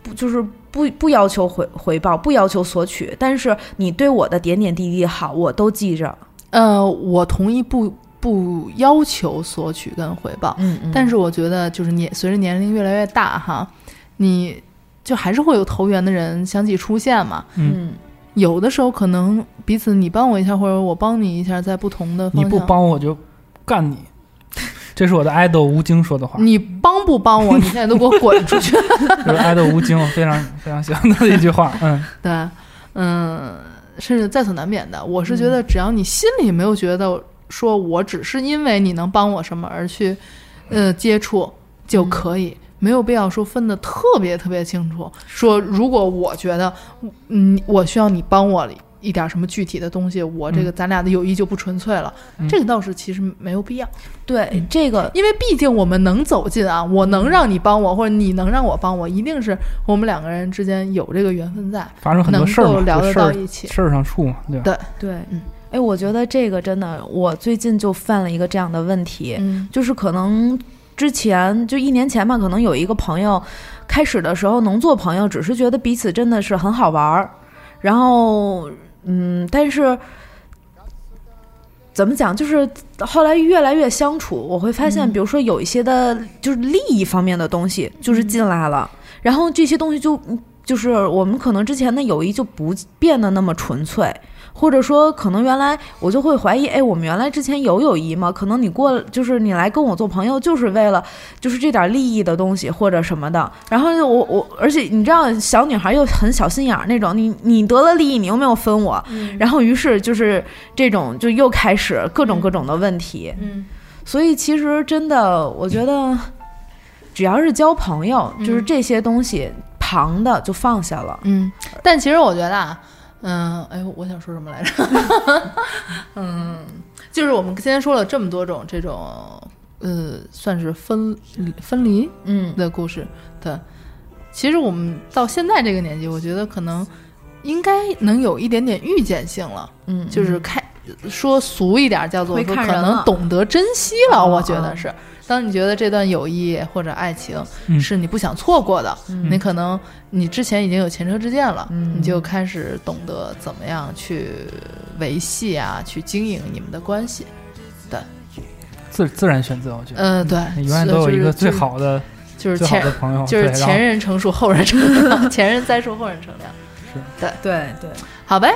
Speaker 7: 不就是不不要求回回报，不要求索取，但是你对我的点点滴滴好，我都记着。
Speaker 4: 呃，我同意不不要求索取跟回报，
Speaker 7: 嗯嗯
Speaker 4: 但是我觉得就是年随着年龄越来越大哈，你就还是会有投缘的人相继出现嘛。
Speaker 7: 嗯
Speaker 4: 有的时候可能彼此你帮我一下，或者我帮你一下，在不同的方
Speaker 6: 你
Speaker 4: 向。
Speaker 6: 不帮我就
Speaker 4: [laughs]
Speaker 6: 干你，这是我的 idol 吴京说的话，
Speaker 4: 你帮不帮我？你现在都给我滚出去！
Speaker 6: 就是 idol 吴京，我非常非常喜欢他的一句话，嗯，
Speaker 4: 对，嗯，甚至在所难免的。我是觉得，只要你心里没有觉得说我只是因为你能帮我什么而去，呃，接触就可以，没有必要说分的特别特别清楚。说如果我觉得，嗯，我需要你帮我一点什么具体的东西，我这个咱俩的友谊就不纯粹了。这个倒是其实没有必要，
Speaker 7: 对这个
Speaker 4: 因为毕竟我们能走近啊，我能让你帮我，或者你能让我帮我，一定是我们两个人之间有这个缘分在。
Speaker 6: 发生很多事儿嘛，
Speaker 4: 能够聊
Speaker 6: 就
Speaker 4: 得
Speaker 6: 事
Speaker 4: 到
Speaker 6: 儿
Speaker 4: 一起
Speaker 6: 事儿上处嘛，对吧？
Speaker 4: 对
Speaker 7: 对，
Speaker 4: 嗯
Speaker 7: 哎，我觉得这个真的，我最近就犯了一个这样的问题，
Speaker 4: 嗯
Speaker 7: 就是可能之前就一年前吧，可能有一个朋友，开始的时候能做朋友，只是觉得彼此真的是很好玩儿，然后嗯，但是怎么讲，就是后来越来越相处，我会发现，比如说有一些的，就是利益方面的东西，就是进来了，然后这些东西就嗯就是我们可能之前的友谊就不变得那么纯粹。或者说，可能原来我就会怀疑，哎，我们原来之前有友谊吗？可能你过，就是你来跟我做朋友，就是为了就是这点利益的东西或者什么的。然后我我，而且你知道，小女孩又很小心眼儿那种，你你得了利益，你又没有分我，然后于是就是这种就又开始各种各种的问题。
Speaker 4: 嗯
Speaker 7: 所以其实真的，我觉得只要是交朋友，就是这些东西旁的就放下了。
Speaker 4: 嗯，但其实我觉得啊，嗯，哎，我想说什么来着？ [laughs] 嗯，就是我们今天说了这么多种这种，呃，算是分离分离
Speaker 7: 嗯
Speaker 4: 的故事对，其实我们到现在这个年纪，我觉得可能应该能有一点点预见性了，
Speaker 7: 嗯，
Speaker 4: 就是看说俗一点叫做
Speaker 7: 会
Speaker 4: 说
Speaker 7: 看
Speaker 4: 可
Speaker 7: 人
Speaker 4: 能
Speaker 7: 了
Speaker 4: 懂得珍惜了，
Speaker 7: 嗯
Speaker 4: 我觉得
Speaker 7: 嗯
Speaker 4: 是。当你觉得这段友谊或者爱情
Speaker 6: 嗯
Speaker 4: 是你不想错过的，
Speaker 7: 嗯
Speaker 4: 你可能你之前已经有前车之鉴了，
Speaker 7: 嗯
Speaker 4: 你就开始懂得怎么样去维系啊，去经营你们的关系。
Speaker 6: 自自然选择，我觉得，
Speaker 4: 呃，对，
Speaker 6: 你永远
Speaker 4: 是
Speaker 6: 都有
Speaker 4: 就是
Speaker 6: 一个最
Speaker 4: 就是
Speaker 6: 好的、
Speaker 4: 就是
Speaker 6: 最好
Speaker 4: 前
Speaker 6: 的朋友，
Speaker 4: 就是
Speaker 6: 对
Speaker 4: 前，人成熟，后人乘凉， [laughs] 前人栽树，后人乘凉。
Speaker 7: 对对。
Speaker 4: 好呗，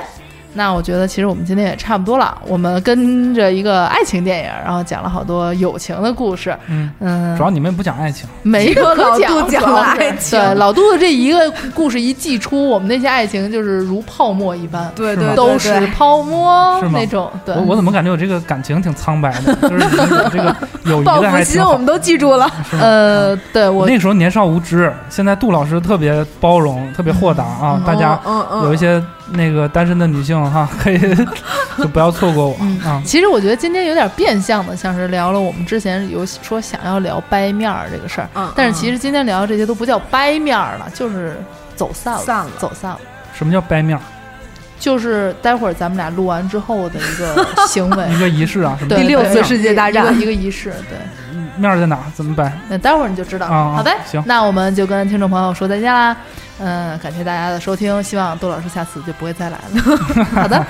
Speaker 4: 那我觉得其实我们今天也差不多了。我们跟着一个爱情电影，然后讲了好多友情的故事。
Speaker 6: 然后嗯，
Speaker 4: 嗯
Speaker 6: 主，要你们也不讲爱情，
Speaker 4: 没个可
Speaker 7: 只有老
Speaker 4: 讲，
Speaker 7: 杜讲
Speaker 4: 主要
Speaker 7: 了
Speaker 4: 是
Speaker 7: 爱情
Speaker 4: 对，老杜的这一个故事一寄出，我们那些爱情就是如泡沫一般，
Speaker 7: 对
Speaker 6: 是吗
Speaker 7: 对，
Speaker 4: 都是泡沫
Speaker 6: 是吗
Speaker 4: 那种。对，
Speaker 6: 我我怎么感觉我这个感情挺苍白的？就是你们有这
Speaker 4: [laughs]
Speaker 6: 个友谊
Speaker 7: 报
Speaker 6: 的
Speaker 7: 复
Speaker 6: 还挺
Speaker 7: 心，
Speaker 6: 好
Speaker 7: 我。们都记住了。
Speaker 6: 是吗嗯
Speaker 4: 呃，对我
Speaker 6: 那时候年少无知，现在杜老师特别包容，特别豁达啊！大家
Speaker 7: 嗯
Speaker 4: 哦
Speaker 7: 嗯，
Speaker 6: 有一些那个单身的女性哈，可以 [laughs] 就不要错过我
Speaker 4: 嗯
Speaker 6: 啊。
Speaker 4: 其实我觉得今天有点变相的，像是聊了我们之前有说想要聊掰面儿这个事儿，
Speaker 7: 嗯，
Speaker 4: 但是其实今天聊的这些都不叫掰面儿了，就是走散了，
Speaker 7: 散了
Speaker 4: 走散了。
Speaker 6: 什么叫掰面儿？
Speaker 4: 就是待会儿咱们俩录完之后的一
Speaker 7: [laughs]
Speaker 4: 个行
Speaker 6: 一
Speaker 4: 为，
Speaker 6: 个仪式啊？什么
Speaker 4: 对
Speaker 7: 第六次
Speaker 4: 对
Speaker 7: 世界大
Speaker 4: 一
Speaker 7: 战
Speaker 4: 个一个仪式，对，
Speaker 6: 面儿在哪？怎么掰？
Speaker 4: 那待会儿你就知道了。
Speaker 6: 啊
Speaker 4: 好呗，
Speaker 6: 行
Speaker 4: 那我们就跟听众朋友说再见啦，嗯，感谢大家的收听，希望杜老师下次就不会再来了。
Speaker 6: [laughs]
Speaker 4: 好的，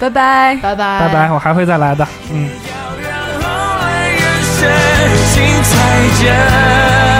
Speaker 7: 拜拜。
Speaker 4: 拜拜，
Speaker 6: 拜拜，我还会再来的。嗯。
Speaker 9: 要让后来人生精彩着。